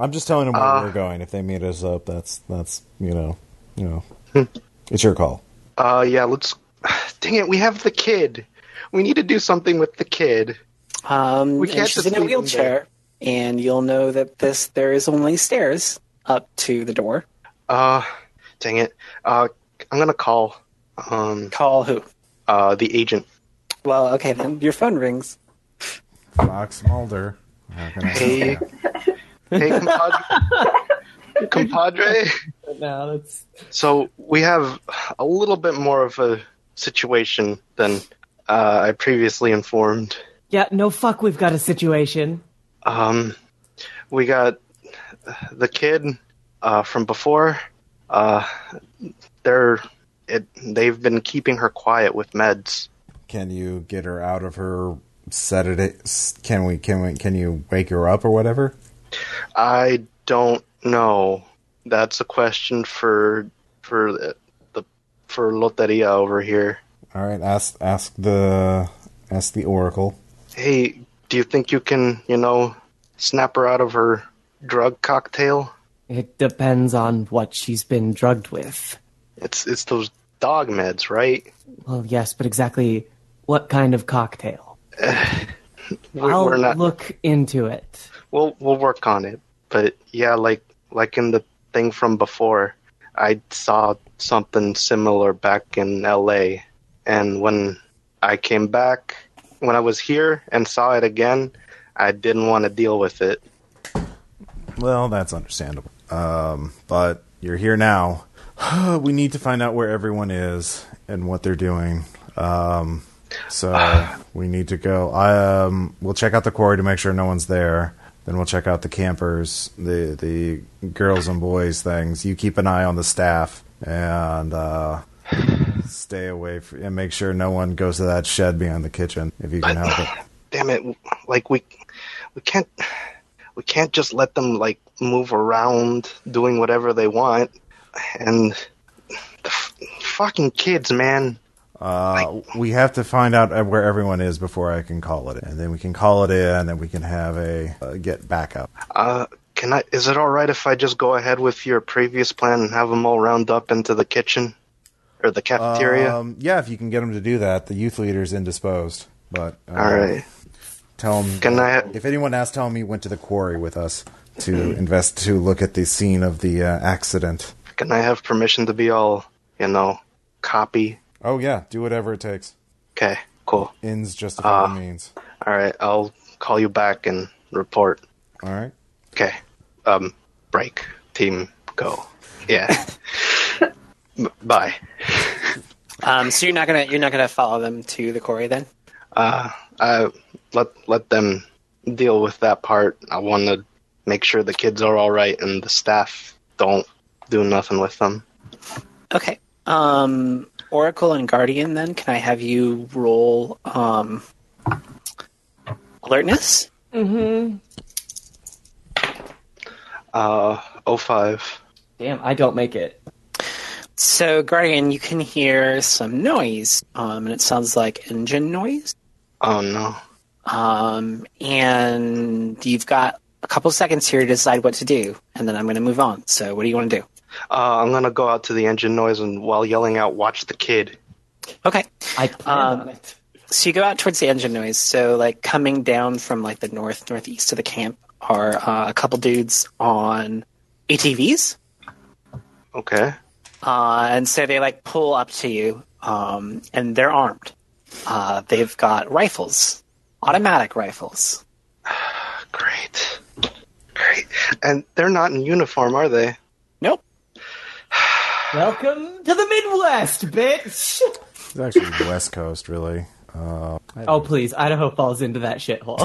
F: I'm just telling them where
E: Uh,
F: we're going. If they meet us up, that's that's you know, you know, it's your call.
E: Uh, yeah, let's. Dang it, we have the kid. We need to do something with the kid.
B: um,
E: We
B: and
E: can't
B: she's
E: just
B: in a
E: leave them
B: wheelchair and you'll know that this there is only stairs up to the door
E: Uh, dang it. Uh, I'm gonna call, um,
B: call who
E: uh, the agent.
B: well okay then your phone rings
A: Fox Mulder. How can I
E: Hey, hey, compadre. compadre.
C: No, that's
E: So we have a little bit more of a situation than uh, I previously informed.
C: Yeah, no fuck we've got a situation.
E: Um, we got the kid uh, from before. Uh, they're it, they've been keeping her quiet with meds.
F: Can you get her out of her sedative? Can we? Can we? Can you wake her up or whatever?
E: I don't know. That's a question for for the, the for Loteria over here.
F: All right, ask ask the ask the oracle.
E: Hey, do you think you can you know snap her out of her drug cocktail?
C: It depends on what she's been drugged with.
E: It's it's those dog meds, right?
C: Well, yes, but exactly what kind of cocktail?
E: We're,
C: I'll
E: we're not.
C: look into it.
E: We'll we'll work on it. But yeah, like like in the thing from before, I saw something similar back in LA and when I came back when I was here and saw it again, I didn't want to deal with it.
A: Well, that's understandable. Um, but you're here now. we need to find out where everyone is and what they're doing. Um, so we need to go. Um, we'll check out the quarry to make sure no one's there. Then we'll check out the campers, the the girls and boys things. You keep an eye on the staff, and uh, stay away fr and make sure no one goes to that shed behind the kitchen if you can help it.
E: damn it like we we can't we can't just let them like move around doing whatever they want and the f- fucking kids man
A: Uh, we have to find out uh, where everyone is before I can call it, in. and then we can call it in, and we can have a uh, get backup.
E: uh can i is it all right if i just go ahead with your previous plan and have them all round up into the kitchen or the cafeteria
A: Um, yeah, if you can get them to do that, the youth leader's indisposed, but uh,
E: all right
A: Tell him.
E: Can I-
A: If anyone asks, tell him he went to the quarry with us to invest to look at the scene of the uh, accident.
E: can i have permission to be all you know copy
A: Oh yeah, do whatever it takes.
E: okay cool
A: Ends justify
E: Ah.
A: the means.
E: all right i'll call you back and report
A: All right.
E: Okay. Um, break. Team, go. Yeah. B- bye.
B: Um, so you're not gonna you're not gonna follow them to the quarry then?
E: Uh, let let them deal with that part. I want to make sure the kids are all right and the staff don't do nothing with them.
B: Okay. Um, Oracle and Guardian. Then can I have you roll um, alertness?
E: Uh, 05.
C: Damn, I don't make it.
B: So Guardian, you can hear some noise, um, and it sounds like engine noise.
E: Oh no.
B: Um, and you've got a couple seconds here to decide what to do, and then I'm going to move on. So what do you want to do?
E: Uh, I'm gonna go out to the engine noise and while yelling out, watch the kid.
B: Okay.
C: I plan
B: Um,
C: on it.
B: So you go out towards the engine noise. So like coming down from like the north northeast of the camp are uh, a couple dudes on ATVs.
E: Okay.
B: Uh, and so they like pull up to you, um, and they're armed. Uh, they've got rifles, automatic rifles.
E: Great. Great. And they're not in uniform, are they?
B: Nope.
C: Welcome to the Midwest, bitch.
A: It's actually the West Coast, really.
C: Oh please, Idaho falls into that shithole.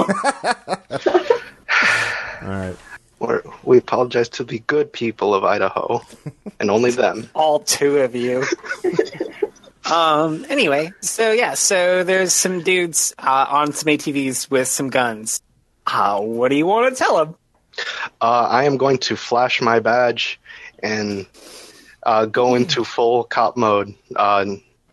A: All right.
E: We're, we apologize to the good people of Idaho and only them.
B: all two of you. um. Anyway, so yeah, so there's some dudes uh, on some ATVs with some guns. Uh, what do you want to tell them?
E: Uh, I am going to flash my badge and uh, go into full cop mode. Uh,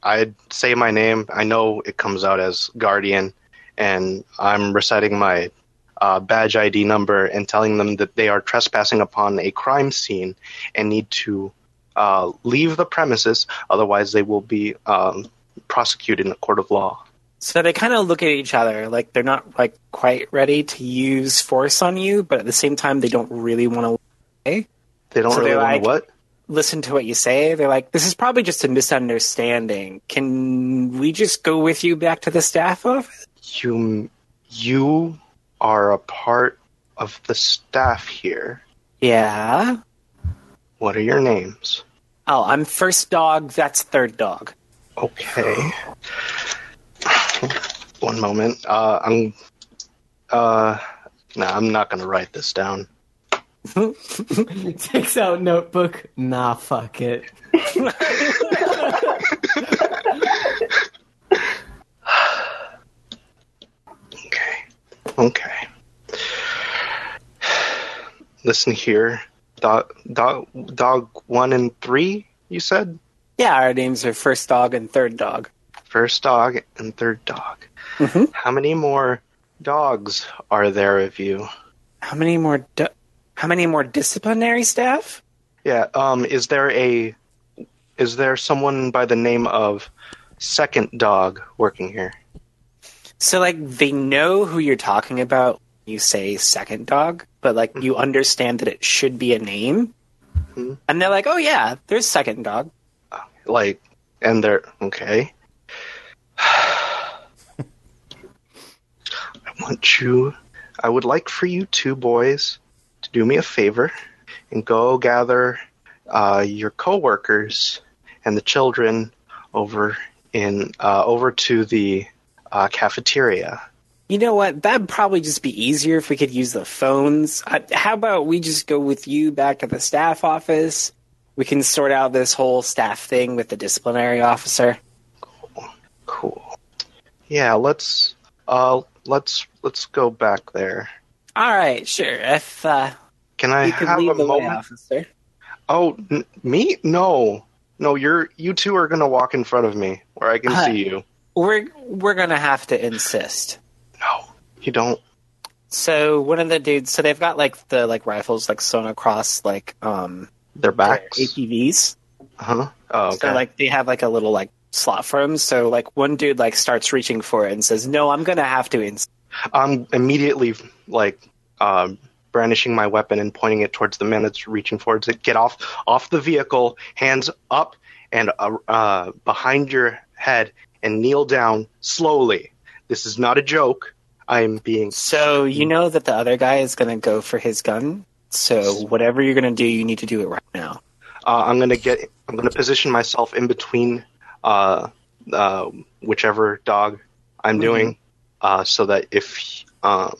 E: I say my name. I know it comes out as Guardian, and I'm reciting my uh, badge ID number and telling them that they are trespassing upon a crime scene and need to uh, leave the premises. Otherwise, they will be um, prosecuted in a court of law.
B: So they kind of look at each other, like they're not like quite ready to use force on you, but at the same time, they don't really want to
E: They don't
B: So
E: really
B: they're
E: want
B: like-
E: to what?
B: listen to what you say. They're like, "This is probably just a misunderstanding. Can we just go with you back to the staff office?"
E: you you are a part of the staff here.
B: Yeah.
E: What are your names?
B: Oh, I'm first dog. That's third dog.
E: Okay. One moment. Uh, I'm. Uh, no, I'm not gonna write this down.
C: Takes out notebook. Nah, fuck it.
E: Okay. Okay. Listen here, dog, dog, dog one and three. You said
B: Yeah, our names are first dog and third dog.
E: first dog and third dog. How many more dogs are there of you?
B: How many more? Do- how many more disciplinary staff?
E: Yeah. Um. Is there a is there someone by the name of Second Dog working here?
B: So like they know who you're talking about. when You say second dog, but like you understand that it should be a name, and they're like, "Oh yeah, there's second dog."
E: Like, and they're okay. I want you. I would like for you two boys to do me a favor and go gather uh, your coworkers and the children over in uh, over to the uh, cafeteria.
B: You know what? That'd probably just be easier if we could use the phones. I, how about we just go with you back to the staff office? We can sort out this whole staff thing with the disciplinary officer.
E: Cool. Yeah, let's uh let's let's go back there.
B: All right, sure. If uh,
E: Can I
B: you could
E: have
B: lead
E: a
B: the way,
E: moment?
B: officer.
E: Oh, n- me? No. No, you're you two are going to walk in front of me where I can
B: Hi.
E: see you.
B: We're we're gonna have to insist.
E: No. You don't.
B: So one of the dudes, so they've got like the like rifles like sewn across like um their
E: They're backs.
B: APVs.
E: Huh? Oh, okay.
B: So like they have like a little like slot for them. So like one dude like starts reaching for it and says, "No, I'm gonna have to." Ins-.
E: I'm immediately like um, brandishing my weapon and pointing it towards the man that's reaching towards it. Get off off the vehicle, hands up and uh, uh, behind your head, and kneel down slowly. This is not a joke. I'm being
B: So you know that the other guy is gonna go for his gun. So whatever you're gonna do, you need to do it right now.
E: uh, I'm gonna get. I'm gonna position myself in between uh, uh, whichever dog I'm doing, uh, so that if um,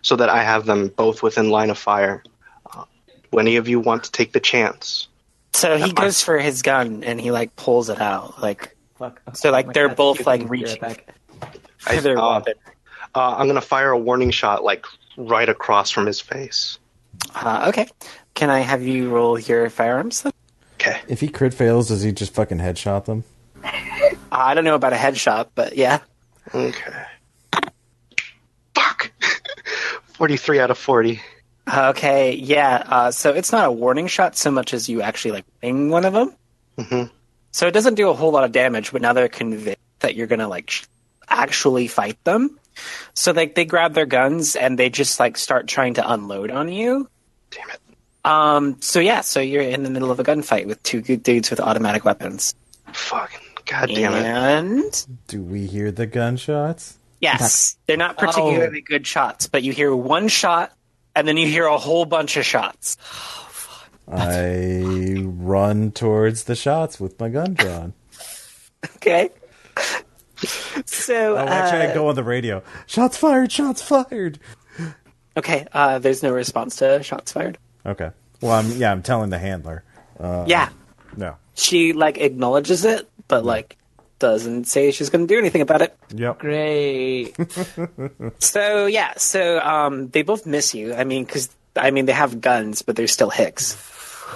E: so that I have them both within line of fire. Uh, when any of you want to take the chance,
B: So he
E: That might-
B: goes for his gun and he like pulls it out like
C: Fuck. Oh,
B: So, like,
C: my
B: they're
C: God,
B: both,
C: you
B: like,
C: can
B: reaching
C: hear it back.
B: for
E: I-
B: their
E: uh,
B: weapon.
E: uh, I'm gonna fire a warning shot like right across from his face.
B: Uh, okay, can I have you roll your firearms? Then?
E: Okay.
F: If he crit fails, does he just fucking headshot them?
B: I don't know about a headshot, but yeah.
E: Okay. Fuck. Forty-three out of forty.
B: Okay, yeah. Uh, so it's not a warning shot so much as you actually like wing one of them.
E: Mhm.
B: So it doesn't do a whole lot of damage, but now they're convinced that you're gonna like sh- actually fight them. So like they grab their guns and they just like start trying to unload on you.
E: Damn it.
B: Um. So yeah. So you're in the middle of a gunfight with two good dudes with automatic weapons.
E: Fucking god damn it.
B: and
F: Do we hear the gunshots?
B: yes, they're not particularly
E: Oh.
B: good shots, but you hear one shot and then you hear a whole bunch of shots.
F: I run towards the shots with my gun drawn.
B: Okay. so
F: Oh, actually,
B: uh,
F: I go on the radio. Shots fired! Shots fired!
B: Okay, uh, there's no response to shots fired.
F: Okay. Well, I'm yeah, I'm telling the handler.
B: yeah,
F: No.
B: she like acknowledges it, but like doesn't say she's going to do anything about it.
F: Yep.
C: Great.
B: So yeah, so um, they both miss you. I mean, because I mean they have guns, but they're still Hicks,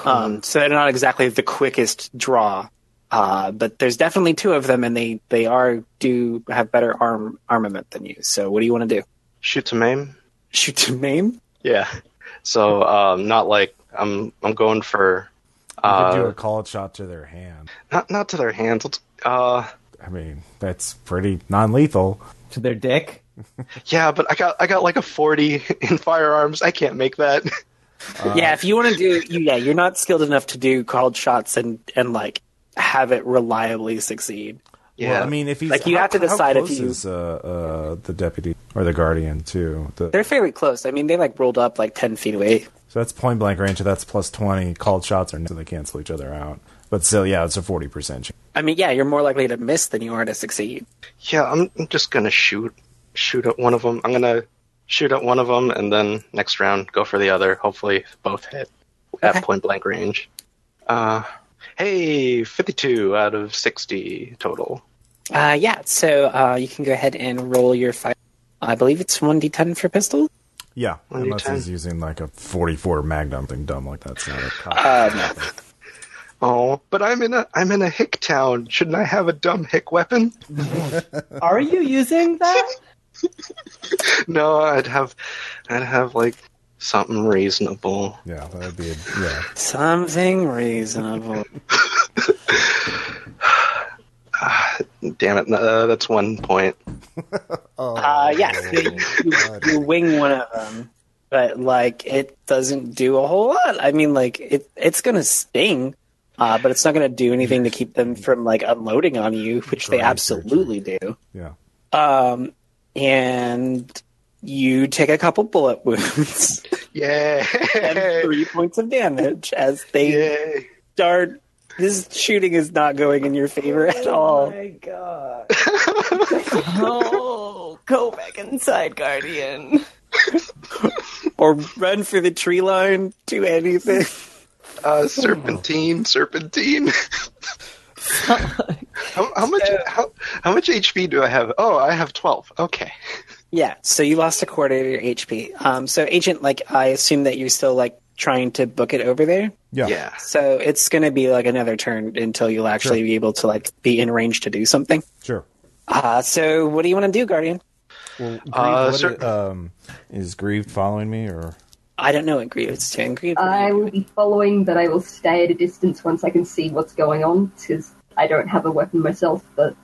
B: um, so they're not exactly the quickest draw. Uh, but there's definitely two of them, and they they are do have better arm armament than you. So what do you want to do?
E: Shoot some aim.
B: Shoot to maim?
E: Yeah. So um, not like I'm I'm going for
F: I could do
E: uh,
F: a called shot to their hand.
E: not not to their hands. Let's, uh,
F: I mean, that's pretty non-lethal.
C: to their dick.
E: yeah, but I got I got like a forty in firearms. I can't make that.
B: yeah, if you want to do, you, yeah, you're not skilled enough to do called shots and and like have it reliably succeed.
E: yeah,
F: Well, I mean, if he's
B: Like, you
F: how-
B: have to
F: how
B: decide if
F: close
B: you-
F: is, uh, uh, the deputy or the guardian too. The-
B: They're fairly close. I mean, they like rolled up like ten feet away.
F: so that's point blank range. So that's plus twenty. Called shots are so they cancel each other out. But still, yeah, it's a forty percent.
B: I mean, yeah, you're more likely to miss than you are to succeed.
E: yeah, I'm, I'm just gonna shoot shoot at one of them. I'm gonna shoot at one of them, and then next round go for the other. Hopefully, both hit at point blank range. Uh, hey, fifty-two out of sixty total.
B: Uh, yeah, so uh, you can go ahead and roll your fire. I believe it's one d10 for pistol.
F: Yeah,
E: do you
F: unless he's
E: turn?
F: using like a forty-four Magnum thing dumb like that's not a
C: Uh,
F: cop.
E: Oh, but I'm in a I'm in a hick town. Shouldn't I have a dumb hick weapon?
C: Are you using that?
E: No, I'd have, I'd have like something reasonable.
F: yeah, that'd be a, yeah.
B: Something reasonable.
E: Damn it, uh, that's one point.
B: uh, yeah, so you, you wing one of them, but like it doesn't do a whole lot. I mean, like it it's gonna sting, uh, but it's not gonna do anything to keep them from like unloading on you, which they
F: Great,
B: absolutely do.
F: Yeah.
B: Um, and you take a couple bullet wounds.
E: Yeah,
B: and three points of damage as they
E: Yay!
B: start. This shooting is not going in your favor at all.
C: my god. oh, go back inside, Guardian.
B: Or run for the tree line, do anything.
E: Uh, serpentine, serpentine. How, how much? How, how much HP do I have? Oh, I have twelve. Okay.
B: Yeah, so you lost a quarter of your HP. Um, so agent, like I assume that you're still like trying to book it over there.
E: Yeah.
B: So it's going to be like another turn until you'll actually be able to like be in range to do something.
F: Sure.
B: Uh, so what do you want to do, Guardian?
F: Well, Grieve,
E: Uh,
F: what
E: sir-
F: i- um, is Grieved following me or?
B: I don't know. Agree. It's to agree.
D: I will be following, but I will stay at a distance once I can see what's going on because I don't have a weapon myself. But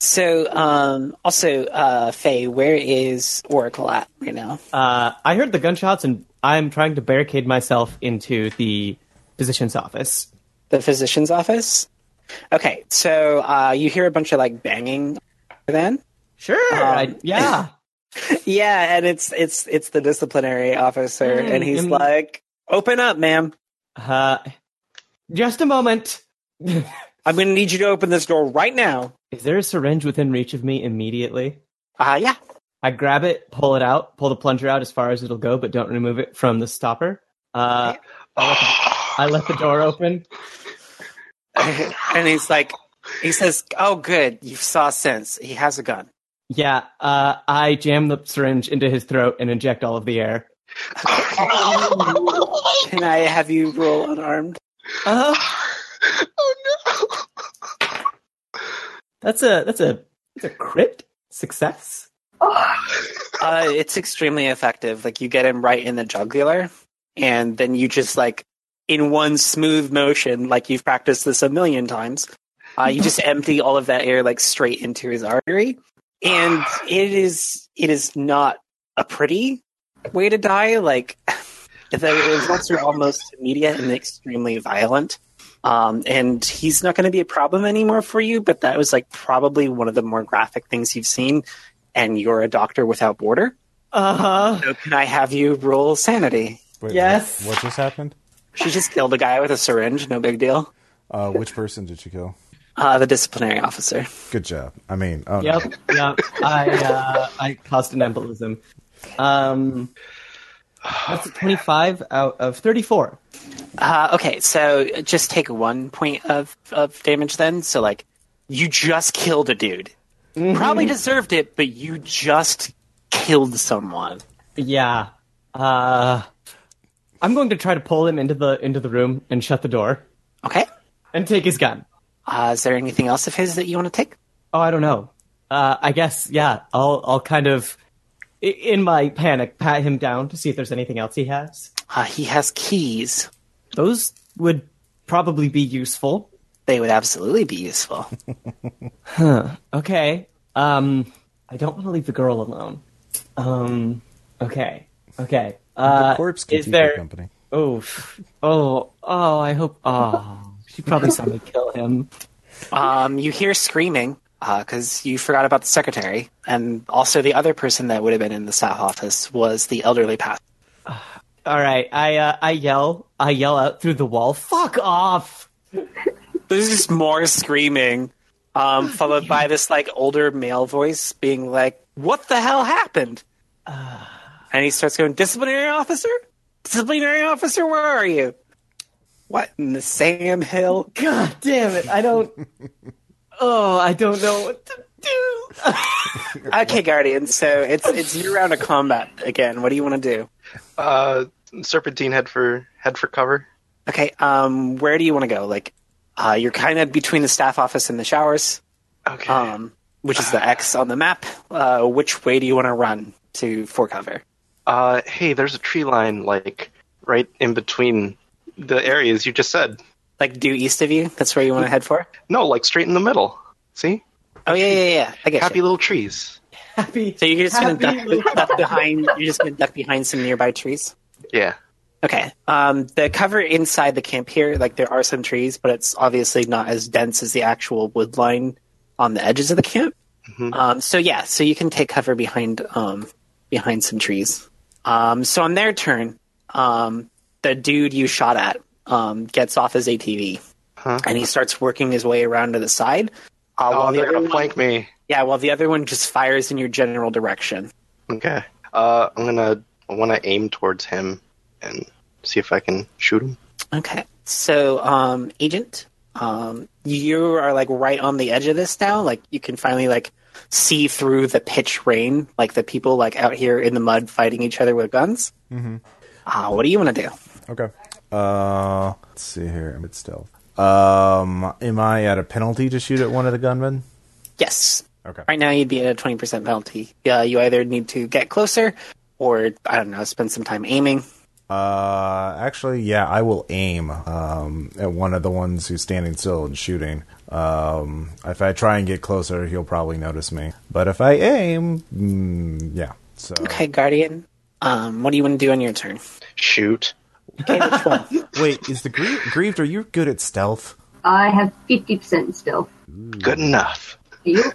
B: So um, also, uh, Faye, where is Oracle at right now?
C: Uh, I heard the gunshots, and I'm trying to barricade myself into the physician's office.
B: the physician's office. Okay, so uh, you hear a bunch of like banging. Then
C: Sure.
B: Um,
C: Uh, I, yeah.
B: yeah, and it's it's it's the disciplinary officer,
C: Hmm,
B: and he's
C: mm.
B: like, "Open up, ma'am.
C: Uh, just a moment.
B: I'm going to need you to open this door right now."
C: Is there a syringe within reach of me immediately?
B: Uh yeah.
C: I grab it, pull it out, pull the plunger out as far as it'll go, but don't remove it from the stopper. Uh,
E: Oh,
C: I let the door open.
B: and he's like, he says, "Oh, good, you saw sense. He has a gun."
C: Yeah, uh, I jam the syringe into his throat and inject all of the air.
B: Can I have you roll unarmed?
C: Uh,
E: oh
C: that's a that's a that's a crit success.
B: Uh, it's extremely effective. Like you get him right in the jugular, and then you just like in one smooth motion, like you've practiced this a million times. Uh, you just empty all of that air like straight into his artery, and it is it is not a pretty way to die. Like the results are almost immediate and extremely violent. Um, and he's not going to be a problem anymore for you, but that was like probably one of the more graphic things you've seen. And you're a doctor without border.
C: Uh huh.
B: So can I have you roll sanity?
F: Wait,
C: Yes.
F: What, what just happened?
B: She just killed a guy with a syringe. No big deal.
F: Uh, which person did you kill?
B: Uh, the disciplinary officer.
F: Good job. I mean, oh, no.
C: Yep. Yep. I uh, I caused an embolism. Um, that's a twenty-five out of thirty-four.
B: Uh, okay, so just take one point of, of damage then. So, like, you just killed a dude. Probably deserved it, but you just killed someone.
C: Yeah. Uh, I'm going to try to pull him into the into the room and shut the door
B: Okay.
C: and take his gun.
B: Uh, is there anything else of his that you want to take?
C: Oh, I don't know. Uh, I guess yeah. I'll I'll kind of i- in my panic pat him down to see if there's anything else he has.
B: Uh, he has keys.
C: Those would probably be useful.
B: They would absolutely be useful.
C: Okay. Um, I don't want to leave the girl alone. Um, okay. Okay. Uh,
F: the corpse can
C: is
F: keep
C: there?
F: you company.
C: Oh, oh, oh! I hope. Oh, she probably saw me kill him.
B: Um, you hear screaming because you forgot about the secretary, and also the other person that would have been in the staff office was the elderly path.
C: All right. I uh, I yell. I yell out through the wall. Fuck off!
B: There's just more screaming, um, followed by this like older male voice being like, "What the hell happened?" and he starts going, "Disciplinary officer, disciplinary officer, where are you?" What in the Sam Hill?
C: God damn it! I don't. oh, I don't know what to do.
B: Okay, Guardian. So it's it's your round of combat again. What do you want to do?
E: no! Uh, serpentine head for head for cover.
B: Okay, um, where do you want to go? Like, uh, you're kind of between the staff office and the showers,
E: Okay.
B: um, which is the X on the map. Uh, which way do you want to run to for cover?
E: Uh, hey, there's a tree line like right in between the areas you just said.
B: Like due east of you? That's where you want to head for?
E: No, like straight in the middle. See,
B: Oh yeah, yeah, yeah. I get
E: happy
B: you.
E: little trees.
C: Happy.
B: So you're just gonna
C: happy
B: duck, duck behind. You're just gonna duck behind some nearby trees.
E: Yeah.
B: Okay. Um, the cover inside the camp here, like there are some trees, but it's obviously not as dense as the actual wood line on the edges of the camp.
E: Mm-hmm.
B: Um, so yeah, so you can take cover behind um, behind some trees. Um, so on their turn, um, the dude you shot at um, gets off his ATV
E: Huh?
B: and he starts working his way around to the side. Uh,
E: Oh,
B: while the
E: they're
B: other
E: gonna
B: one-
E: flank me.
B: yeah, while the other one just fires in your general direction.
E: Okay. Uh, I'm gonna I want to aim towards him and see if I can shoot him.
B: Okay. So, um, agent, Um, you are like right on the edge of this now. Like you can finally like see through the pitch rain, like the people like out here in the mud fighting each other with guns. Mm-hmm. Uh, what do you want to do?
A: Okay. Uh, let's see here. I'm at stealth. Um, am I at a penalty to shoot at one of the gunmen?
B: Yes.
A: Okay.
B: Right now, you'd be at a 20% penalty. Uh, you either need to get closer or, I don't know, spend some time aiming.
A: Uh, actually, yeah, I will aim um, at one of the ones who's standing still and shooting. Um, if I try and get closer, he'll probably notice me. But if I aim, mm, yeah. So
B: Okay, Guardian. Um, what do you want to do on your turn?
E: Shoot.
B: Okay, which one?
A: wait, is the grie- grieved? Are you good at stealth?
D: I have 50% stealth.
E: Good enough.
D: Yep.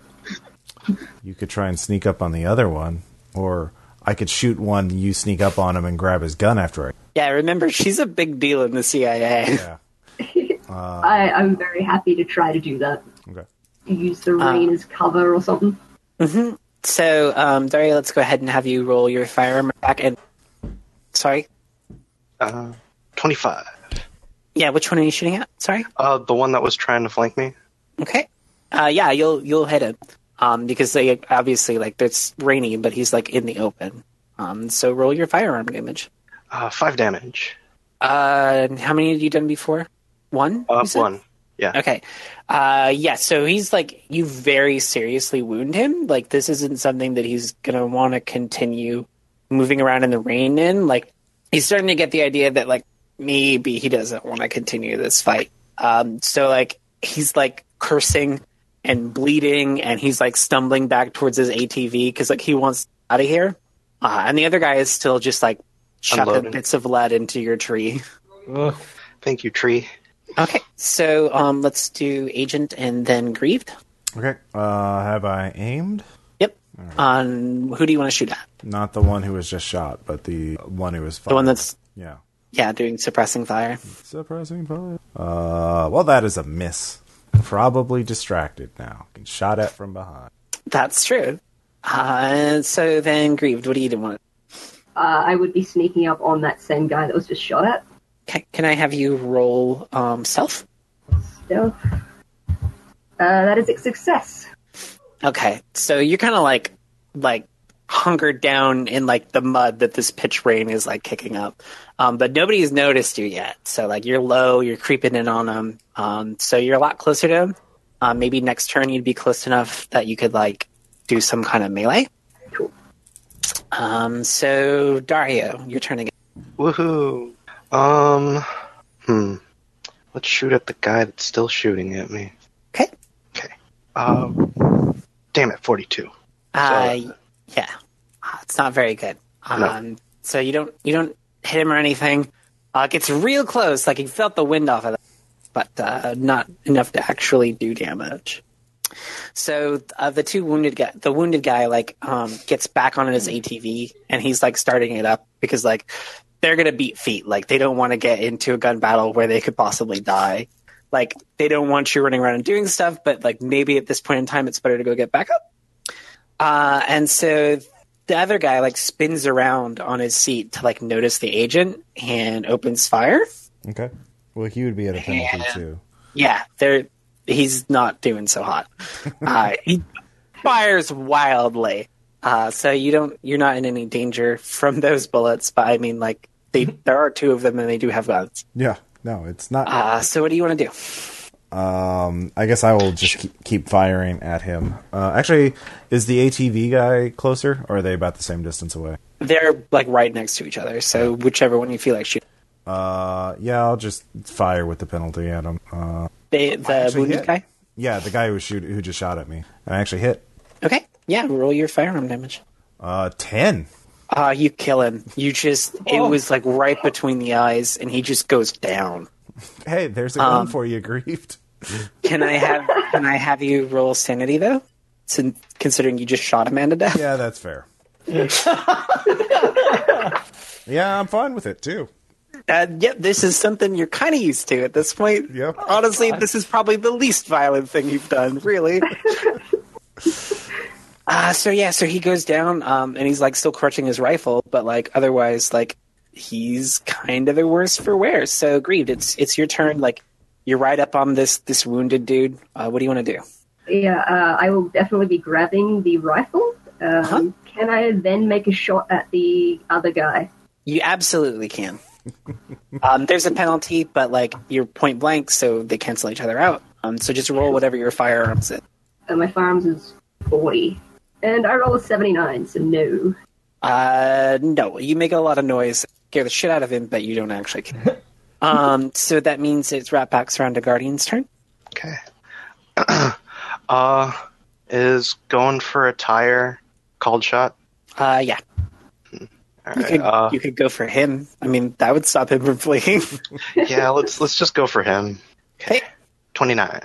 A: You could try and sneak up on the other one, or I could shoot one. You sneak up on him and grab his gun after I.
B: yeah, remember, she's a big deal in the CIA.
A: Yeah.
D: I, I'm very happy to try to do that.
A: Okay.
D: Use the rain as cover or something.
B: So, um, Daria, let's go ahead and have you roll your firearm back. And sorry,
E: Uh, 25.
B: yeah, which one are you shooting at? Sorry.
E: Uh, the one that was trying to flank me?
B: Okay. Uh, yeah, you'll you'll hit him um, because they obviously like it's rainy, but he's like in the open. Um, so roll your firearm damage.
E: Uh, five damage.
B: Uh, how many had you done before? One.
E: Uh,
B: you said?
E: one. Yeah.
B: Okay. Uh, yeah. So he's like you very seriously wound him. Like this isn't something that he's gonna want to continue moving around in the rain in. Like he's starting to get the idea that like maybe he doesn't want to continue this fight. Um, so like he's like cursing and bleeding, and he's like stumbling back towards his ATV because like he wants out of here. Uh, and the other guy is still just like chucking
E: Unloading.
B: bits of lead into your tree.
C: Ugh.
E: Thank you, tree.
B: Okay, so um, let's do agent and then grieved.
A: Okay. Uh, have I aimed?
B: Yep. On who do you want to shoot at?
A: Not the one who was just shot, but the one who was.
B: The one that's
A: Yeah.
B: yeah doing suppressing fire.
A: Suppressing fire. Uh, well, that is a miss. Probably distracted now. Getting Shot at from behind.
B: That's true. Uh, so then grieved. What do you want?
D: Uh, I would be sneaking up on that same guy that was just shot at.
B: Can, can I have you roll um, self?
D: Stealth. Uh, that is a success.
B: Okay, so you're kind of like like hunkered down in like the mud that this pitch rain is like kicking up, um, but nobody's noticed you yet. So like you're low, you're creeping in on them. Um, so you're a lot closer to him. Um, maybe next turn you'd be close enough that you could like do some kind of melee.
D: Cool.
B: Um, so Dario, your turn again.
E: Woohoo. Um, hmm. Let's shoot at the guy that's still shooting at me.
B: Okay.
E: Okay. Um, damn it, 42.
B: Uh,
E: So-
B: yeah, Uh, it's not very good. Um,
E: No.
B: So you don't you don't hit him or anything. Uh, it gets real close, like you felt the wind off of that, but uh, not enough to actually do damage. So uh, the two wounded guy, the wounded guy, like um, gets back on his ATV and he's like starting it up because like they're gonna beat feet. Like they don't want to get into a gun battle where they could possibly die. Like they don't want you running around and doing stuff, but like maybe at this point in time, it's better to go get back up. Uh, and so the other guy like spins around on his seat to like notice the agent and opens fire.
A: Okay. Well, he would be at a penalty too.
B: Yeah, they're he's not doing so hot. Uh, he fires wildly. Uh, so you don't you're not in any danger from those bullets, but I mean like they there are two of them and they do have guns.
A: Yeah. No, it's not.
B: Uh, so what do you want to do?
A: um, I guess I will just keep, keep firing at him. Uh, actually, is the ATV guy closer, or are they about the same distance away?
B: They're like right next to each other, so whichever one you feel like shooting.
A: Uh, yeah, I'll just fire with the penalty at him. Uh,
B: They, the
A: actually
B: wounded
A: hit.
B: guy.
A: yeah, the guy who shoot who just shot at me, and I actually hit.
B: Okay, yeah, roll your firearm damage.
A: Uh, ten.
B: Ah, you kill him. You just, it was like right between the eyes, and he just goes down.
A: Hey, there's a gun for you, grieved.
B: Can I have, can I have you roll sanity though? Sin- considering you just shot a man to death.
A: Yeah, that's fair. yeah, I'm fine with it too.
B: Uh, yep, this is something you're kind of used to at this point.
A: Yep.
B: Honestly, this is probably the least violent thing you've done, really. uh, so yeah, so he goes down, um, and he's like still clutching his rifle, but like otherwise, like he's kind of the worse for wear. So grieved. It's it's your turn. Like You're right up on this this wounded dude. Uh, what do you want to do?
D: Yeah, uh, I will definitely be grabbing the rifle. Um,
B: Uh-huh.
D: Can I then make a shot at the other guy?
B: You absolutely can. um, there's a penalty, but like you're point blank, so they cancel each other out. Um, so just roll whatever your firearms is.
D: Uh, my firearms is 40. And I roll a 79, so no.
B: Uh, no, you make a lot of noise, scare the shit out of him, but you don't actually. Care. um, so that means it's right back around to Guardian's turn.
E: Okay. uh, is going for a tire called shot.
B: Uh, yeah,
E: All
B: you
E: right.
B: could
E: uh,
B: you could go for him. I mean, that would stop him from fleeing.
E: yeah, let's let's just go for him.
B: hey,
E: Twenty nine.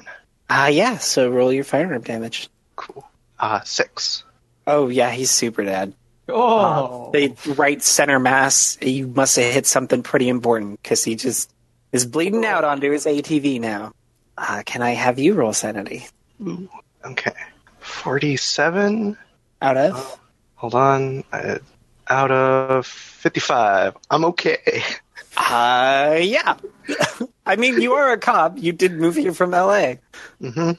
B: uh, yeah. So roll your firearm damage.
E: Cool. Uh, six.
B: Oh yeah, he's super dead.
C: Oh,
B: The right center mass. You must have hit something pretty important because he just is bleeding out onto his ATV now. Uh, can I have you roll sanity
E: Okay. Forty seven.
B: out of?
E: Hold on. Uh, out of fifty five. I'm okay.
B: Uh, yeah. I mean, you are a cop. You did move here from LA.
E: hmm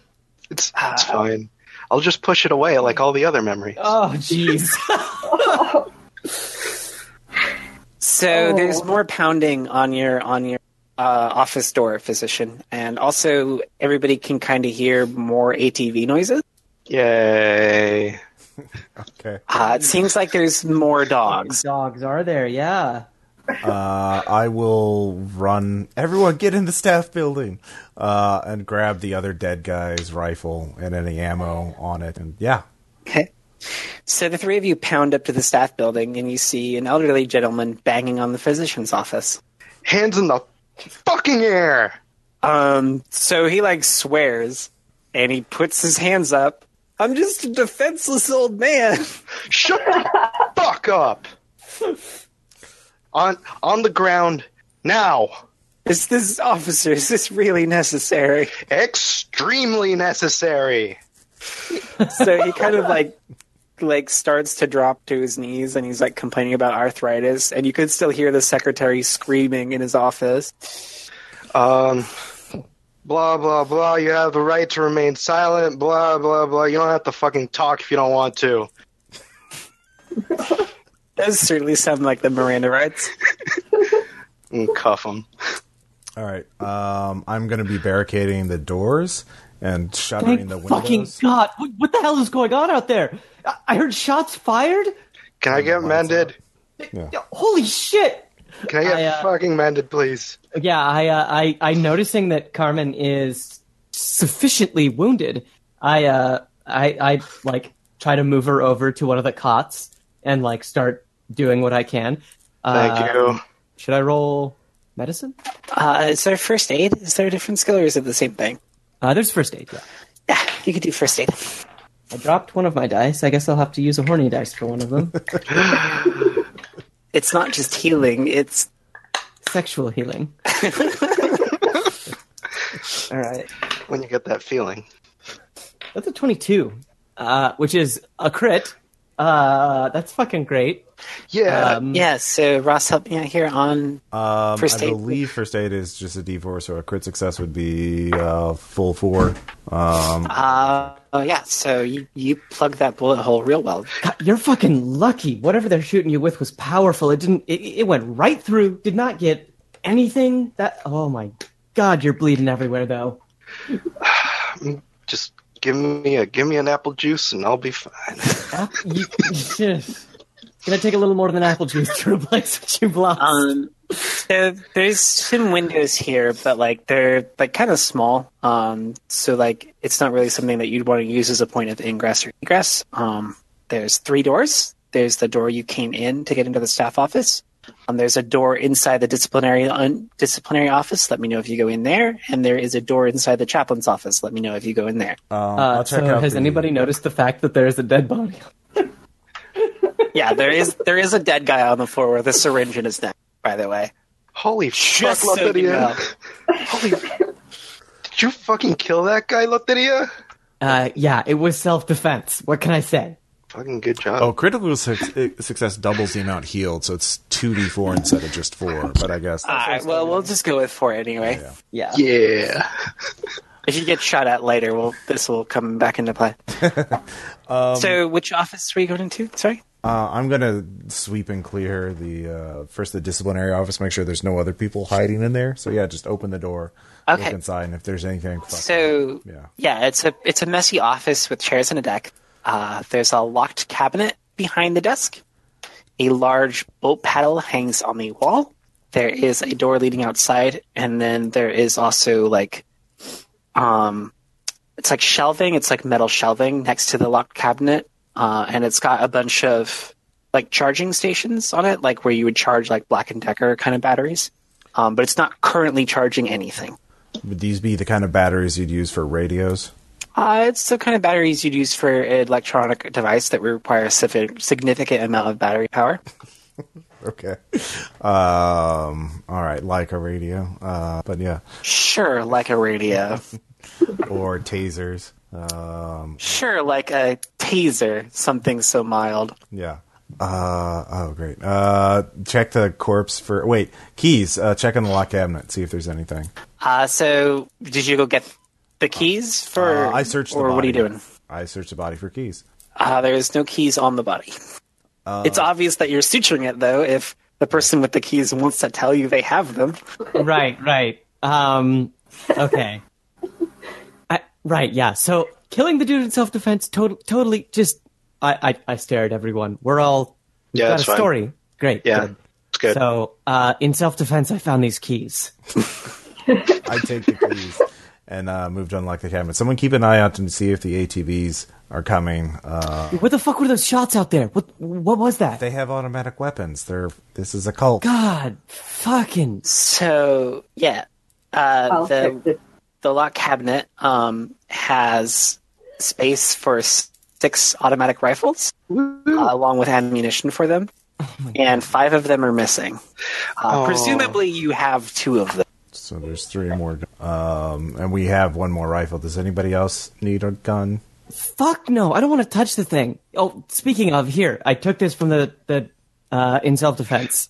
E: It's
C: Ah.
E: it's fine. I'll just push it away like all the other memories.
C: oh, jeez.
B: So
D: Oh.
B: there's more pounding on your on your uh, office door, physician, and also everybody can kind of hear more ATV noises.
E: Yay.
A: Okay.
B: Uh, it seems like there's more dogs.
C: Dogs are there? Yeah.
A: Uh, I will run. Everyone, get in the staff building uh, and grab the other dead guy's rifle and any ammo on it. And yeah,
B: Okay. So the three of you pound up to the staff building, and you see an elderly gentleman banging on the physician's office.
E: Hands in the fucking air.
B: Um, so he like swears and he puts his hands up. I'm just a defenseless old man.
E: Shut the fuck up. On on the ground now.
B: Is this officer? Is this really necessary?
E: Extremely necessary.
B: So he kind of like like starts to drop to his knees and he's like complaining about arthritis and you could still hear the secretary screaming in his office.
E: Um blah blah blah. You have the right to remain silent. Blah blah blah. You don't have to fucking talk if you don't want to.
B: Does certainly sound like the Miranda rights.
E: And Mm, cuff him.
A: all right. Um, I'm going to be barricading the doors and shuttering
C: Thank
A: the
C: fucking
A: windows.
C: god! What, what the hell is going on out there? I, I heard shots fired.
E: Can I get mended?
C: Holy shit!
E: Can I get
C: I, uh,
E: fucking mended, please?
C: Yeah, I, uh, I, I noticing that Carmen is sufficiently wounded. I, uh, I, I like try to move her over to one of the cots and like start doing what I can.
E: Thank
C: Uh,
E: you.
C: Should I roll medicine?
B: Uh, is there first aid? Is there a different skill or is it the same thing?
C: Uh, there's first aid. Yeah,
B: Yeah, you could do first aid.
C: I dropped one of my dice. I guess I'll have to use a horny dice for one of them.
B: It's not just healing, it's
C: Sexual healing. All right.
E: When you get that feeling.
C: That's a 22, uh, which is a crit. Uh, that's fucking great.
E: Yeah.
C: Um,
B: yeah, so Ross help me out here on
A: Um,
B: First
A: I
B: aid.
A: believe first aid is just a D4, so a crit success would be uh, full four. Um,
B: Uh, oh yeah, so you, you plug that bullet hole real well.
C: God, you're fucking lucky. Whatever they're shooting you with was powerful. It didn't. It, it went right through. Did not get anything. That. Oh my god, you're bleeding everywhere though.
E: Just give me a give me an apple juice and I'll be fine.
C: Huh? You, gonna take a little more than apple juice to replace what you've lost.
B: Um, so there's some windows here, but like they're like kind of small. Um, so like it's not really something that you'd want to use as a point of ingress or egress. Um, there's three doors. There's the door you came in to get into the staff office. Um, there's a door inside the disciplinary un- disciplinary office. Let me know if you go in there. And there is a door inside the chaplain's office. Let me know if you go in there.
A: um,
C: Uh,
A: I'll check
C: so
A: out
C: has
A: the-
C: anybody noticed the fact that there is a dead body?
B: yeah, there is there is a dead guy on the floor with a syringe in his neck. By the way,
E: Holy fuck,
B: so you know.
E: Lotharia. Holy Did you fucking kill that guy, Lotharia?
C: Uh, yeah, it was self defense. What can I say?
E: Fucking good job.
H: Oh, critical suc- success doubles the amount healed, so it's 2d4 instead of just 4, but I guess.
B: All right. Well, we'll just go with four anyway.
H: Yeah.
C: Yeah.
E: Yeah.
B: If you get shot at later, well, this will come back into play. so, which office were you going to? Sorry.
A: Uh, I'm gonna sweep and clear the uh, first the disciplinary office. Make sure there's no other people hiding in there. So yeah, just open the door,
B: Okay.
A: look inside, and if there's anything, fuck it.
B: So
A: Yeah.
B: yeah. it's a it's a messy office with chairs and a deck. Uh, there's a locked cabinet behind the desk. A large bolt paddle hangs on the wall. There is a door leading outside, and then there is also like, um, it's like shelving. It's like metal shelving next to the locked cabinet, uh, and it's got a bunch of like charging stations on it, like where you would charge like Black and Decker kind of batteries. Um, but it's not currently charging anything.
A: would these be the kind of batteries you'd use for radios?
B: Uh, it's the kind of batteries you'd use for an electronic device that would require a sif- significant amount of battery power.
A: Okay. Um. All right, like a radio. Uh. But yeah,
B: Sure, like a radio.
A: or tasers. um,
B: Sure, like a taser, something so mild.
A: Yeah. Uh. Oh, great. Uh. Check the corpse for. Wait. Keys. Uh. Check in the lock cabinet. See if there's anything.
B: Uh, so, did you go get the keys for.
A: Uh, I searched.
B: Or
A: the body.
B: what are you doing?
A: I searched the body for keys.
B: Uh, there's no keys on the body.
A: Uh.
B: it's obvious that you're suturing it, though, if the person with the keys wants to tell you they have them.
C: right, right. Um, okay. I, right, yeah. So killing the dude in self defense, total, totally just. I, I, I stare at everyone. We're all
E: Yeah,
C: got
E: that's
C: a
E: fine.
C: story. Great.
E: Yeah.
C: good.
E: It's good.
C: So uh, in self defense, I found these keys.
A: I take the keys and uh, move to unlock the cabinet. Someone keep an eye out to see if the ATVs are coming. Uh,
C: What the fuck were those shots out there? What what was that?
A: they have automatic weapons. They're this is a cult.
C: God, fucking.
B: So, yeah. Uh,
D: I'll
B: the-
D: check the
B: the lock cabinet um, has space for s- six automatic rifles, uh, along with ammunition for them, and five of them are missing. Uh,
E: Oh.
B: presumably, you have two of them.
A: So there's three more. Um, and we have one more rifle. Does anybody else need a gun?
C: Fuck no, I don't want to touch the thing. Oh, speaking of, here, I took this from the, the uh, in self defense.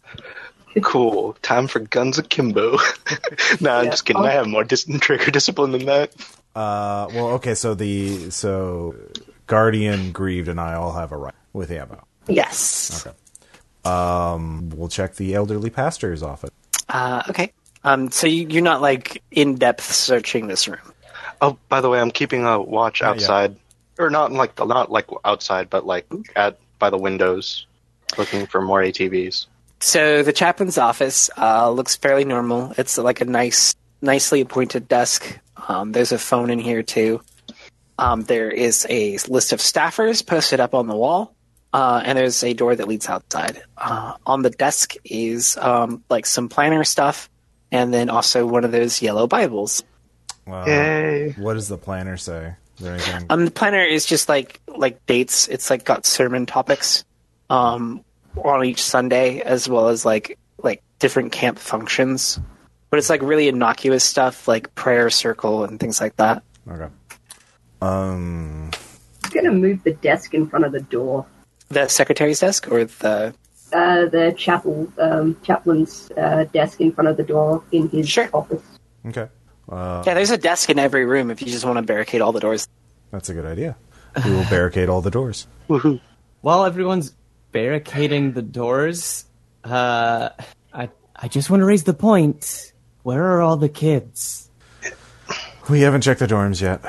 E: Cool. Time for guns akimbo. no, I'm just kidding. I have more dis- trigger discipline than that.
A: Uh, well, okay. So the so Guardian, Grieved, and I all have a rifle with ammo.
B: Yes.
A: We'll check the elderly pastor's office.
B: Uh, okay. Um, so you, you're not like in depth searching this room.
E: Oh, by the way, I'm keeping a watch
C: Oh,
A: yet.
E: outside, or not like the not like outside, but like at by the windows, looking for more ATVs.
B: So the chaplain's office uh, looks fairly normal. It's like a nice, nicely appointed desk. Um, there's a phone in here too. Um, there is a list of staffers posted up on the wall, uh, and there's a door that leads outside. Uh, on the desk is um, like some planner stuff, and then also one of those yellow Bibles.
A: Wow.
E: Yay!
A: What does the planner say? Is there anything?
B: Um, the planner is just like like dates. It's like got sermon topics, um, on each Sunday as well as like like different camp functions. But it's like really innocuous stuff like prayer circle and things like that.
A: Okay.
D: I'm gonna move the desk in front of the door.
B: The secretary's desk or the
D: Uh, the chapel um, chaplain's uh, desk in front of the door in his
B: Sure.
D: office.
A: Okay.
B: yeah. There's a desk in every room if you just want to barricade all the doors.
A: That's a good idea. We will barricade all the doors.
E: Woohoo!
C: While everyone's barricading the doors, uh, I I just want to raise the point. Where are all the kids?
A: We haven't checked the dorms yet.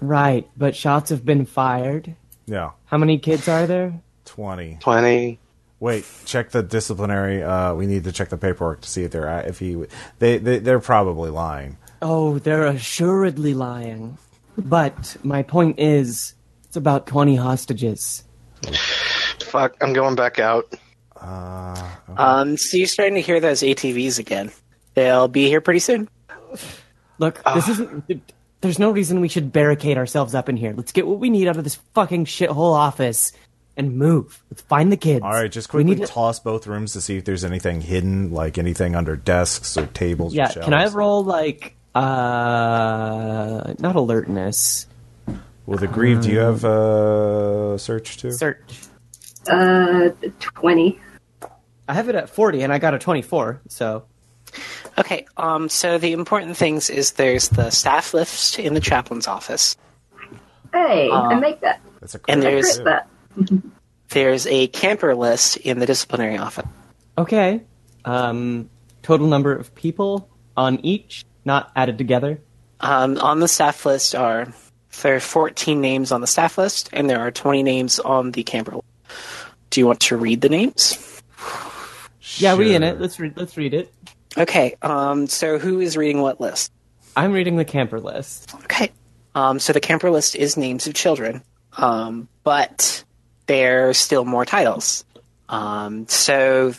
C: Right, but shots have been fired.
A: Yeah,
C: How many kids are there?
A: twenty.
E: Twenty.
A: Wait, check the disciplinary. Uh, we need to check the paperwork to see if they're if he they, they they're probably lying.
C: Oh, they're assuredly lying. But my point is, it's about 20 hostages.
E: Fuck! I'm going back out.
B: Um, so you're starting to hear those ATVs again. They'll be here pretty soon.
C: Look,
A: Ah.
C: this isn't. There's no reason we should barricade ourselves up in here. Let's get what we need out of this fucking shithole office and move. Let's find the kids.
A: All right, just
C: We
A: quickly
C: need to-
A: toss both rooms to see if there's anything hidden, like anything under desks or tables. or
C: Yeah, can I
A: shelves.
C: roll like uh not alertness.
I: Well, the grieve. Do you have uh, search too?
C: Search.
D: Uh, 20.
C: I have it at 40 and I got a 24, so
B: Okay, um, so the important things is there's the staff lift in the chaplain's office.
D: Hey, I make that.
I: That's a crit.
B: And
D: I
B: there's-
D: crit that.
B: There's a camper list in the disciplinary office.
C: okay. Um, total number of people on each, not added together.
B: Um, on the staff list are there are 14 names on the staff list, and there are 20 names on the camper. list. Do you want to read the names?
C: Yeah, we in it.
I: Sure.
C: Let's read. Let's read it.
B: Okay. Um, so who is reading what list?
C: I'm reading the camper list.
B: Okay. Um, so the camper list is names of children, um, but there are still more titles. Um, so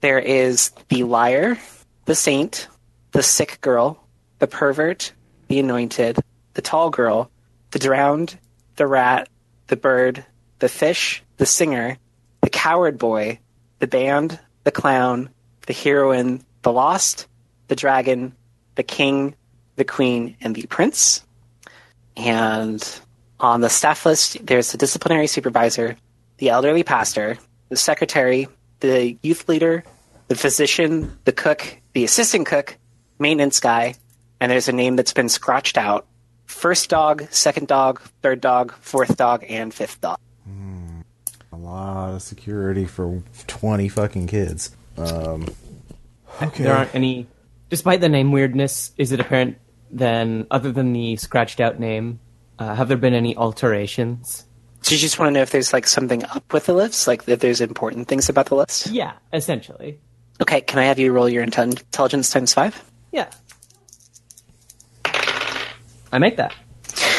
B: there is the liar, the saint, the sick girl, the pervert, the anointed, the tall girl, the drowned, the rat, the bird, the fish, the singer, the coward boy, the band, the clown, the heroine, the lost, the dragon, the king, the queen, and the prince. And on the staff list, there's the disciplinary supervisor, the elderly pastor, the secretary, the youth leader, the physician, the cook, the assistant cook, maintenance guy, and there's a name that's been scratched out. First dog, second dog, third dog, fourth dog, and fifth dog.
A: A lot of security for twenty fucking kids. Um, okay.
C: There aren't any. Despite the name weirdness, is it apparent then, other than the scratched out name, uh, have there been any alterations?
B: So you just want to know if there's like something up with the list, like if there's important things about the list.
C: Yeah, essentially.
B: Okay, can I have you roll your intel- intelligence times five?
C: Yeah. I make that.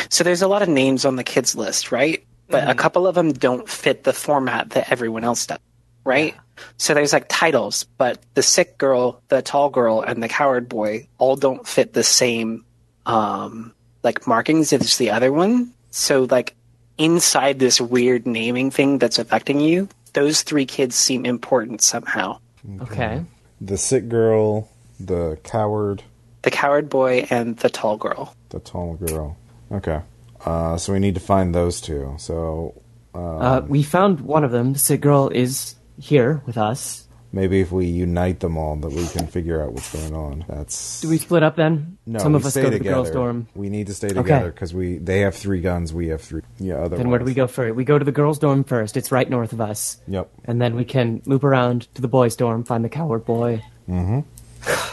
B: So there's a lot of names on the kids list, right? But a couple of them don't fit the format that everyone else does, right? So there's like titles, but the sick girl, the tall girl, and the coward boy all don't fit the same um, like markings as the other one. So like inside this weird naming thing that's affecting you, those three kids seem important somehow.
C: Okay.
A: the sick girl, the coward,
B: The coward boy and the tall girl.
A: the tall girl. Okay. Uh, so we need to find those two. So
C: Uh,
A: Um,
C: we found one of them. The sick girl is here with us.
A: maybe if we unite them all, that we can figure out what's going on. That's
C: Do we split up then?
A: no.
C: Some
A: we
C: of us
A: stay
C: go to the
A: together.
C: girls' dorm.
A: We need to stay together because we they have three guns. We have three. Yeah. Otherwise.
C: Then where do we go first? We go to the girls' dorm first. It's right north of us.
A: Yep.
C: And then we can loop around to the boys' dorm, find the coward boy,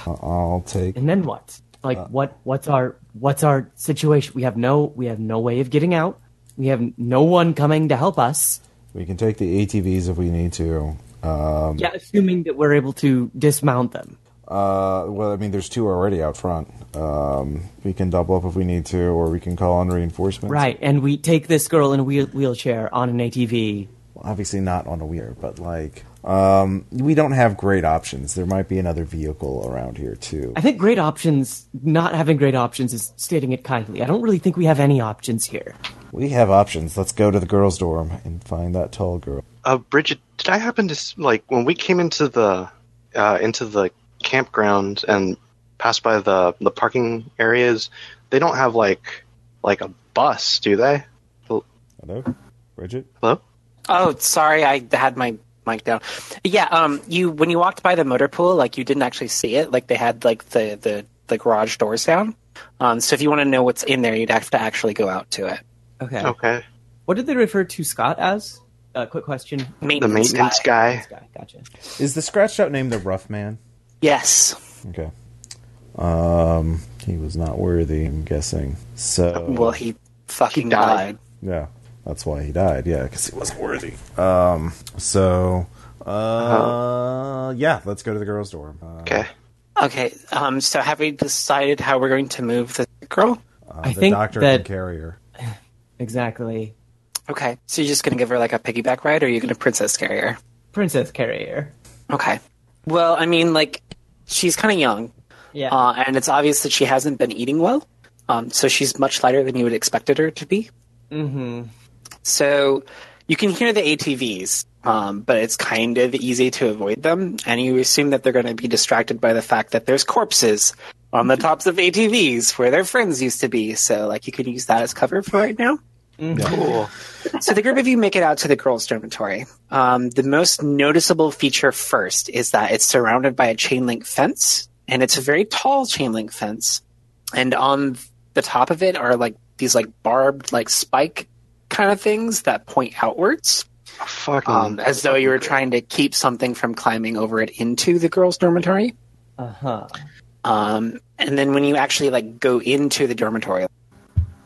A: I'll take.
C: and then what? Like
A: Uh,
C: what? What's our what's our situation? We have no we have no way of getting out. We have no one coming to help us.
A: We can take the ATVs if we need to. Um,
C: Yeah, assuming that we're able to dismount them.
A: Uh, well, I mean, there's two already out front. Um, we can double up if we need to, or we can call on reinforcements.
C: Right, and we take this girl in a wheel- wheelchair on an ATV.
A: Well, obviously, not on a weir, but like, um, we don't have great options. There might be another vehicle around here too.
C: I think great options, not having great options is stating it kindly. I don't really think we have any options here.
A: We have options. Let's go to the girls' dorm and find that tall girl.
E: Uh, Bridget, did I happen to s- like when we came into the uh, into the campground and passed by the the parking areas? They don't have like like a bus, do they?
A: Hello, Bridget.
E: Hello.
B: Oh, sorry, I had my mic down. Yeah, um, you when you walked by the motor pool, like you didn't actually see it. Like they had like the the, the garage doors down. Um, so if you want to know what's in there, you'd have to actually go out to it.
C: Okay.
B: Oh.
E: Okay.
C: What did they refer to Scott as? Uh, quick question.
E: The
B: Maintenance,
E: maintenance
B: guy.
E: guy.
C: This guy, Gotcha.
A: Is the scratched out name the Rough Man?
B: Yes.
A: Okay. Um, he was not worthy. I'm guessing. So
B: Well, he fucking
E: died.
B: died.
A: Yeah, that's why he died. Yeah, because he wasn't worthy. Um, so, uh, yeah, let's go to the girls' dorm. Uh,
E: Okay.
B: Okay. Um, so have we decided how we're going to move the girl?
C: I
A: the
C: think
A: doctor
C: that
A: can carry her.
C: exactly
B: Okay. So you're just gonna give her like a piggyback ride, or you're gonna princess carry her?
C: Princess Carrier.
B: Okay. Well, I mean, like she's kind of young.
C: Yeah.
B: uh, and it's obvious that she hasn't been eating well. Um, so she's much lighter than you would expected her to be.
C: mm-hmm.
B: So you can hear the ATVs, um, but it's kind of easy to avoid them. And you assume that they're going to be distracted by the fact that there's corpses on the tops of ATVs where their friends used to be. So like you can use that as cover for right now.
E: Cool.
B: So the group of you make it out to the girls' dormitory. Um, the most noticeable feature first is that it's surrounded by a chain link fence, and it's a very tall chain link fence. And on the top of it are like these like barbed like spike kind of things that point outwards,
E: Fucking.
B: um, as though you were trying to keep something from climbing over it into the girls' dormitory.
C: Uh huh.
B: Um, and then when you actually like go into the dormitory,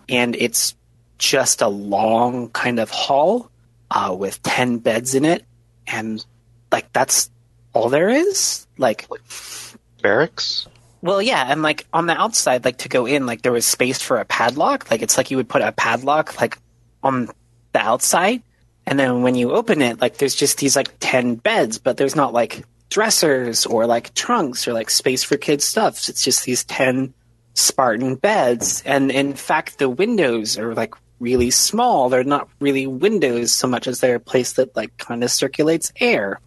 B: and it's just a long kind of hall uh, with ten beds in it, and like that's all there is. Like,
E: barracks.
B: well, yeah, and like on the outside, like to go in, like there was space for a padlock. Like it's like you would put a padlock like on the outside, and then when you open it, like there's just these like ten beds, but there's not like dressers or like trunks or like space for kids stuffs. It's just these ten Spartan beds, and in fact, the windows are like really small. They're not really windows so much as they're a place that like kind of circulates air.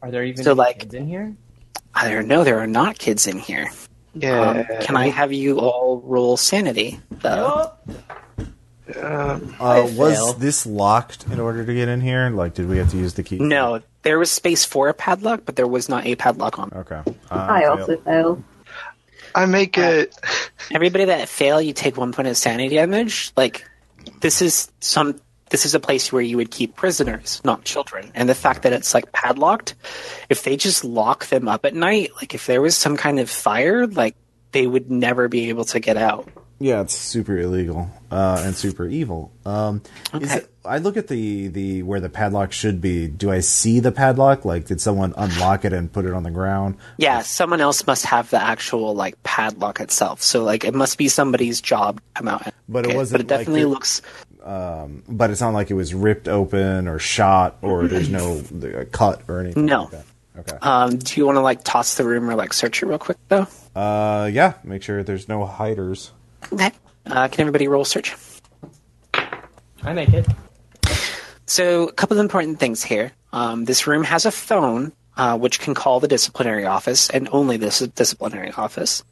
C: Are there even
B: So,
C: any
B: like-
C: kids in here?
B: I don't know. There are not kids in here.
E: Yeah.
B: Um, can I have you all roll sanity? Though?
E: Uh,
J: Uh,
C: I fail.
J: was this locked in order to get in here? Like, did we have to use the key?
B: No, there was space for a padlock, but there was not a padlock on.
J: Okay. Uh,
D: I also fail.
E: I make it.
B: Everybody that fail, you take one point of sanity damage. Like this is some. This is a place where you would keep prisoners, not children. And the fact that it's like padlocked, if they just lock them up at night, like if there was some kind of fire, like they would never be able to get out.
A: Yeah, it's super illegal uh, and super evil. Um, is
B: Okay.
A: it, I look at the, the where the padlock should be. Do I see the padlock? Like, did someone unlock it and put it on the ground?
B: Yeah, someone else must have the actual like padlock itself. So like it must be somebody's job to come out. and
A: But it
B: lock
A: wasn't
B: But it definitely
A: like the-
B: looks.
A: But it's not like it was ripped open or shot or there's no uh, cut or anything.
B: No.
A: like that. Okay.
B: Um, do you want to like toss the room or like search it real quick though?
A: Uh, yeah. Make sure there's no hiders.
B: Okay. Uh, can everybody roll search?
C: I make it.
B: So, a couple of important things here. Um, this room has a phone uh, which can call the disciplinary office, and only this disciplinary office.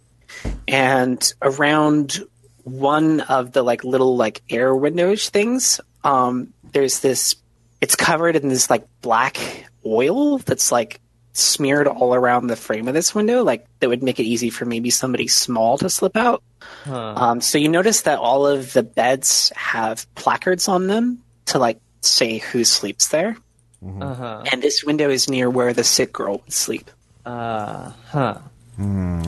B: And around one of the like little like air windows things, um, there's this. It's covered in this like black oil that's like smeared all around the frame of this window, like that would make it easy for maybe somebody small to slip out. Um, so you notice that all of the beds have placards on them to like say who sleeps there,
A: Mm-hmm.
C: Uh huh.
B: and this window is near where the sick girl would sleep.
C: Uh huh.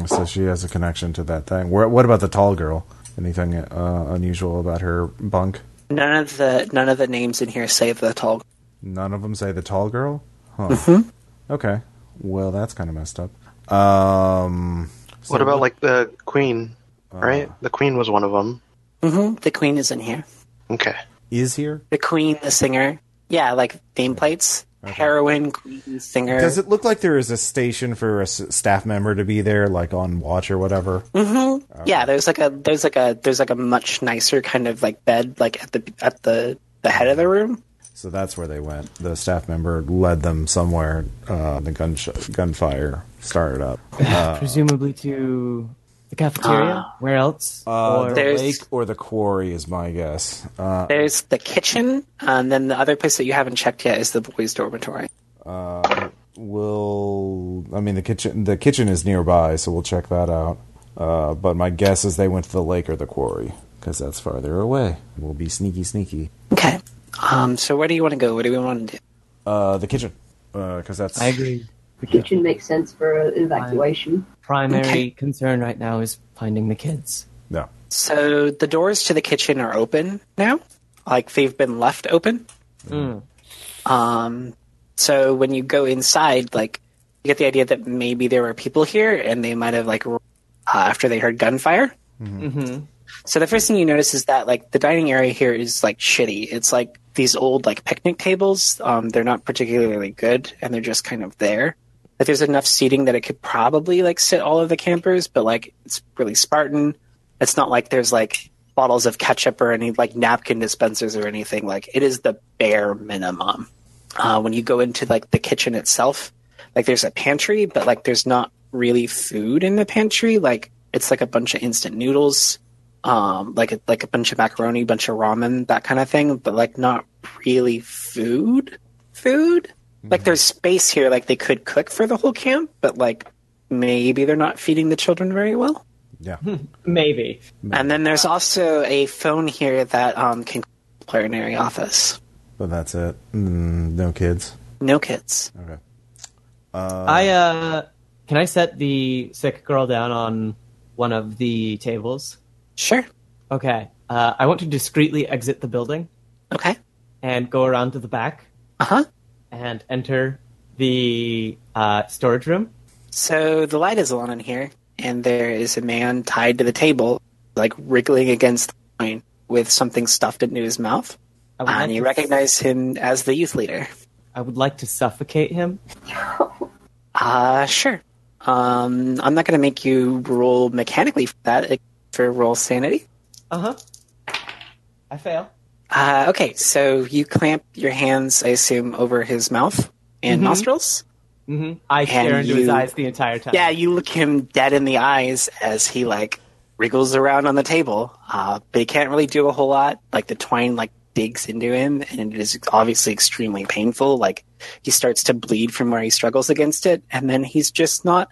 A: So she has a connection to that thing. Where, what about the tall girl? Anything uh, unusual about her bunk?
B: None of the none of the names in here say the tall.
A: None of them say the tall girl? Huh. Okay. Well, that's kind of messed up. Um,
E: What about like the queen?
B: Uh,
E: Right, the queen was one of them.
B: hmm The queen is in here.
E: Okay.
A: is here?
B: The queen, the singer. Yeah, like nameplates. Heroine, queen, singer.
A: Does it look like there is a station for a s- staff member to be there, like on watch or whatever?
B: Yeah, there's like a there's like a there's like a much nicer kind of like bed like at the at the the head of the room.
A: So that's where they went. The staff member led them somewhere. Uh, the gun sh- gunfire started up.
C: Uh. Presumably to the cafeteria. Where else? or
B: Uh. there's-
C: like
A: Uh, or the quarry is my guess. Uh,
B: There's the kitchen, and then the other place that you haven't checked yet is the boys' dormitory.
A: we'll. I mean, the kitchen. The kitchen is nearby, so we'll check that out. Uh, but my guess is they went to the lake or the quarry because that's farther away. We'll be sneaky, sneaky.
B: Okay. Um, so where do you want to go? What do we want to do?
A: Uh, the kitchen, because that's.
C: I agree.
D: The kitchen makes sense for an evacuation.
C: Primary
B: Okay.
C: concern right now is finding the kids.
A: No.
B: So the doors to the kitchen are open now. Like they've been left open.
C: Mm.
B: Um, so when you go inside, like you get the idea that maybe there were people here and they might have like r- uh, after they heard gunfire.
C: Mm-hmm.
B: So the first thing you notice is that like the dining area here is like shitty. It's like these old like picnic tables. Um, they're not particularly good, and they're just kind of there. Like there's enough seating that it could probably like sit all of the campers, but like it's really Spartan. It's not like there's like bottles of ketchup or any like napkin dispensers or anything. Like it is the bare minimum. Uh, when you go into like the kitchen itself, like there's a pantry, but like there's not really food in the pantry. Like it's like a bunch of instant noodles um, like a, like a bunch of macaroni, bunch of ramen, that kind of thing, but like not really food. Food. Like there's space here, like they could cook for the whole camp, but like maybe they're not feeding the children very well.
K: Yeah.
C: Hmm. Maybe.
B: And then there's also a phone here that um, can culinary office.
K: But that's it. Mm, no kids.
B: No kids.
K: Okay.
C: I uh can I set the sick girl down on one of the tables?
B: Sure.
C: Okay. Uh, I want to discreetly exit the building
B: Okay.
C: and go around to the back
B: Uh huh.
C: and enter the uh, storage room.
B: So the light is on in here, and there is a man tied to the table, like wriggling against the coin with something stuffed into his mouth.
C: I would, like
B: And Ah, you
C: to-
B: recognize him as the youth leader.
C: I would like to suffocate him. Ah,
B: Uh, sure. Um, I'm not going to make you roll mechanically for that, except for roll sanity.
C: Uh huh. I fail.
B: Uh, okay, so you clamp your hands, I assume, over his mouth and
C: Mm-hmm.
B: nostrils.
C: hmm I stare into his
B: you-
C: eyes the entire time.
B: Yeah, you look him dead in the eyes as he like wriggles around on the table, uh, but he can't really do a whole lot. Like the twine like digs into him, and it is obviously extremely painful. Like he starts to bleed from where he struggles against it, and then he's just not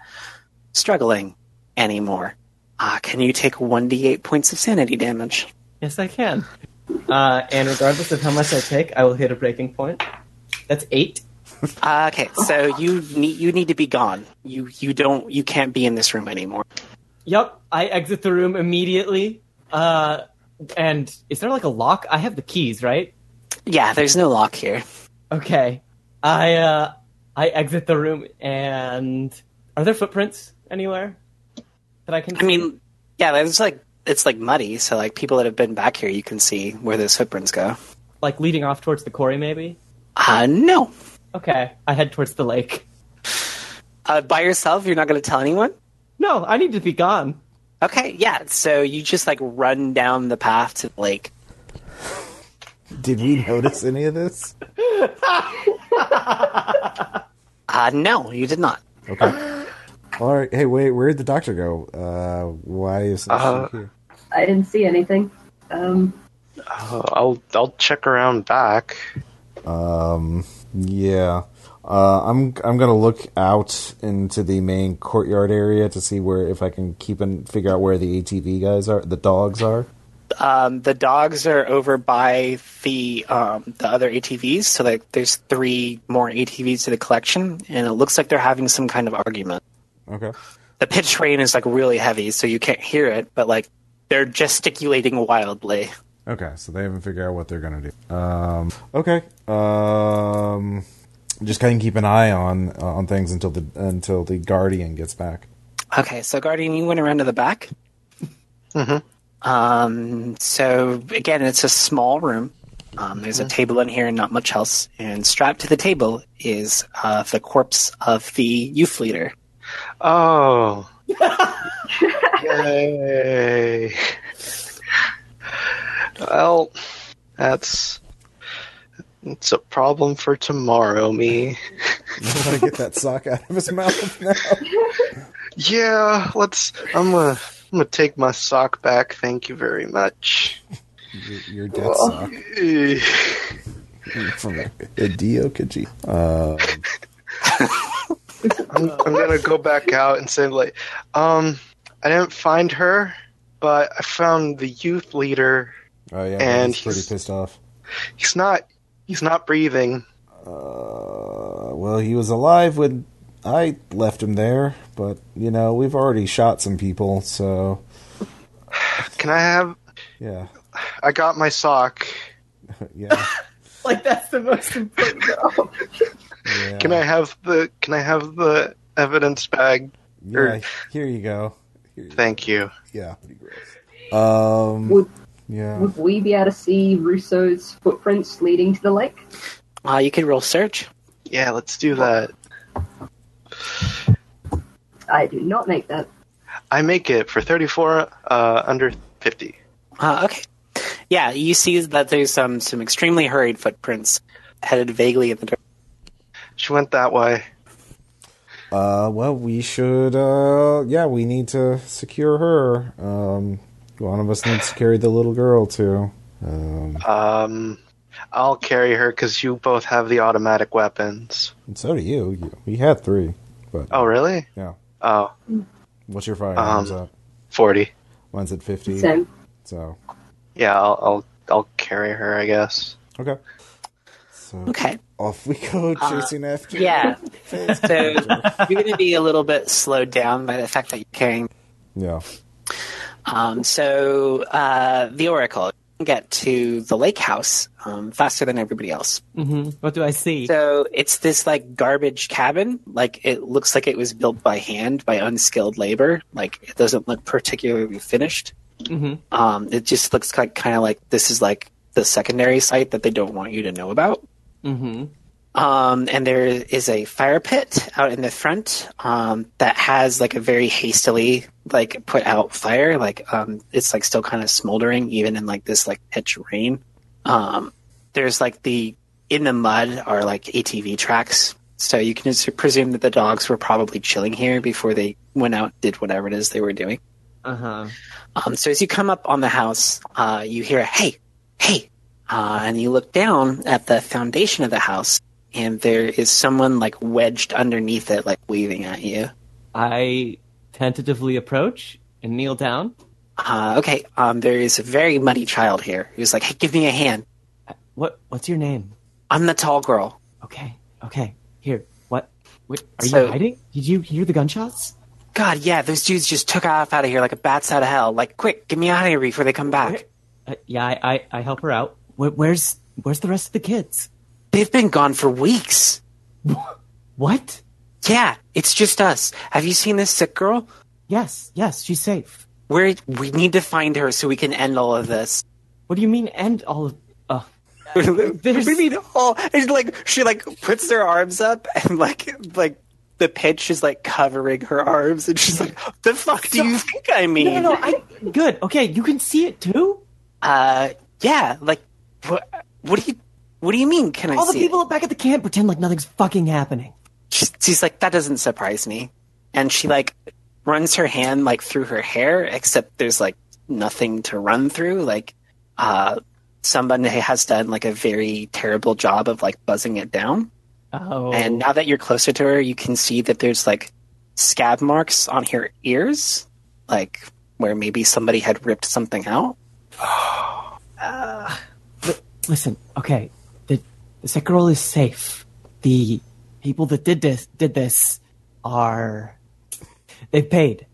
B: struggling anymore. Uh, can you take one d eight points of sanity damage?
C: Yes, I can. Uh, and regardless of how much I take, I will hit a breaking point. That's eight.
B: Uh, okay, so you need you need to be gone. You you don't you can't be in this room anymore.
C: Yup. I exit the room immediately. Uh, and is there like a lock? I have the keys, right?
B: Yeah, there's no lock here.
C: Okay. I uh, I exit the room, and are there footprints anywhere that I can?
B: I mean, yeah, it's like it's like muddy. So like people that have been back here, you can see where those footprints go.
C: like leading off towards the quarry, maybe.
B: Uh no.
C: Okay, I head towards the lake.
B: Uh, by yourself, you're not going to tell anyone.
C: No, I need to be gone.
B: Okay, yeah. So you just like run down the path to the lake.
A: Did we notice any of this?
B: Uh no, you did not.
A: Okay. All right. Hey, wait. Where did the doctor go? Uh, why is she
E: Uh,
A: here?
D: I didn't see anything. Um,
E: Uh, I'll I'll check around back.
A: Yeah. Uh, I'm I'm gonna look out into the main courtyard area to see where if I can keep and figure out where the ATV guys are, the dogs are.
B: Um, the dogs are over by the um, the other ATVs. So like there's three more ATVs to the collection, and it looks like they're having some kind of argument.
A: Okay.
B: The pitch rain is like really heavy, so you can't hear it, but like they're gesticulating wildly.
A: Okay. So they haven't figured out what they're gonna do. Um. Okay. Um. Just kind of keep an eye on uh, on things until the until the guardian gets back.
B: Okay, so Guardian, you went around to the back. Um, so again, it's a small room. Um, there's a table in here and not much else. And strapped to the table is uh, the corpse of the youth leader.
E: Oh. Yay. Well, that's it's a problem for tomorrow, me.
A: Gotta get that sock out of his mouth now.
E: Yeah, let's I'm gonna I'm gonna take my sock back, thank you very much.
A: Your, your death sock
E: Eh,
A: from Hideo Kojima.
E: I'm, I'm gonna go back out and say like, um, I didn't find her, but I found the youth leader.
A: Oh yeah,
E: And
A: he's pretty
E: he's-
A: pissed off.
E: He's not he's not breathing.
A: Uh, well, he was alive when I left him there, but you know we've already shot some people, so
E: Can I have
A: yeah,
E: I got my sock.
A: yeah.
C: Like that's the most important.
A: yeah.
E: Can I have the Can I have the evidence bag?
A: Yeah, here you go. Here you-
E: Thank you.
A: yeah, pretty gross. Um,
D: would
A: yeah.
D: would we be able to see Russo's footprints leading to the lake?
B: Uh, you could roll search.
E: Yeah, let's do that.
D: I do not make that.
E: I make it for thirty-four uh, under fifty.
B: Uh, okay. Yeah, you see that there's some some extremely hurried footprints headed vaguely in the direction.
E: She went that way.
A: Uh, well, we should. Uh, yeah, we need to secure her. Um,
F: One of us needs to carry the little girl too.
E: Um, I'll carry her because you both have the automatic weapons.
F: And so do you. you we had three, but
E: Oh, really?
F: yeah.
E: Oh,
F: What's your firearms
E: Um,
F: at?
E: 40.
F: Mine's at fifty.
D: Same.
F: So
E: Yeah, I'll, I'll I'll carry her, I guess.
F: okay. So
B: Okay.
F: off we go
E: Uh,
F: chasing after.
B: Yeah.
F: Phase
B: So
F: two.
B: you're going to be a little bit slowed down by the fact that you're carrying
F: yeah.
B: Um, so uh, the Oracle you can get to the lake house um, faster than everybody else.
C: hmm What do I see?
B: Mm-hmm. So it's this like garbage cabin. Like it looks like it was built by hand by unskilled labor. Like it doesn't look particularly finished.
C: hmm
B: Um, it just looks like kind of like this is like the secondary site that they don't want you to know about.
C: hmm
B: Um, and there is a fire pit out in the front um, that has like a very hastily like put out fire. Like um, it's like still kind of smoldering even in like this like pitch rain. Um, there's like the in the mud are like ATV tracks, so you can just presume that the dogs were probably chilling here before they went out did whatever it is they were doing.
C: Uh huh.
B: Um, so as you come up on the house, uh, you hear a hey, hey, uh, and you look down at the foundation of the house, and there is someone like wedged underneath it, like waving at you.
C: I tentatively approach and kneel down.
B: Uh, okay, um, there is a very muddy child here who's like, hey, give me a hand.
C: What? What's your name?
B: I'm the tall girl.
C: Okay. Okay. Here. What? Wait, are
B: So-
C: you hiding? Did you hear the gunshots?
B: God, yeah, those dudes just took off out of here like a bat's out of hell. Like, quick, get me out of here before they come back.
C: Uh, yeah, I, I, I help her out. Where, where's Where's the rest of the kids?
B: They've been gone for weeks.
C: What?
B: Yeah, it's just us. Have you seen this sick girl?
C: Yes. Yes. She's safe.
B: We're, we need to find her so we can end all of this.
C: What do you mean? End all of? Uh,
B: There's... What do you mean? Oh, and like she like puts her arms up and like like the pitch is like covering her arms and she's like, "The fuck do you think I mean?"
C: no, no, no. I good. Okay, you can see it too.
B: Uh, yeah, like what? What do you? What do you mean? Can I
C: All the
B: see? it?
C: people back at the camp pretend like nothing's fucking happening.
B: She's, she's like, "That doesn't surprise me," and she like runs her hand like through her hair, except there's like nothing to run through. Like, uh, someone has done like a very terrible job of like buzzing it down.
C: Oh.
B: And now that you're closer to her, you can see that there's like scab marks on her ears, like where maybe somebody had ripped something out.
C: Listen, okay, the, the sick girl is safe. The people that did this did this are they paid.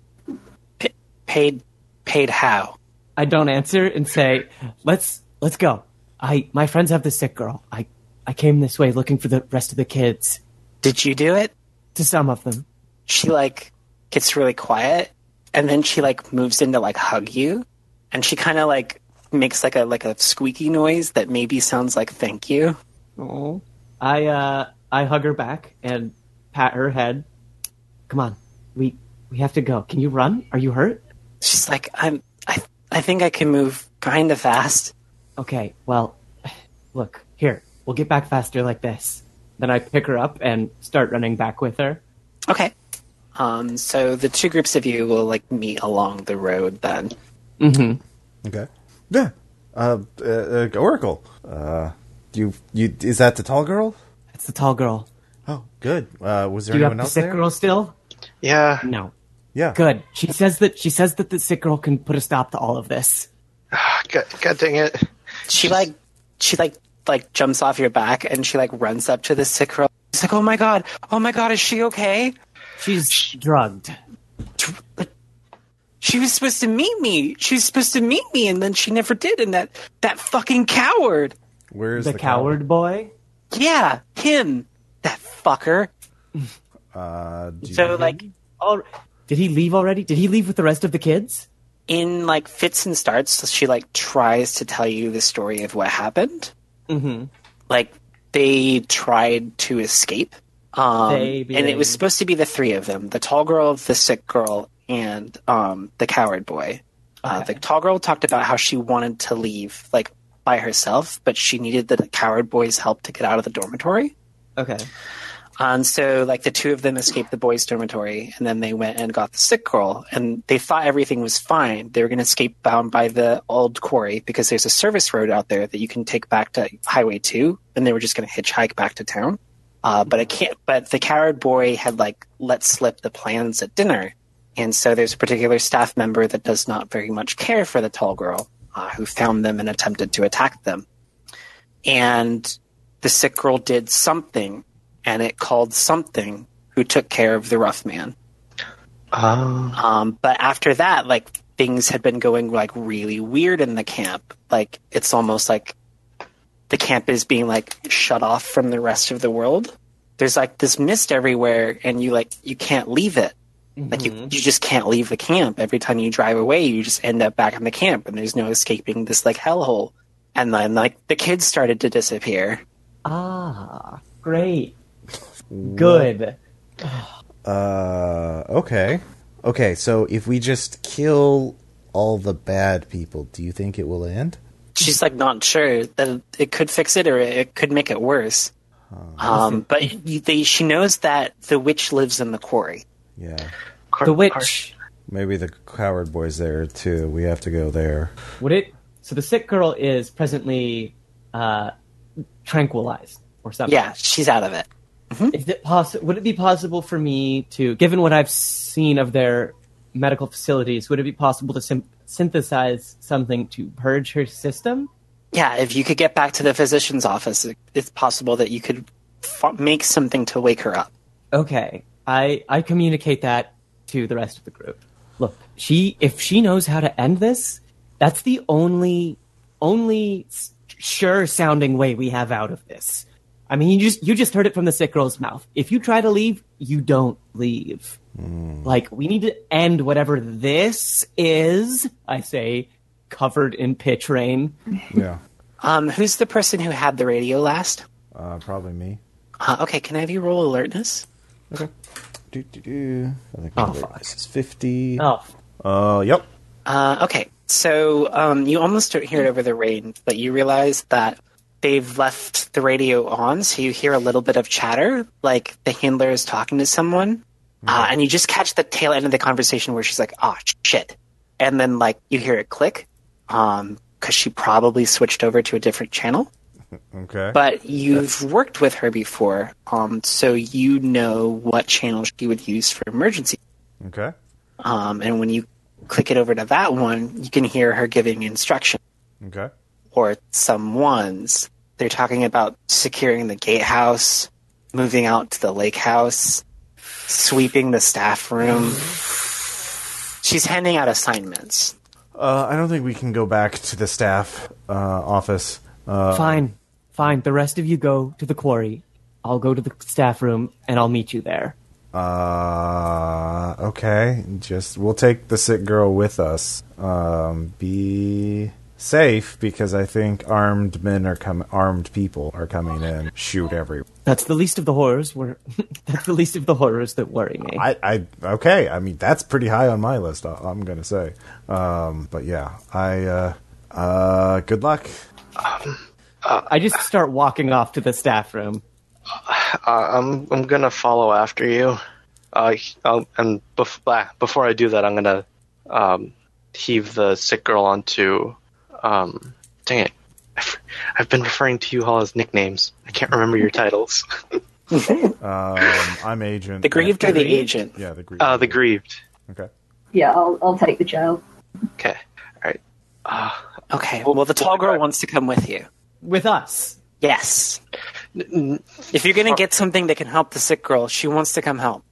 B: Paid, paid how?
C: I don't answer and say, "Let's let's go." I my friends have the sick girl. I I came this way looking for the rest of the kids.
B: Did you do it?
C: To some of them,
B: She like gets really quiet, and then she like moves in to like hug you, and she kind of like makes like a like a squeaky noise that maybe sounds like thank you.
C: oh, I uh I hug her back and pat her head. Come on, we we have to go. Can you run? Are you hurt?
B: She's like, I'm, I, I think I can move kind of fast.
C: Okay, well, look, here, we'll get back faster like this. Then I pick her up and start running back with her.
B: Okay. Um, so the two groups of you will like meet along the road then.
A: Okay. Yeah. Uh, uh, uh, Oracle. Uh, you you is that the tall girl?
C: That's the tall girl.
A: Oh, good. Uh, was there
C: Do you have
A: anyone
C: the
A: else
C: sick
A: there?
C: girl still?
E: Yeah.
C: No.
A: Yeah.
C: Good. She says that she says that the sick girl can put a stop to all of this.
E: God, God dang it.
B: She like she like like jumps off your back and she like runs up to the sick girl. She's like, "Oh my god, oh my god, is she okay?
C: She's drugged.
B: She was supposed to meet me. She was supposed to meet me, and then she never did. And that that fucking coward.
A: Where is
C: The, coward boy.
B: Yeah, him. That fucker.
A: Uh, do you-
B: So like
C: Oh, did he leave already? Did he leave with the rest of the kids?
B: in like fits and starts, she like tries to tell you the story of what happened.
C: Mm-hmm.
B: like they tried to escape. Um,
C: They
B: and it was
C: being-
B: supposed to be the three of them: the tall girl, the sick girl, and um, the coward boy. Uh, the tall girl talked about how she wanted to leave, like by herself, but she needed the coward boy's help to get out of the dormitory.
C: Okay.
B: And Um, so, like, the two of them escaped the boys' dormitory, and then they went and got the sick girl, and they thought everything was fine. They were going to escape bound by the old quarry because there's a service road out there that you can take back to Highway 2, and they were just going to hitchhike back to town. Uh, but it can't, but the coward boy had, like, let slip the plans at dinner. And so there's a particular staff member that does not very much care for the tall girl uh, who found them and attempted to attack them. And the sick girl did something and it called something who took care of the rough man.
E: Uh,
B: Um, but after that, like things had been going like really weird in the camp. Like it's almost like the camp is being like shut off from the rest of the world. There's like this mist everywhere, and you like you can't leave it. Like you, you just can't leave the camp. Every time you drive away, you just end up back in the camp, and there's no escaping this like hellhole. And then like the kids started to disappear.
C: Ah, great. Good.
F: Uh, okay. Okay, so if we just kill all the bad people, do you think it will end?
B: she's like not sure that it could fix it or it could make it worse. Um, but you- they, she knows that the witch lives in the quarry.
F: Yeah.
E: car-
C: The
E: car-
C: witch.
F: Maybe the coward boy's there too. We have to go there.
C: Would it? So the sick girl is presently uh, tranquilized or something.
B: Yeah, she's out of it.
C: Is it possi- would it be possible for me to, given what I've seen of their medical facilities, would it be possible to syn- synthesize something to purge her system?
B: Yeah, if you could get back to the physician's office, it- it's possible that you could f- make something to wake her up.
C: Okay, I I communicate that to the rest of the group. Look, she if she knows how to end this, that's the only only sure sounding way we have out of this. I mean, you just you just heard it from the sick girl's mouth. If you try to leave, you don't leave. Like we need to end whatever this is. I say, covered in pitch rain.
F: Yeah.
B: Um, who's the person who had the radio last?
F: Uh, probably me.
B: Uh, okay, can I have you roll alertness?
F: Do, do, do. I think
C: Oh,
F: my
C: fuck.
F: this is 50.
C: Oh,
A: Uh, yep.
B: Uh, okay, so um, you almost don't hear it over the rain, but you realize that they've left the radio on, so you hear a little bit of chatter, like the handler is talking to someone, uh, and you just catch the tail end of the conversation where she's like, "Ah, shit," and then like you hear it click, because she probably switched over to a different channel.
A: Okay.
B: But you've worked with her before, um, so you know what channel she would use for emergency
A: okay.
B: um, and when you click it over to that one, you can hear her giving instruction
A: Okay.
B: or someone's. They're talking about securing the gatehouse, moving out to the lake house, sweeping the staff room. She's handing out assignments.
A: Uh, I don't think we can go back to the staff uh, office. Uh,
C: fine, fine. The rest of you go to the quarry. I'll go to the staff room and I'll meet you there.
A: uh, okay. Just we'll take the sick girl with us. Um, be safe because I think armed men are com- armed people are coming in. Shoot everyone.
C: That's the least of the horrors. Were that's the least of the horrors that worry me.
A: I, I okay. I mean that's pretty high on my list. I, I'm gonna say. Um, but yeah, I uh, uh, good luck.
C: I just start walking off to the staff room.
E: I'm I'm gonna follow after you. Uh, he- I'll, and bef- ah, before I do that, I'm gonna um, heave the sick girl onto. Um, dang it! I f- I've been referring to you all as nicknames. I can't remember your titles.
A: Um, I'm agent.
B: The grieved or the agent?
A: Yeah, the grieved.
E: Uh, the grieved.
A: Okay.
D: Yeah, I'll, I'll take the jail.
E: Okay. All right.
B: Okay, well, the tall girl wants to come with you.
C: With us,
B: Yes. If you're going to get something that can help the sick girl, she wants to come help.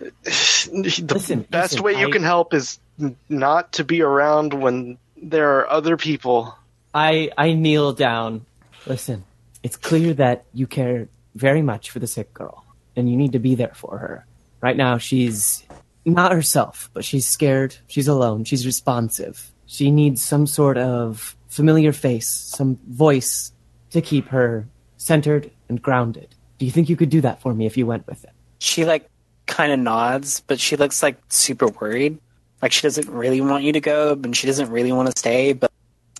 E: The
C: Listen,
E: best
C: listen,
E: way you
C: I-
E: can help is n- not to be around when there are other people.
C: I I kneel down. Listen, it's clear that you care very much for the sick girl, and you need to be there for her. Right now, she's not herself, but she's scared. She's alone. She's responsive. She needs some sort of familiar face, some voice to keep her centered and grounded. Do you think you could do that for me if you went with it?
B: she like kind of nods, but she looks like super worried. Like she doesn't really want you to go, and she doesn't really want to stay. But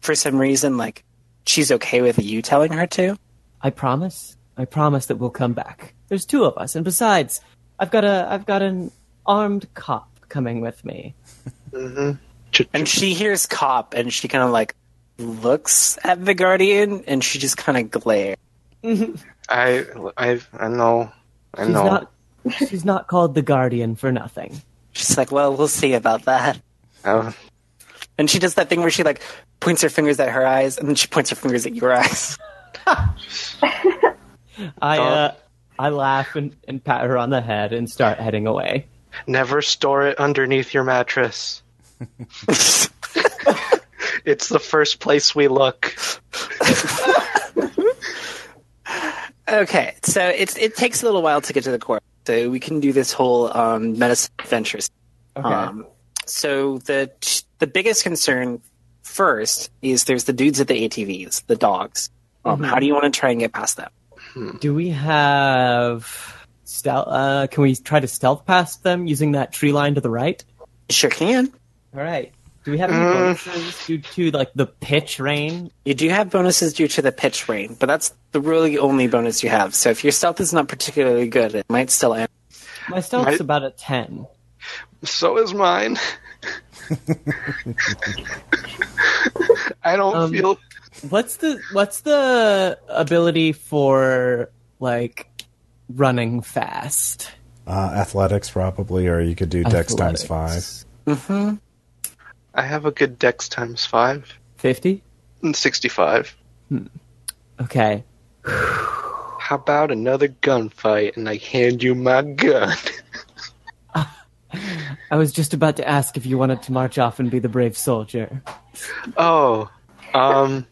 B: for some reason, like she's okay with you telling her to.
C: I promise. I promise that we'll come back. There's two of us, and besides, I've got a I've got an armed cop coming with me.
E: Ch-
B: And she hears cop and she kind of like looks at the guardian and she just kind of glares.
E: I, I, I know, I
C: She's
E: know.
C: not she's not called the Guardian for nothing.
B: She's like, well, we'll see about that.
E: Uh,
B: And she does that thing where she like points her fingers at her eyes and then she points her fingers at your eyes.
C: I uh, I laugh and, and pat her on the head and start heading away.
E: never store it underneath your mattress. it's the first place we look.
B: Okay, so it's it takes a little while to get to the core, so we can do this whole um, medicine adventures.
C: Okay.
B: Um, so the the biggest concern first is there's the dudes at the ATVs, the dogs.
E: Mm-hmm.
B: Um, How do you want to try and get past them?
C: Do we have stealth? Uh, can we try to stealth past them using that tree line to the right?
B: Sure can.
C: All right. Do we have any bonuses due to like the pitch rain?
B: You do have bonuses due to the pitch rain, but that's the really only bonus you have. So if your stealth is not particularly good, it might still end.
C: My stealth's
E: Might-
C: about a ten.
E: So is mine. I don't
C: Um,
E: feel.
C: What's the what's the ability for like running fast?
A: Uh, athletics probably, or you could do dex times five.
C: Athletics.
E: I have a good dex times five
C: Fifty.
E: and sixty-five.
C: Okay.
E: How about another gunfight and I hand you my gun?
C: I was just about to ask if you wanted to march off and be the brave soldier.
E: Oh, um,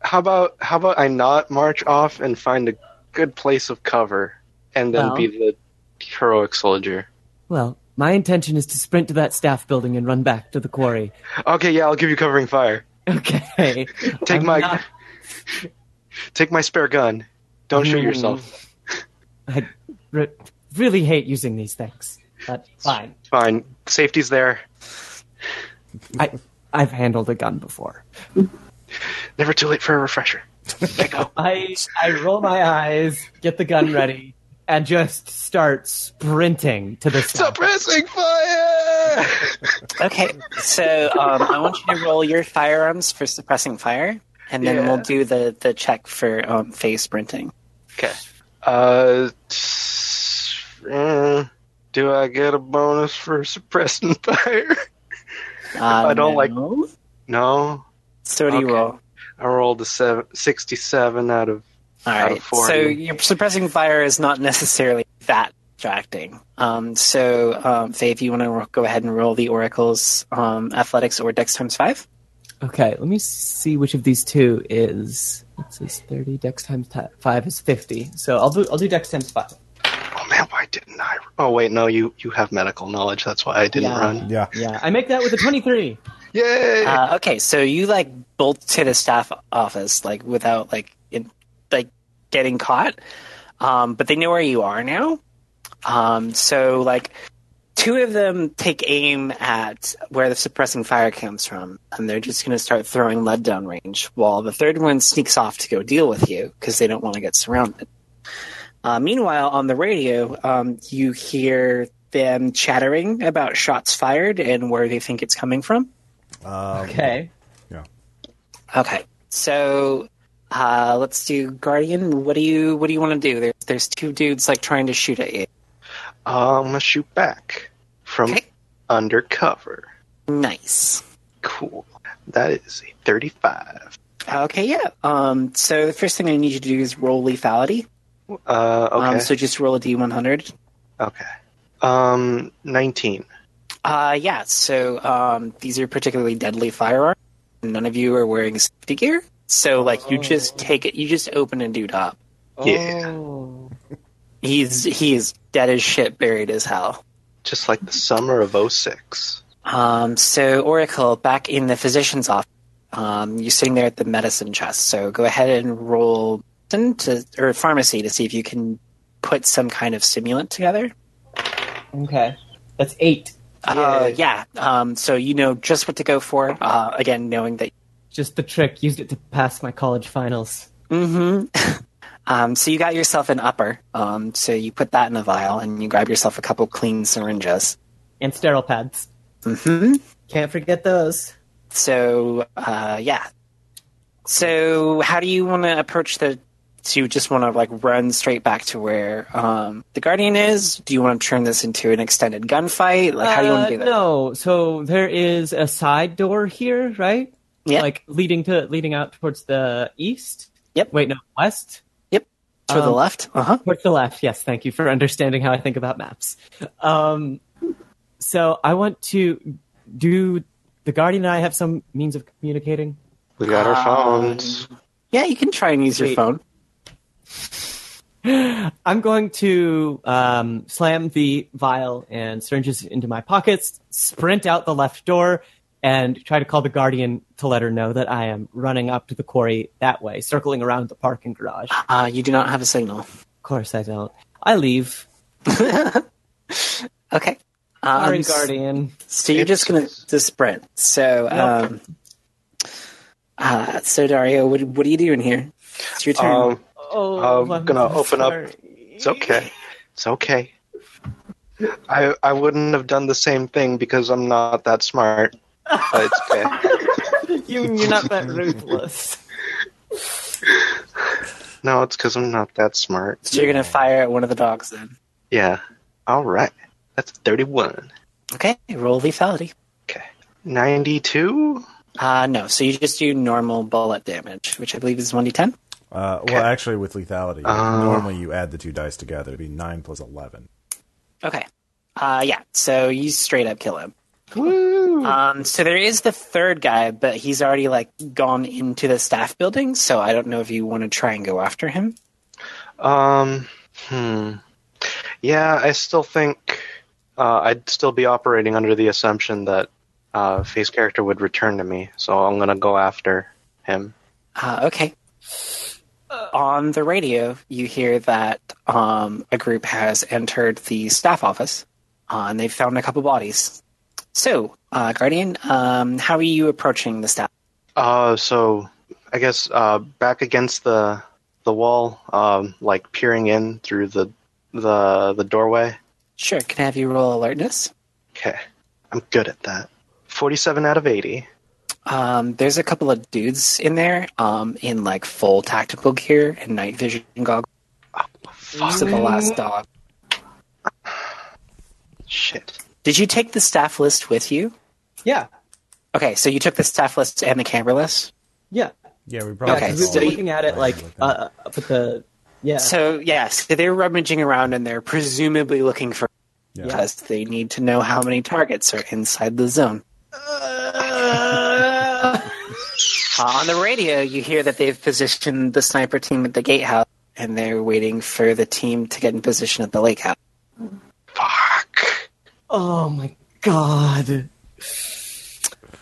E: how about how about I not march off and find a good place of cover and then
C: Well.
E: be the heroic soldier?
C: Well, my intention is to sprint to that staff building and run back to the quarry.
E: Okay, yeah, I'll give you covering fire.
C: Okay.
E: Take
C: I'm
E: my
C: not-
E: take my spare gun. Don't
C: Mm.
E: shoot yourself.
C: I re- really hate using these things, but fine.
E: Fine, safety's there.
C: I I've handled a gun before.
E: Never too late for a refresher.
C: I I roll my eyes, get the gun ready, and just start sprinting to the staff.
E: Suppressing fire.
B: Okay, so um, I want you to roll your firearms for suppressing fire, and then
E: Yeah.
B: we'll do the, the check for um, phase sprinting.
E: okay. Uh, s- eh, do I get a bonus for suppressing fire?
B: Uh,
E: I don't like-
B: no.
E: no.
B: So what do you
E: Okay.
B: roll?
E: I rolled a seven, 67 out of.
B: All
E: Out of
B: right.
E: 40.
B: So your suppressing fire is not necessarily that distracting. Um, so, um, Faye, you want to go ahead and roll the Oracle's um, athletics or dex times five?
C: Okay, let me see which of these two is. What's this? Thirty dex times ti- five is fifty. So I'll do I'll do dex times five.
E: Oh man, why didn't I? Oh wait, no, you you have medical knowledge. That's why I didn't
C: Yeah.
E: run.
A: Yeah.
C: Yeah, I make that with a twenty-three.
E: Yay!
B: Uh, okay, so you like bolt to the staff office like without like in, like getting caught, um, but they know where you are now. Um, so like two of them take aim at where the suppressing fire comes from, and they're just going to start throwing lead down range. While the third one sneaks off to go deal with you because they don't want to get surrounded. Uh, meanwhile, on the radio, um, you hear them chattering about shots fired and where they think it's coming from.
A: Um,
C: Okay.
B: Okay. So uh, let's do Guardian. What do you What do you want to do? There's there's two dudes like trying to shoot at you.
E: I'm gonna shoot back from
B: Okay.
E: undercover.
B: Nice.
E: Cool. That is a 35.
B: Okay. Yeah. Um. So the first thing I need you to do is roll lethality.
E: Uh, okay.
B: Um. So just roll a d100.
E: okay. Um, 19.
B: Uh. Yeah. So um. These are particularly deadly firearms. None of you are wearing safety gear. So like you just take it. You just open a dude up.
E: Yeah.
B: He's he is dead as shit, buried as hell.
E: Just like the summer of 06.
B: Um, so, Oracle, back in the physician's office, um, you're sitting there at the medicine chest. So, go ahead and roll medicine to or pharmacy to see if you can put some kind of stimulant together.
C: Okay. That's eight.
B: Uh, yeah. Um, so you know just what to go for. Uh, again, knowing that.
C: Just the trick. Used it to pass my college finals.
B: hmm Um, so you got yourself an upper. Um, so you put that in a vial and you grab yourself a couple clean syringes.
C: and sterile pads. Mm-hmm. Can't forget those.
B: So uh, yeah. So how do you want to approach the? Do you just want to like run straight back to where um, the guardian is? Do you want to turn this into an extended gunfight? Like how do you want
C: Uh,
B: to do that?
C: No, so there is a side door here, right?
B: Yeah.
C: Like leading to leading out towards the east.
B: Yep.
C: Wait, no, west.
B: Yep. To the
C: Um,
B: left. Uh huh.
C: Towards the left. Yes, thank you for understanding how I think about maps. Um, so I want to do the guardian and I have some means of communicating.
E: We got our phones.
B: Yeah, you can try and use your
C: Sweet.
B: phone.
C: I'm going to um, slam the vial and syringes into my pockets, sprint out the left door, and try to call the guardian to let her know that I am running up to the quarry that way, circling around the parking garage. Of
B: Uh, you do not have a signal.
C: course, I don't. I leave.
B: Okay. Um,
C: Sorry,
B: s-
C: guardian.
B: So you're just gonna just sprint. So, um, uh, so Dario, what what are you doing here? It's your turn.
E: Um,
C: Oh,
E: I'm gonna
C: so
E: open up-
C: sorry.
E: It's okay. It's okay. I I wouldn't have done the same thing because I'm not that smart. But it's okay.
C: You, you're not that ruthless.
E: no, it's because I'm not that smart.
B: so you're gonna fire at one of the dogs then.
E: Yeah. All right. That's 31.
B: Okay, roll lethality.
E: Okay. 92?
B: Uh, no, so you just do normal bullet damage, which I believe is one d ten.
A: Uh, well, actually, with lethality,
C: Uh,
A: normally you add the two dice together. It'd be nine plus eleven.
B: Okay. Uh, yeah, so you straight up kill him. Woo! Um, so there is the third guy, but he's already like gone into the staff building. So I don't know if you want to try and go after him.
E: Um, hmm. Yeah, I still think uh, I'd still be operating under the assumption that uh, face character would return to me, so I'm gonna go after him.
B: Uh, okay. On the radio, you hear that um, a group has entered the staff office uh, and they've found a couple bodies. So, uh, Guardian, um, how are you approaching the staff?
E: Uh, so I guess uh, back against the the wall, um, like peering in through the the the doorway.
B: Sure, can I have you roll alertness?
E: Okay, I'm good at that. Forty-seven out of eighty.
B: Um, there's a couple of dudes in there um, in like full tactical gear and night vision goggles. So the last dog.
E: Shit.
B: Did you take the staff list with you?
C: Yeah,
B: Okay, so you took the staff list and the camera list.
C: yeah.
A: Yeah, we
B: Okay,
A: probably.
B: so
C: Because we were
B: you-
C: looking at it like uh, with the yeah.
B: So yes, they're rummaging around and they're presumably looking for
A: Yeah.
B: because they need to know how many targets are inside the zone. Uh, on the radio, you hear that they've positioned the sniper team at the gatehouse and they're waiting for the team to get in position at the lake house.
E: Fuck.
C: oh my god.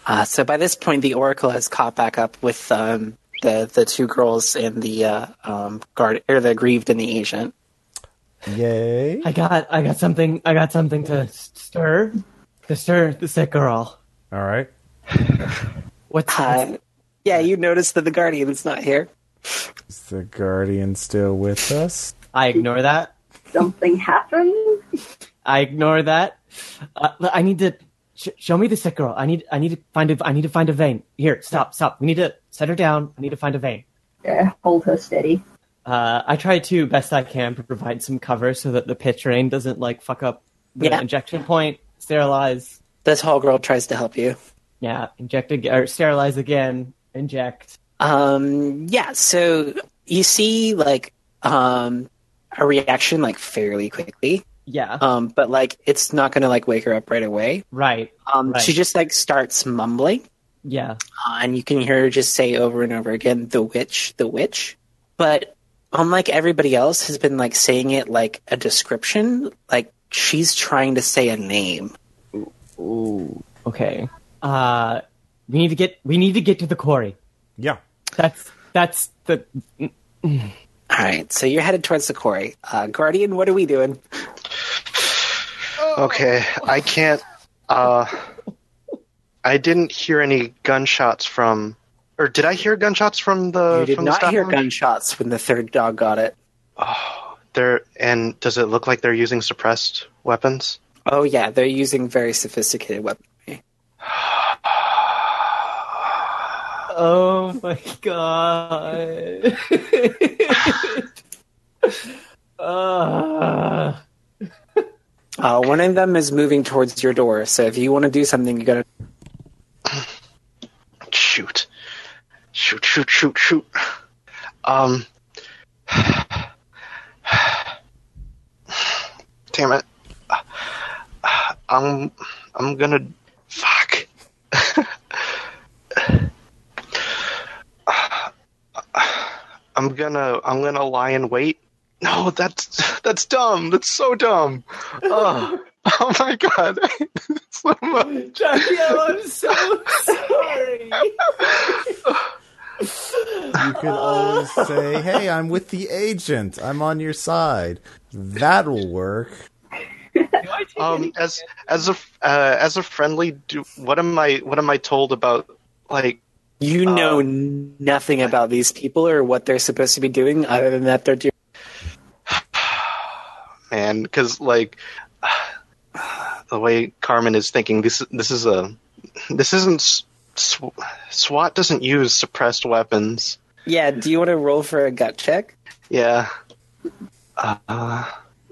B: Uh, so by this point, the Oracle has caught back up with um, the the two girls and the uh, um, guard or the grieved and the agent.
A: Yay!
C: I got I got something I got something to s- stir to stir the sick girl.
A: All right.
C: What's
B: Uh, yeah, you notice that the Guardian's not here.
A: Is the guardian still with us?
C: I ignore that.
D: Something happened?
C: I ignore that. Uh, l- I need to sh- show me the sick girl. I need I need to find a I need to find a vein. Here, stop, stop. We need to set her down. I need to find a vein.
D: Yeah, hold her steady.
C: Uh, I try to best I can to provide some cover so that the pitch rain doesn't like fuck up the
B: Yeah.
C: injection point. Sterilize.
B: This hall girl tries to help you.
C: Yeah, inject ag- or sterilize again. Inject.
B: Um, yeah, so you see like um, a reaction like fairly quickly,
C: Yeah.
B: um, but like it's not gonna like wake her up right away.
C: right.
B: Um,
C: Right.
B: She just like starts mumbling,
C: Yeah.
B: uh, and you can hear her just say over and over again, "The witch, the witch." But unlike everybody else, has been like saying it like a description, like she's trying to say a name.
C: Okay. Uh, we need to get we need to get to the quarry.
A: Yeah.
C: That's that's the
B: All right, so you're headed towards the quarry, uh, Guardian. What are we doing?
E: Okay, I can't. Uh, I didn't hear any gunshots from, Or did I hear gunshots from
B: you
E: the?
B: did
E: Uh, from the
B: not
E: stop
B: hear
E: line?
B: gunshots when the third dog got it.
E: They're and does it look like they're using suppressed weapons?
B: Oh yeah, they're using very sophisticated weaponry.
C: Oh my god. uh,
B: Uh, one of them is moving towards your door, so if you want to do something, you gotta.
E: Shoot, shoot, shoot, shoot, shoot. Um, damn it. I'm I'm gonna fuck. I'm gonna I'm gonna lie in wait. No, that's that's dumb. That's so dumb. Ugh. oh my god, I hate this so much.
C: Dario, I'm so sorry.
A: You could always say, "Hey, I'm with the agent. I'm on your side." That'll work.
E: um as as a uh, as a friendly do what am i what am i told about like
B: You
E: Uh,
B: know nothing about these people or what they're supposed to be doing, other than that they're doing.
E: man because like the way carmen is thinking this this is a this isn't s- sw- swat doesn't use suppressed weapons
B: Yeah. Do you want to roll for a gut check?
E: yeah uh,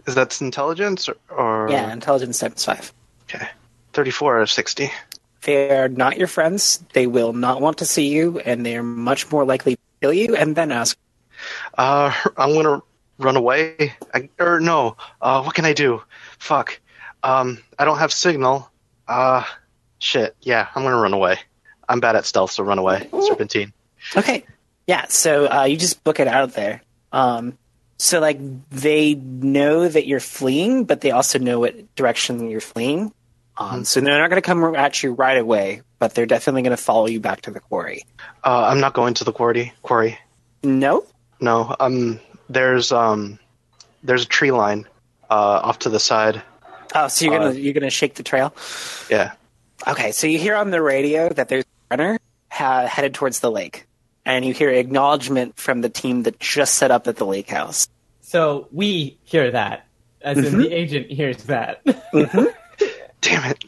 E: is that intelligence or, or
B: Yeah, intelligence times five.
E: okay 34 out of 60
B: They are not your friends. They will not want to see you, and they are much more likely to kill you and then ask.
E: Uh, I'm gonna run away. I, or no. Uh, what can I do? Fuck. Um, I don't have signal. Uh, shit. Yeah, I'm gonna run away. I'm bad at stealth, so run away. Serpentine.
B: Okay. Yeah. So uh, you just book it out of there. Um, so like they know that you're fleeing, but they also know what direction you're fleeing. Um, so they're not going to come at you right away, but they're definitely going to follow you back to the quarry.
E: Uh, I'm not going to the quarry. Quarry.
B: No.
E: No. Um, there's um, there's a tree line, uh, off to the side.
B: Oh, so you're gonna
E: Uh,
B: you're gonna shake the trail.
E: Yeah.
B: Okay. So you hear on the radio that there's a runner ha- headed towards the lake, and you hear acknowledgement from the team that just set up at the lake house.
C: so we hear that, as in the agent hears that,
E: Damn it.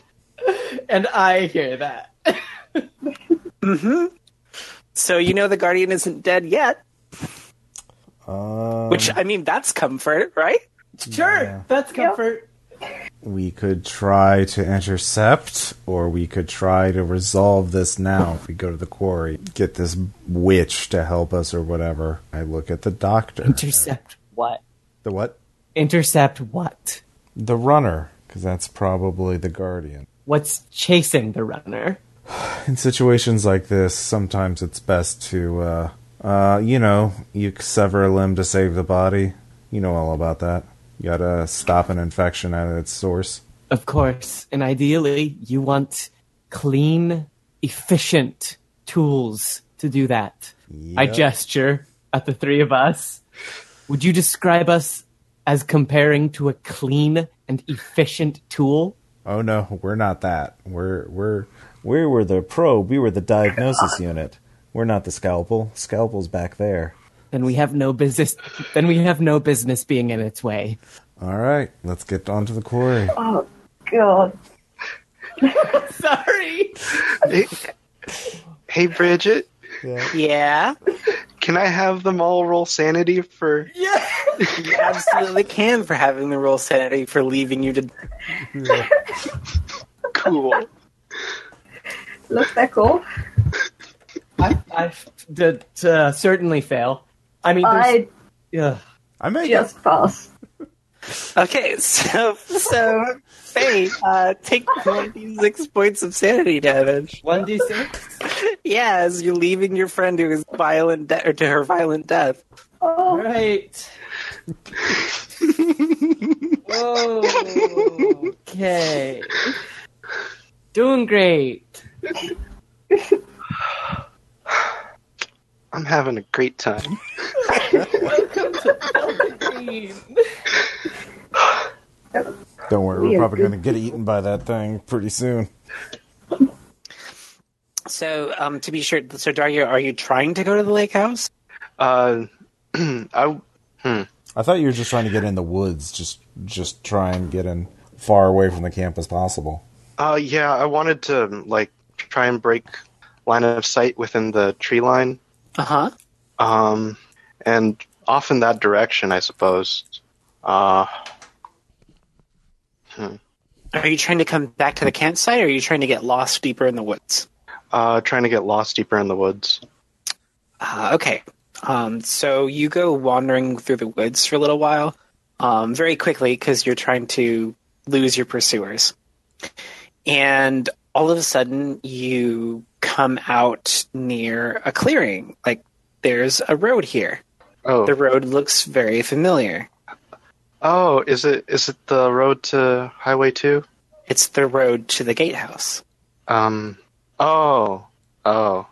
C: and I hear that.
B: So you know the guardian isn't dead yet,
A: Uh,
B: which I mean that's comfort, right?
C: Sure, that's comfort.
A: we could try to intercept, or we could try to resolve this now. If we go to the quarry, get this witch to help us, or whatever. I look at the doctor.
C: Intercept what?
A: The what?
C: Intercept what?
A: The runner, because that's probably the guardian.
C: What's chasing the runner?
A: in situations like this, sometimes it's best to, uh, uh, you know, you sever a limb to save the body. You know all about that. You gotta stop an infection at its source.
C: Of course. And ideally, you want clean, efficient tools to do that. I
A: Yep.
C: gesture at the three of us. Would you describe us as comparing to a clean and efficient tool?
A: Oh no, we're not that. We're we're we were the probe. We were the diagnosis unit. We're not the scalpel. Scalpel's back there.
C: Then we have no business. Then we have no business being in its way.
A: All right, let's get on to the quarry.
D: Oh god.
C: Sorry.
E: Hey, hey, Bridget.
B: Yeah,
E: Can I have them all roll sanity for?
C: Yeah.
B: you absolutely can for having the roll sanity for leaving you to.
E: Cool.
D: Look, they're cool.
C: I, I did uh, certainly fail. I mean, there's,
D: I
C: yeah.
A: I make
D: just passed.
B: Okay, so so Faye, uh, take six points of sanity damage.
C: one d six.
B: Yeah, as you're leaving your friend to his violent de- or to her violent death.
C: All
D: Oh,
C: right. okay. Doing great.
E: I'm having a great time.
C: Welcome to Belvedere.
A: Don't worry,
D: We
A: we're
D: are
A: probably
D: good
A: gonna get eaten by that thing pretty soon.
B: So, um, to be sure, so Dario, are you trying to go to the lake house?
E: Uh, I
F: I thought you were just trying to get in the woods, just just try and get in far away from the camp as possible.
E: Uh, yeah, I wanted to like try and break line of sight within the tree line,
B: Uh huh.
E: um, and off in that direction, I suppose. Uh,
B: Are you trying to come back to the campsite, or are you trying to get lost deeper in the woods?
E: uh, trying to get lost deeper in the woods.
B: Uh, okay. Um, so you go wandering through the woods for a little while, um, very quickly because you're trying to lose your pursuers. And all of a sudden, you come out near a clearing. Like there's a road here.
E: Oh,
B: The road looks very familiar.
E: oh, is it is it the road to Highway Two?
B: It's the road to the gatehouse.
E: Um, oh, oh,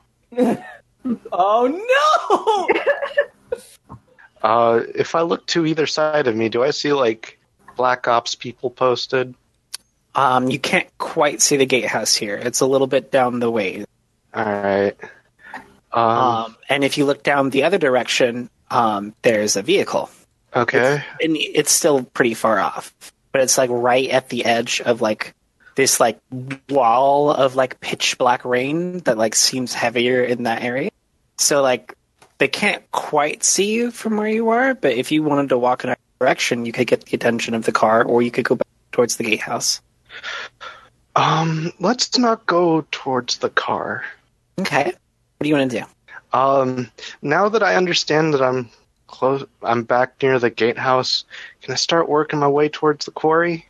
C: Oh no!
E: uh, if I look to either side of me, do I see like Black Ops people posted?
B: Um, you can't quite see the gatehouse here. It's a little bit down the way.
E: All right. Um,
B: Um, and if you look down the other direction, um, there's a vehicle.
E: okay.
B: and it's still pretty far off, but it's like right at the edge of like this like wall of like pitch black rain that like seems heavier in that area. So like they can't quite see you from where you are, but if you wanted to walk in a direction, you could get the attention of the car, or you could go back towards the gatehouse.
E: Um, let's not go towards the car.
B: Okay, what do you want to do?
E: Um, now that I understand that I'm close, I'm back near the gatehouse. Can I start working my way towards the quarry?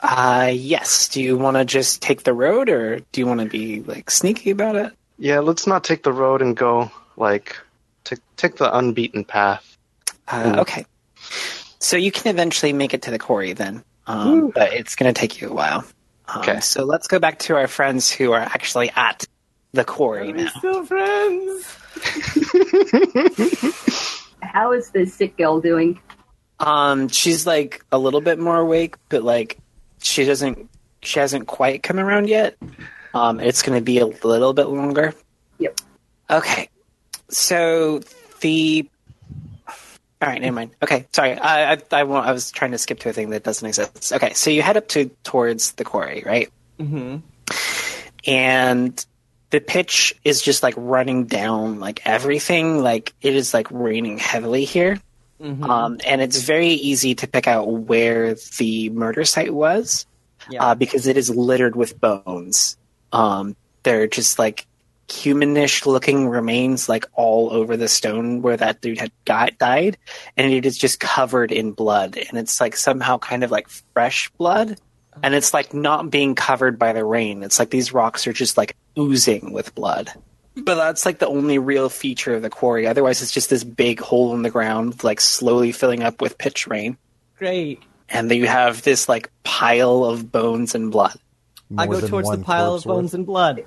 B: Uh, yes. Do you want to just take the road, or do you want to be like sneaky about it?
E: Yeah, let's not take the road and go like take take the unbeaten path.
B: Uh, okay. So you can eventually make it to the quarry then, um, but it's going to take you a while. Um,
E: Okay.
B: So let's go back to our friends who are actually at the quarry now.
C: Still friends.
D: How is this sick girl doing?
B: Um, she's like a little bit more awake, but like she doesn't, she hasn't quite come around yet. Um, it's going to be a little bit longer.
D: Yep.
B: Okay. So the. All right, never mind. Okay, sorry. I I, I, wa- I was trying to skip to a thing that doesn't exist. Okay, so you head up to towards the quarry, right?
C: hmm
B: and the pitch is just like running down like everything like it is like raining heavily here
C: hmm
B: um, and it's very easy to pick out where the murder site was
C: yeah.
B: uh, because it is littered with bones um, they're just like humanish looking remains like all over the stone where that dude had got died and it is just covered in blood and it's like somehow kind of like fresh blood and it's like not being covered by the rain. It's like these rocks are just like oozing with blood. But that's like the only real feature of the quarry. Otherwise, it's just this big hole in the ground, like slowly filling up with pitch rain.
C: Great.
B: And then you have this like pile of bones and blood.
C: I
F: More
C: go
F: than
C: towards the
F: one
C: pile
F: corpse
C: of bones and blood.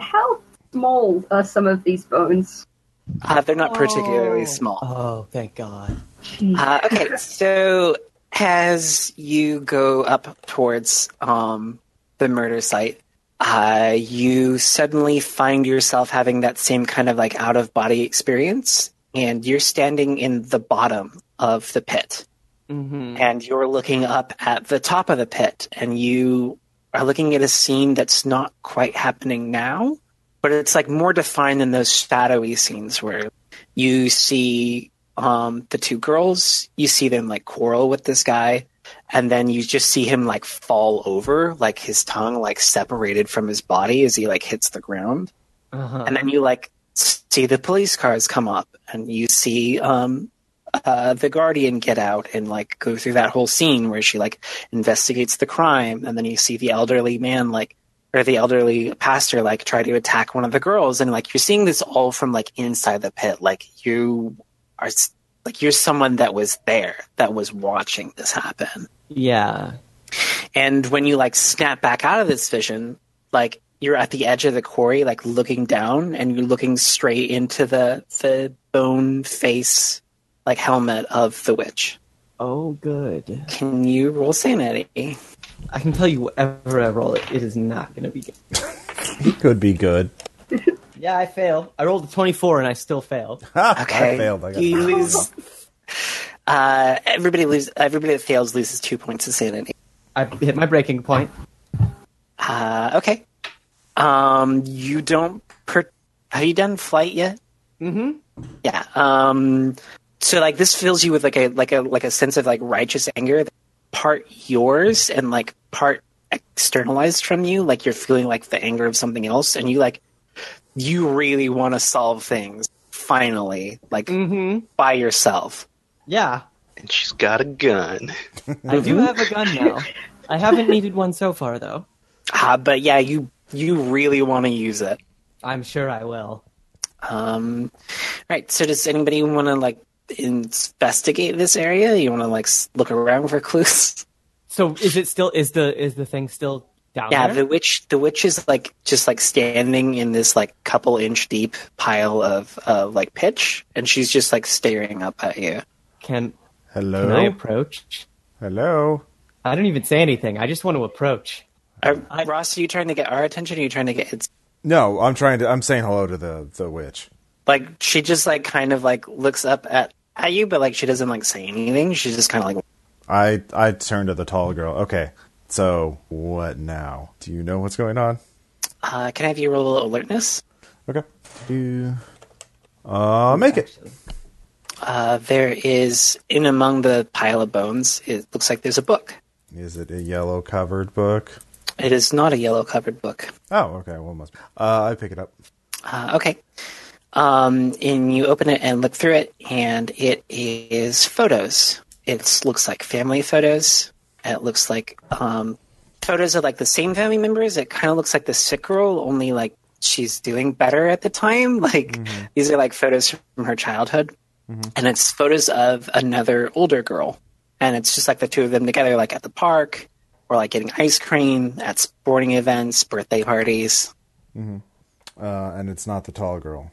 D: How small are some of these bones?
B: Uh, they're not particularly
D: Oh.
B: small.
C: Oh, thank God.
B: Uh, okay, so as you go up towards um, the murder site, uh, you suddenly find yourself having that same kind of like out of body experience, and you're standing in the bottom of the pit,
C: hmm
B: and you're looking up at the top of the pit, and you are looking at a scene that's not quite happening now, but it's like more defined than those shadowy scenes where you see um, the two girls, you see them like quarrel with this guy, and then you just see him like fall over, like his tongue like separated from his body as he like hits the ground,
C: Uh-huh.
B: and then you like s- see the police cars come up, and you see um, uh, the guardian get out and like go through that whole scene where she like investigates the crime, and then you see the elderly man like. Or the elderly pastor like try to attack one of the girls, and like you're seeing this all from like inside the pit. Like you are s- like you're someone that was there that was watching this happen
C: yeah.
B: and when you like snap back out of this vision like you're at the edge of the quarry like looking down and you're looking straight into the the bone face like helmet of the witch
C: Oh, good.
B: can you roll sanity
C: I can tell you whatever I roll, it, it is not going to be good.
F: He could be good.
C: Yeah, I fail. I rolled a 24 and I still fail.
B: Okay.
A: I failed. I got
B: you lose. Uh, everybody lose. Everybody that fails loses two points of sanity.
C: I hit my breaking point.
B: Uh, okay. Um, you don't. Per- Have you done flight yet?
C: Mm-hmm.
B: Yeah. Um, so like this fills you with like a like a like a sense of like righteous anger, part yours and like part externalized from you. Like you're feeling like the anger of something else, and you like you really want to solve things finally, like
C: Mm-hmm.
B: by yourself.
C: Yeah.
E: And she's got a gun.
C: I do have a gun now. I haven't needed one so far, though.
B: Uh, but yeah, you you really want to use it.
C: I'm sure I will.
B: Um, right. So does anybody want to like investigate this area? You want to like s- look around for clues?
C: So is it still is the is the thing still down
B: Yeah,
C: there?
B: the witch. The witch is like just like standing in this like couple inch deep pile of uh, like pitch, and she's just like staring up at you.
C: Can
A: Hello.
C: can I approach?
A: Hello.
C: I don't even say anything. I just want to approach.
B: Are, Um, Ross, are you trying to get our attention? Or are you trying to get it's
A: No, I'm trying to. I'm saying hello to the the witch.
B: like she just like kind of like looks up at at you, but like she doesn't like say anything. She's just kind of like
A: I I turned to the tall girl. Okay. So what now? Do you know what's going on?
B: Uh, can I have you roll alertness?
A: Okay. Do. Uh, make it.
B: Uh, there is in among the pile of bones. It looks like there's a book.
A: Is it a yellow covered book?
B: It is not a yellow covered book.
A: Oh, okay. Well, it must. Be. Uh, I pick it up.
B: Uh, okay. Um, and you open it and look through it, and it is photos. It looks like family photos. It looks like um, photos of like the same family members. It kind of looks like the sick girl, only like she's doing better at the time. Like these are like photos from her childhood, and it's photos of another older girl, and it's just like the two of them together, like at the park or like getting ice cream at sporting events, birthday parties.
A: Uh, and it's not the tall girl.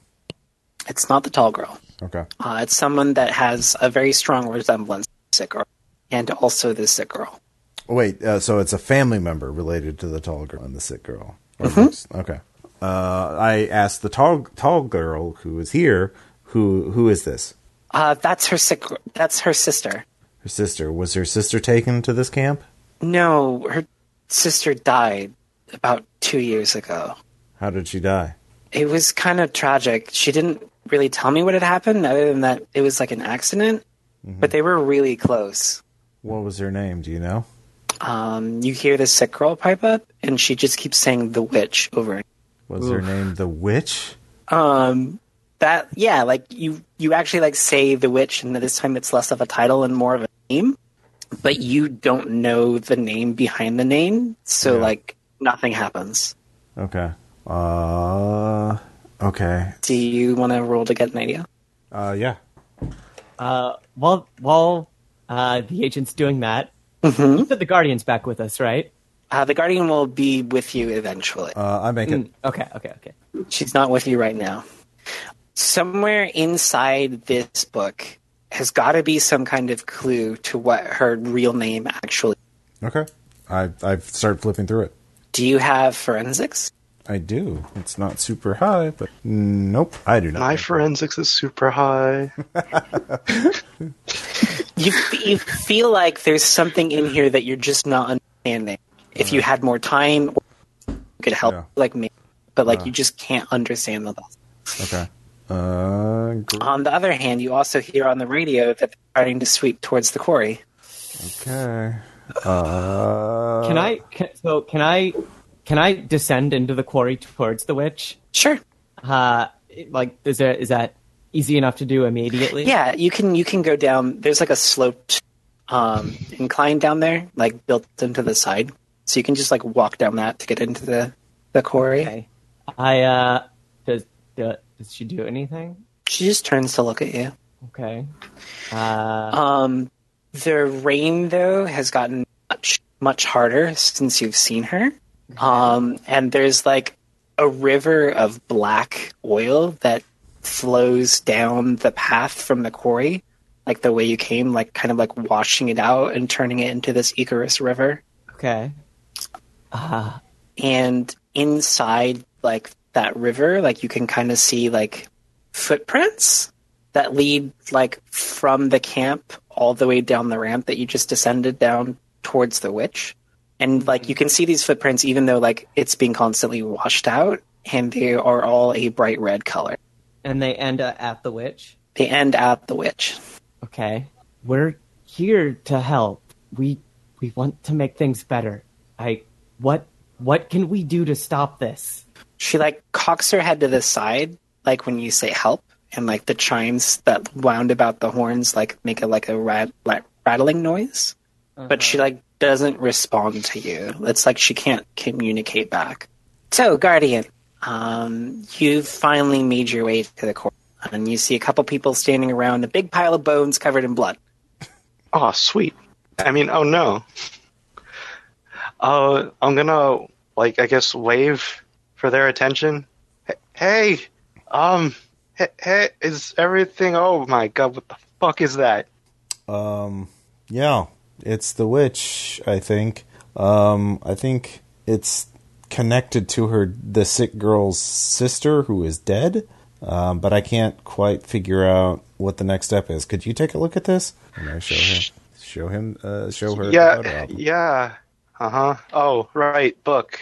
B: It's not the tall girl.
A: Okay.
B: Uh, it's someone that has a very strong resemblance to the sick girl, and also the sick girl.
A: Wait. Uh, so it's a family member related to the tall girl and the sick girl. Or just- Okay. Uh, I asked the tall tall girl who is here. Who who is this?
B: Uh, that's her sick. That's her sister.
A: Her sister was her sister taken to this camp?
B: No, her sister died about two years ago.
A: How did she die?
B: It was kind of tragic. She didn't really tell me what had happened, other than that it was like an accident. But they were really close.
A: What was her name? Do you know?
B: Um, you hear the sick girl pipe up, and she just keeps saying "the witch" over and
A: Was her name the witch?
B: um that yeah like you you actually like say the witch and this time it's less of a title and more of a name but you don't know the name behind the name so
A: Yeah.
B: like nothing happens
A: Okay. Uh. Okay.
B: do you want to roll to get an idea
A: Uh. Yeah.
C: Uh, while while uh, the agent's doing that, you said the guardian's back with us, right?
B: Mm-hmm. uh, the guardian will be with you eventually
A: Uh. I make it.
C: Okay, okay, okay.
B: she's not with you right now somewhere inside this book has got to be some kind of clue to what her real name actually
A: Okay. I I start flipping through it.
B: do you have forensics
A: I do. It's not super high, but nope. I do not.
E: My
A: make it.
E: forensics is super high.
B: you f- you feel like there's something in here that you're just not understanding. If you had more time, you could help,
A: Yeah.
B: like me, but like you just can't understand the thoughts.
A: Okay. Uh. gr-
B: On the other hand, you also hear on the radio that they're starting to sweep towards the quarry.
A: Okay. Uh.
C: Can I? Can, so can I? Can I descend into the quarry towards the witch?
B: Sure,
C: Uh, it- like is there is that easy enough to do immediately?
B: yeah, you can you can go down. There's like a sloped um, incline down there, like built into the side, so you can just like walk down that to get into the the quarry.
C: Okay. I uh, does do, does she do anything?
B: She just turns to look at you.
C: Okay. Uh,
B: Um, the rain though has gotten much much harder since you've seen her. Um, and there's like a river of black oil that flows down the path from the quarry, like the way you came, like kind of like washing it out and turning it into this Icarus river.
C: okay.
B: And inside, like that river, like you can kind of see like footprints that lead like from the camp all the way down the ramp that you just descended down towards the witch. And like you can see these footprints even though like it's being constantly washed out and they are all a bright red color.
C: and they end up at the witch.
B: They end at the witch.
C: Okay, we're here to help. We we want to make things better. I what what can we do to stop this?
B: She like cocks her head to the side, like when you say help, and like the chimes that wound about the horns like make a like a rat, like, rattling noise. But she like doesn't respond to you. It's like she can't communicate back. So, Guardian, um, you've finally made your way to the court, and you see a couple people standing around a big pile of bones covered in blood.
E: Oh, sweet. I mean, oh no. Uh, I'm gonna like I guess wave for their attention. H- Hey, um, hey, hey, is everything? Oh my god, what the fuck is that?
F: Yeah, it's the witch. I think. Um, I think it's connected to her, the sick girl's sister, who is dead. Um, but I can't quite figure out what the next step is. Could you take a look at this? And I show him, show him, uh, show her. the photo
E: Yeah,
F: album.
E: yeah. Uh huh. Oh, right, book.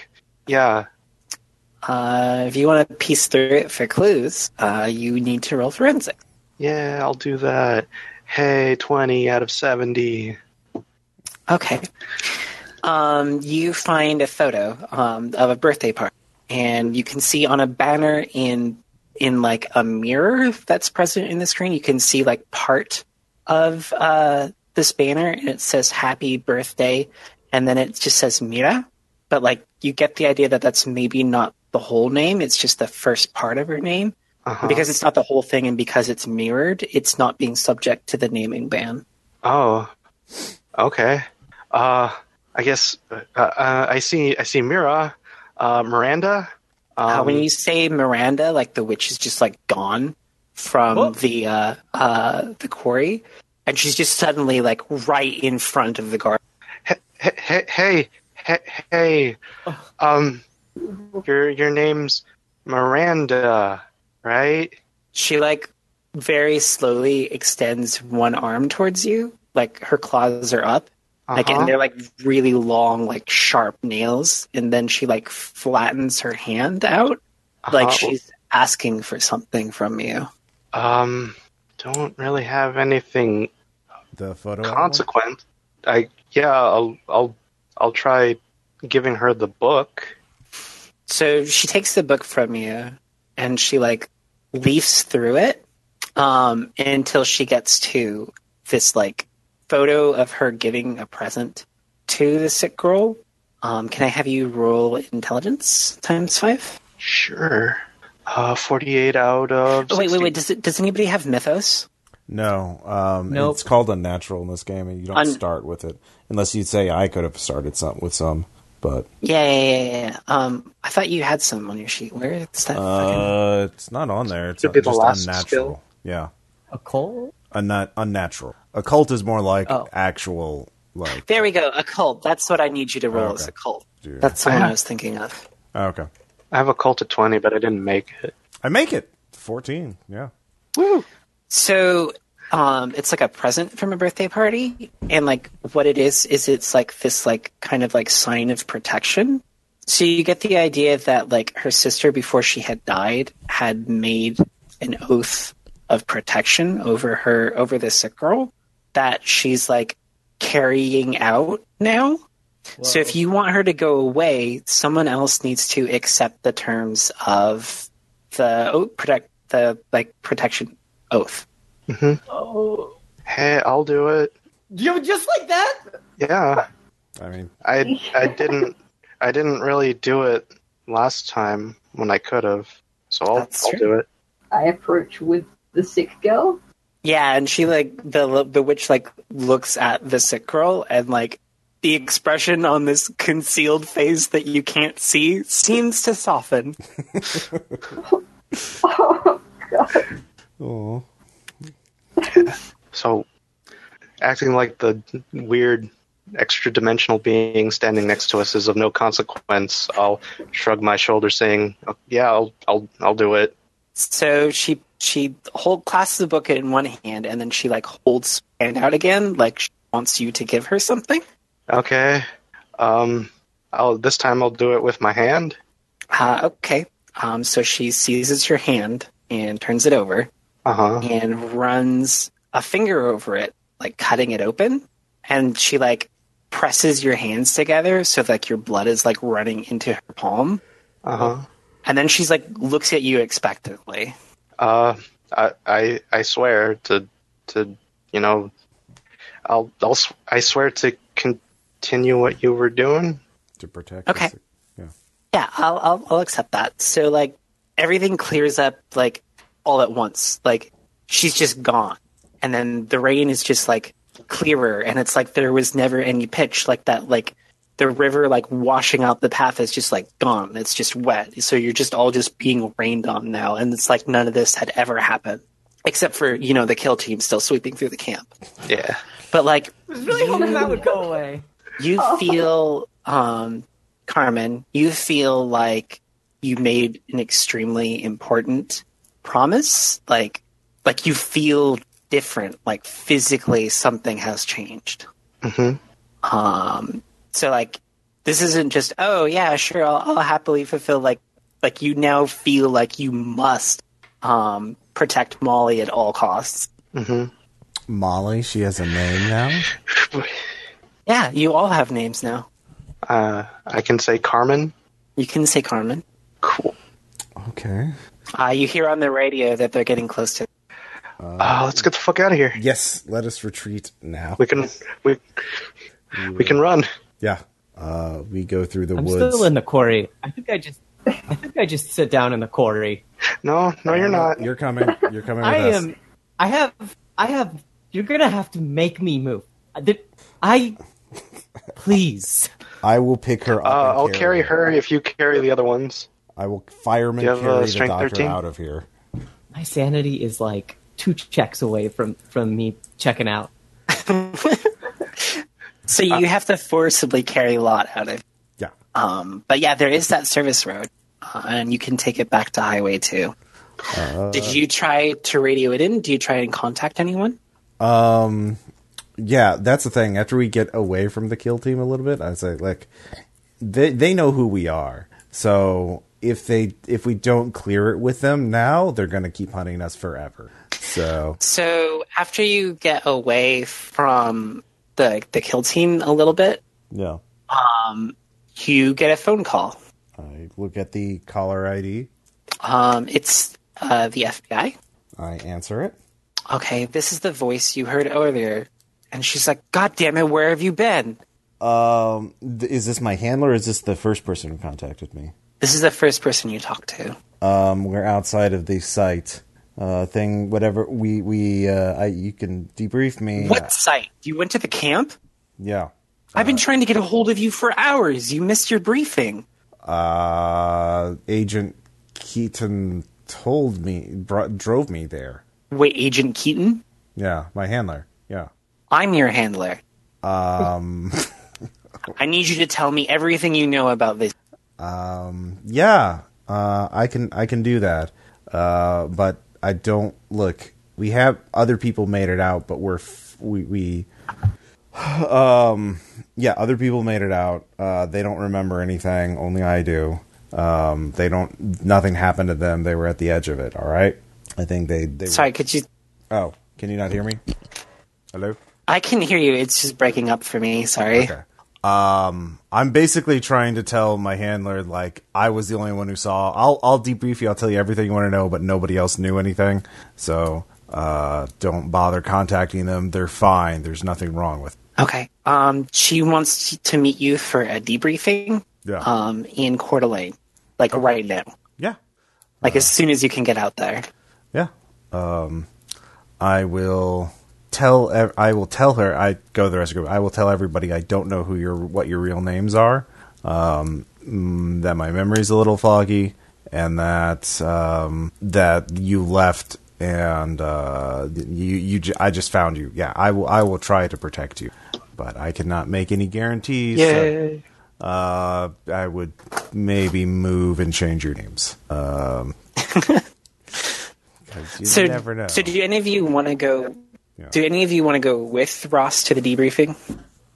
E: Yeah.
B: Uh, if you want to piece through it for clues, uh, you need to roll forensic.
E: Yeah, I'll do that. Hey, 20 out of 70.
B: Okay. Um, you find a photo um, of a birthday party, and you can see on a banner in in like a mirror that's present in the screen. You can see like part of uh, this banner, and it says "Happy Birthday," and then it just says Mira. But like you get the idea that that's maybe not the whole name; it's just the first part of her name.
E: Uh-huh.
B: Because it's not the whole thing, and because it's mirrored, it's not being subject to the naming ban.
E: Oh, okay. Uh, I guess uh, uh, I see. I see Mira, uh, Miranda. Um,
B: Uh, when you say Miranda, like the witch is just like gone from
C: Oh.
B: the uh, uh, the quarry, and she's just suddenly like right in front of the guard.
E: hey, hey, hey, hey, hey. Um, your your name's Miranda, right?
B: She like very slowly extends one arm towards you, like her claws are up, like
E: Uh-huh.
B: and they're like really long, like sharp nails, and then she like flattens her hand out, like
E: Uh-huh.
B: she's asking for something from you.
E: Um, don't really have anything
A: The photo.
B: Oh.
A: album?
E: consequent. I yeah, I'll I'll I'll try giving her the book.
B: So she takes the book from you and she like leafs through it um, until she gets to this like photo of her giving a present to the sick girl. Um, can I have you roll intelligence times five?
E: Sure. Uh, 48 out of.
B: Oh, wait, wait,
E: 60.
B: wait. Does it, does anybody have mythos?
F: No, um,
C: Nope.
F: it's called unnatural in this game, and you don't
B: Un-
F: start with it unless you say I could have started some with some, but
B: Yeah, yeah, yeah, yeah, yeah. Um, I thought you had some on your sheet. Where is that? fucking...
F: uh, it's not on there. It's
E: Should
F: uh,
E: be
F: just
E: the last
F: unnatural.
E: skill.
F: Yeah,
C: A coal?
F: Unna- unnatural. Occult is more like
C: Oh.
F: actual, like
B: There we go. Occult. That's what I need you to roll
F: Okay.
B: as occult.
F: Dude.
B: That's the one I was thinking of.
F: oh, okay.
E: I have a cult of 20, but I didn't make it.
F: I make it fourteen. Yeah,
B: So um, it's like a present from a birthday party, and like what it is is it's like this like kind of like sign of protection. So you get the idea that like her sister before she had died had made an oath of protection over her over this sick girl that she's like carrying out now. So if you want her to go away, someone else needs to accept the terms of the oath protect the like protection oath.
C: Oh,
E: Hey, I'll do it.
C: you just like that?
E: Yeah.
F: I mean,
E: I, I didn't I didn't really do it last time when I could have. So I'll,
B: That's
E: I'll
B: true.
E: do it.
D: I approach with the sick girl.
B: Yeah, and she like the the witch like looks at the sick girl and like the expression on this concealed face that you can't see seems to soften.
D: Oh,
F: oh,
E: So acting like the weird extra dimensional being standing next to us is of no consequence, I'll shrug my shoulders, saying, "Oh, "Yeah, I'll I'll I'll do it."
B: So she she hold clasps the book in one hand and then she like holds hand out again, like she wants you to give her something.
E: Okay. Um, I'll this time I'll do it with my hand.
B: Uh, okay. Um, so she seizes your hand and turns it over
E: Uh huh.
B: and runs a finger over it, like cutting it open. And she like presses your hands together so like your blood is like running into her palm.
E: Uh huh.
B: And then she's like looks at you expectantly.
E: Uh, I, I I swear to to you know, I'll I'll s- I swear to continue what you were doing.
A: to protect.
B: Okay.
A: us. Yeah.
B: Yeah, I'll, I'll I'll accept that. So like everything clears up like all at once. Like she's just gone, and then the rain is just like clearer, and it's like there was never any pitch. Like that, like the river like washing out the path is just like gone. It's just wet. So you're just all just being rained on now, and it's like none of this had ever happened, except for you know the kill team still sweeping through the camp.
E: Yeah.
B: But like
C: Really hoping that would go away.
B: you feel um carmen you feel like you made an extremely important promise like like you feel different like physically something has changed
E: Mhm.
B: um so like this isn't just oh yeah sure i'll, I'll happily fulfill like like you now feel like you must um protect molly at all costs
A: Molly, she has a name now.
B: yeah you all have names now
E: Uh, I can say Carmen.
B: you can say carmen
E: Cool.
A: Okay.
B: uh, you hear on the radio that they're getting close to
E: Uh, let's get the fuck out of here.
A: Yes, let us retreat now.
E: We can we we can run.
A: Yeah. Uh, we go through the
C: I'm
A: woods.
C: still in the quarry. I think I just, I think I just sit down in the quarry.
E: No, no, you're not.
A: You're coming. You're coming with
C: I
A: us.
C: am. I have. I have. You're gonna have to make me move. I. did- I please.
A: I will pick her up.
E: Uh,
A: and
E: I'll carry her if you carry the other ones.
A: I will fireman
E: Do you have, uh,
A: carry the
E: strength
A: doctor
E: 13?
A: out of here.
C: My sanity is like two checks away from from me checking out.
B: So you have to forcibly carry Lot out of.
A: Yeah.
B: Um, but yeah, there is that service road, uh, and you can take it back to Highway Two. Did you try to radio it in? Do you try and contact anyone?
A: yeah, that's the thing. After we get away from the kill team a little bit, I say like they they know who we are. So if they if we don't clear it with them now, they're gonna keep hunting us forever. So
B: So after you get away from the the kill team a little bit,
A: yeah,
B: you get a phone call.
A: I look at the caller ID.
B: Um, it's uh, the FBI.
A: I answer it.
B: Okay, this is the voice you heard earlier, and she's like, "God damn it, where have you been?"
A: Um, th- is this my handler? Or is this the first person who contacted me?
B: This is the first person you talk to.
A: Um, we're outside of the site. Uh, thing, whatever we we uh, I, you can debrief me.
B: What site? You went to the camp.
A: Yeah.
B: I've
A: Uh-huh.
B: been trying to get a hold of you for hours. You missed your briefing.
A: Uh, Agent Keaton told me, bro drove me there.
B: Wait, Agent Keaton?
A: Yeah, my handler. Yeah.
B: I'm your handler. Um. I need you to tell me everything you know about this.
A: Yeah, uh, I can I can do that. Uh, but I don't look. We have other people made it out, but we're f- we we um yeah, other people made it out. Uh, they don't remember anything. Only I do. Um, they don't. Nothing happened to them. They were at the edge of it. All right. I think they they.
B: Sorry, could you?
A: Oh, can you not hear me? Hello.
B: I can hear you. It's just breaking up for me. Sorry.
A: Okay. Um, I'm basically trying to tell my handler like I was the only one who saw. I'll I'll debrief you. I'll tell you everything you want to know, but nobody else knew anything. So uh, don't bother contacting them. They're fine. There's nothing wrong with.
B: Okay. Um, she wants to meet you for a debriefing.
A: Yeah.
B: Um, in Coeur d'Alene, like right now,
A: Yeah,
B: like as
A: Uh-huh.
B: soon as you can get out there.
A: yeah. Um, I will tell. ev- I will tell her. I go to the rest of the group. I will tell everybody. I don't know who your what your real names are. Um, mm, that my memory's a little foggy, and that um, that you left, and uh, you you. ju- I just found you. Yeah, I will. I will try to protect you. but I cannot make any guarantees. so,
E: Yay.
A: uh, I would maybe move and change your names. Um, 'cause you
B: So,
A: never know.
B: so do any of you want to go?
A: Yeah.
B: Do any of you want to go with Ross to the debriefing?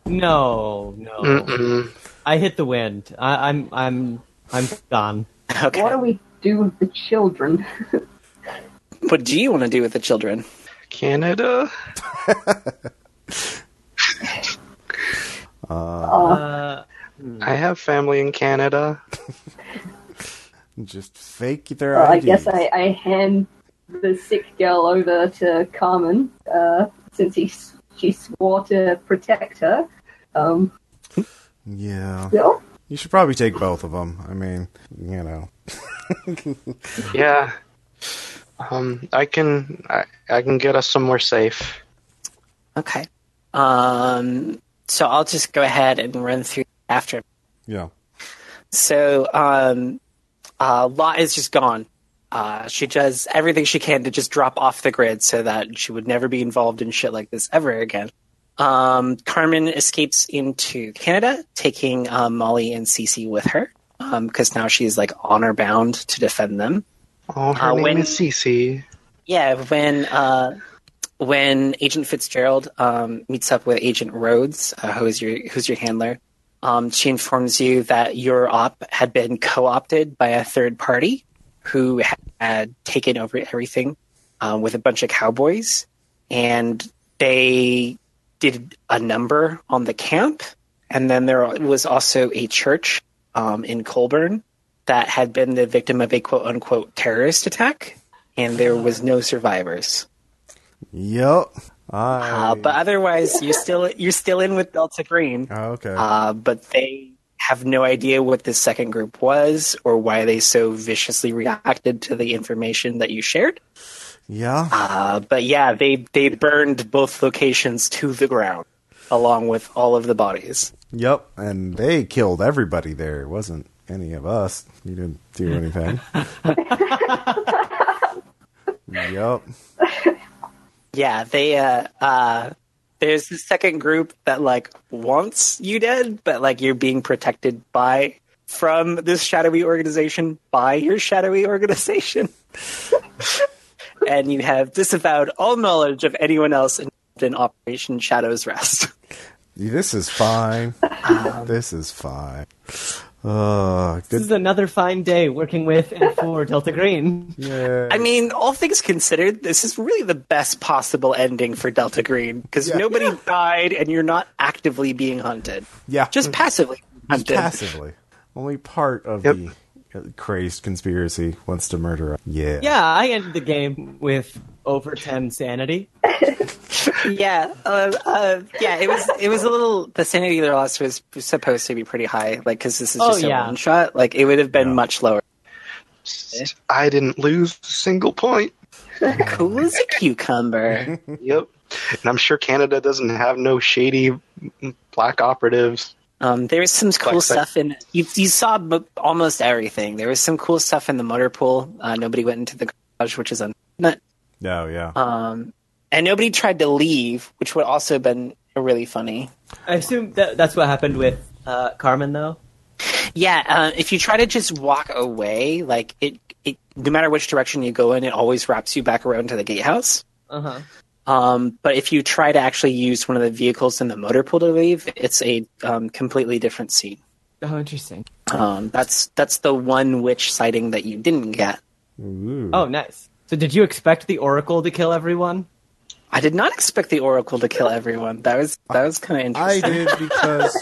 C: No, no. I hit the wind. I, I'm, I'm, I'm gone.
B: Okay.
D: What do we do with the children?
B: What do you want to do with the children?
E: Canada? Uh, I have family in Canada.
A: Just fake their
D: Uh, I
A: IDs.
D: guess I, I hand the sick girl over to Carmen, uh, since he, s- she swore to protect her. Um,
A: Yeah,
D: no,
A: you should probably take both of them. I mean, you know,
E: Yeah. Um, I can I, I can get us somewhere safe.
B: Okay. Um, so I'll just go ahead and run through after.
A: yeah.
B: So um, uh, Lot is just gone. Uh, she does everything she can to just drop off the grid so that she would never be involved in shit like this ever again. Um, Carmen escapes into Canada, taking um, Molly and Cece with her because now she's like honor bound to defend them.
E: Oh, her
B: Uh,
E: name
B: when-
E: is Cece.
B: Yeah, when uh, when Agent Fitzgerald um, meets up with Agent Rhodes, uh, who's your who's your handler, um, she informs you that your op had been co-opted by a third party who had taken over everything um, with a bunch of cowboys, and they did a number on the camp, and then there was also a church um, in Colburn that had been the victim of a quote unquote terrorist attack and there was no survivors.
A: Yep. I,
B: Uh, but otherwise, you're still you're still in with Delta Green,
A: oh, okay.
B: uh, but they have no idea what this second group was or why they so viciously reacted to the information that you shared.
A: yeah.
B: Uh, but yeah, they they burned both locations to the ground, along with all of the bodies.
A: Yep. And they killed everybody there. It wasn't any of us. You didn't do anything. yep.
B: Yeah, they uh uh there's the second group that like wants you dead, but like you're being protected by from this shadowy organization by your shadowy organization. and you have disavowed all knowledge of anyone else involved in Operation Shadow's Rest.
A: This is fine. this is fine. Uh,
C: This
A: good.
C: is another fine day working with and for Delta Green.
A: Yeah.
B: I mean, all things considered, this is really the best possible ending for Delta Green because
A: Yeah.
B: nobody died and you're not actively being hunted.
A: yeah.
B: Just passively
A: Hmm. Just
B: hunted.
A: passively. Only part of
E: Yep.
A: the uh, crazed conspiracy wants to murder us. Yeah.
C: Yeah, I ended the game with over ten sanity.
B: yeah, uh, uh, yeah. It was it was a little. The sanity loss was supposed to be pretty high, like because this is
C: Oh,
B: just a
C: yeah.
B: one shot. Like it would have been much lower.
E: I didn't lose a single point.
B: Cool as a cucumber.
E: Yep. And I'm sure Canada doesn't have no shady mm, black operatives.
B: um, there was some cool
E: Like that.
B: stuff in. You, you saw m- almost everything. There was some cool stuff in the motor pool. Uh, nobody went into the garage, which is unfortunate.
A: No, yeah.
B: Um, and nobody tried to leave, which would also have been really funny.
C: I assume that that's what happened with uh, Carmen, though.
B: Yeah, uh, if you try to just walk away, like it, it, no matter which direction you go in, it always wraps you back around to the gatehouse.
C: Uh huh.
B: Um, but if you try to actually use one of the vehicles in the motor pool to leave, it's a um, completely different scene.
C: Oh, interesting.
B: Um, that's that's the one witch sighting that you didn't get.
A: Ooh.
C: Oh, nice. So, did you expect the Oracle to kill everyone?
B: I did not expect the Oracle to kill everyone. That was that was kind of
A: I
B: interesting.
A: did because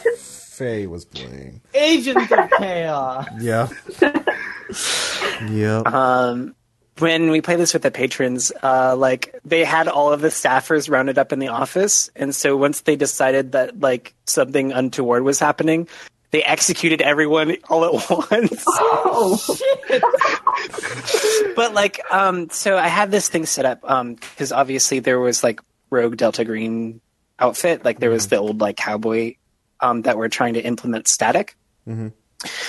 A: Faye was playing.
C: Agents of Chaos.
A: Yeah. yep.
B: um, when we play this with the patrons, uh, like they had all of the staffers rounded up in the office, and so once they decided that like something untoward was happening, they executed everyone all at once.
D: oh,
B: but like, um, so I had this thing set up because obviously there was like rogue Delta Green outfit, like there was the old like cowboy um, that we're trying to implement static.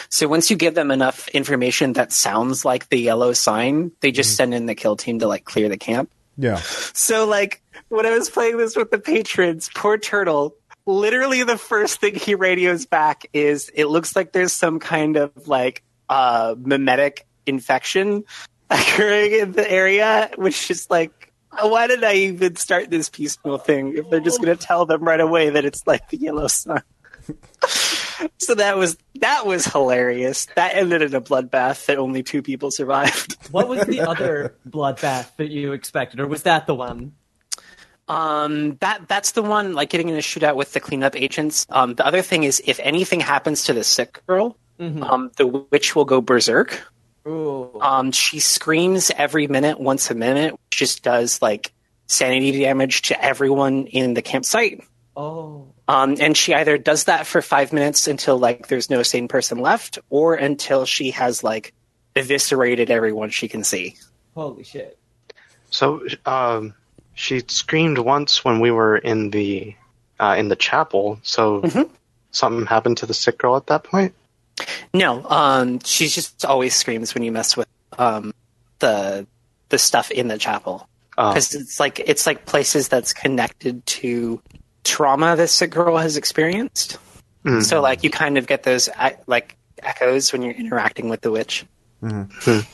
B: So once you give them enough information that sounds like the yellow sign, they just send in the kill team to like clear the camp.
A: Yeah.
B: So like when I was playing this with the patrons, poor turtle literally the first thing he radios back is it looks like there's some kind of like uh mimetic infection occurring in the area which is like why did i even start this piecemeal thing if they're just going to tell them right away that it's like the yellow sun so that was that was hilarious that ended in a bloodbath that only two people survived
C: What was the other bloodbath that you expected, or was that the one?
B: Um, that that's the one like getting in a shootout with the cleanup agents. Um, the other thing is if anything happens to the sick girl, um, the witch will go berserk.
C: Ooh.
B: Um, she screams every minute, once a minute, which just does like sanity damage to everyone in the campsite.
C: Oh.
B: Um, and she either does that for five minutes until like there's no sane person left, or until she has like eviscerated everyone she can see.
C: Holy shit.
E: So um, she screamed once when we were in the uh, in the chapel. So something happened to the sick girl at that point.
B: No, um, she just always screams when you mess with um, the the stuff in the chapel
E: Uh,
B: because it's like it's like places that's connected to trauma this sick girl has experienced. So like you kind of get those uh, like echoes when you're interacting with the witch.
A: I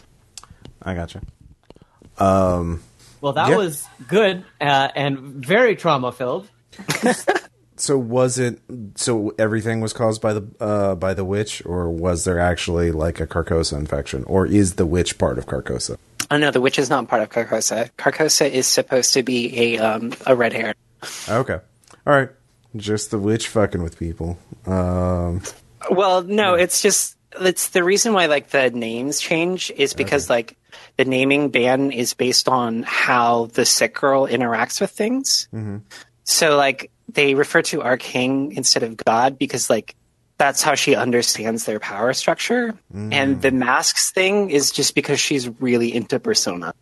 A: gotcha.
C: Well, that
A: Yeah.
C: was good uh, and very trauma filled.
A: So was it? So everything was caused by the uh, by the witch, or was there actually like a Carcosa infection, or is the witch part of Carcosa?
B: Oh no, the witch is not part of Carcosa. Carcosa is supposed to be a um, a red hair.
A: Okay, all right, just the witch fucking with people. Um,
B: Well, no, it's just it's the reason why like the names change is because like the naming ban is based on how the sick girl interacts with things. So like they refer to our king instead of God because like that's how she understands their power structure. And the masks thing is just because she's really into persona.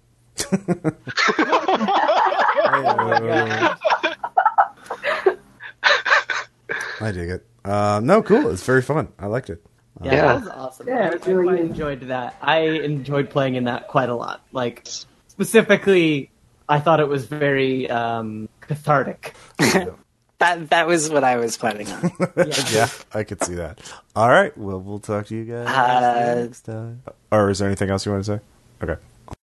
A: I dig it. Uh, no, cool. It's very fun. I liked it.
C: Yeah,
E: Yeah.
C: that was awesome.
D: Yeah,
C: I- I,
D: it's really
C: quite
D: good.
C: enjoyed that. I enjoyed playing in that quite a lot. Like specifically, I thought it was very um, cathartic.
B: That that was what I was planning on.
A: Yeah, I could see that. All right. Well, we'll talk to you guys
B: Uh,
A: next time. Or is there anything else you want to say? Okay.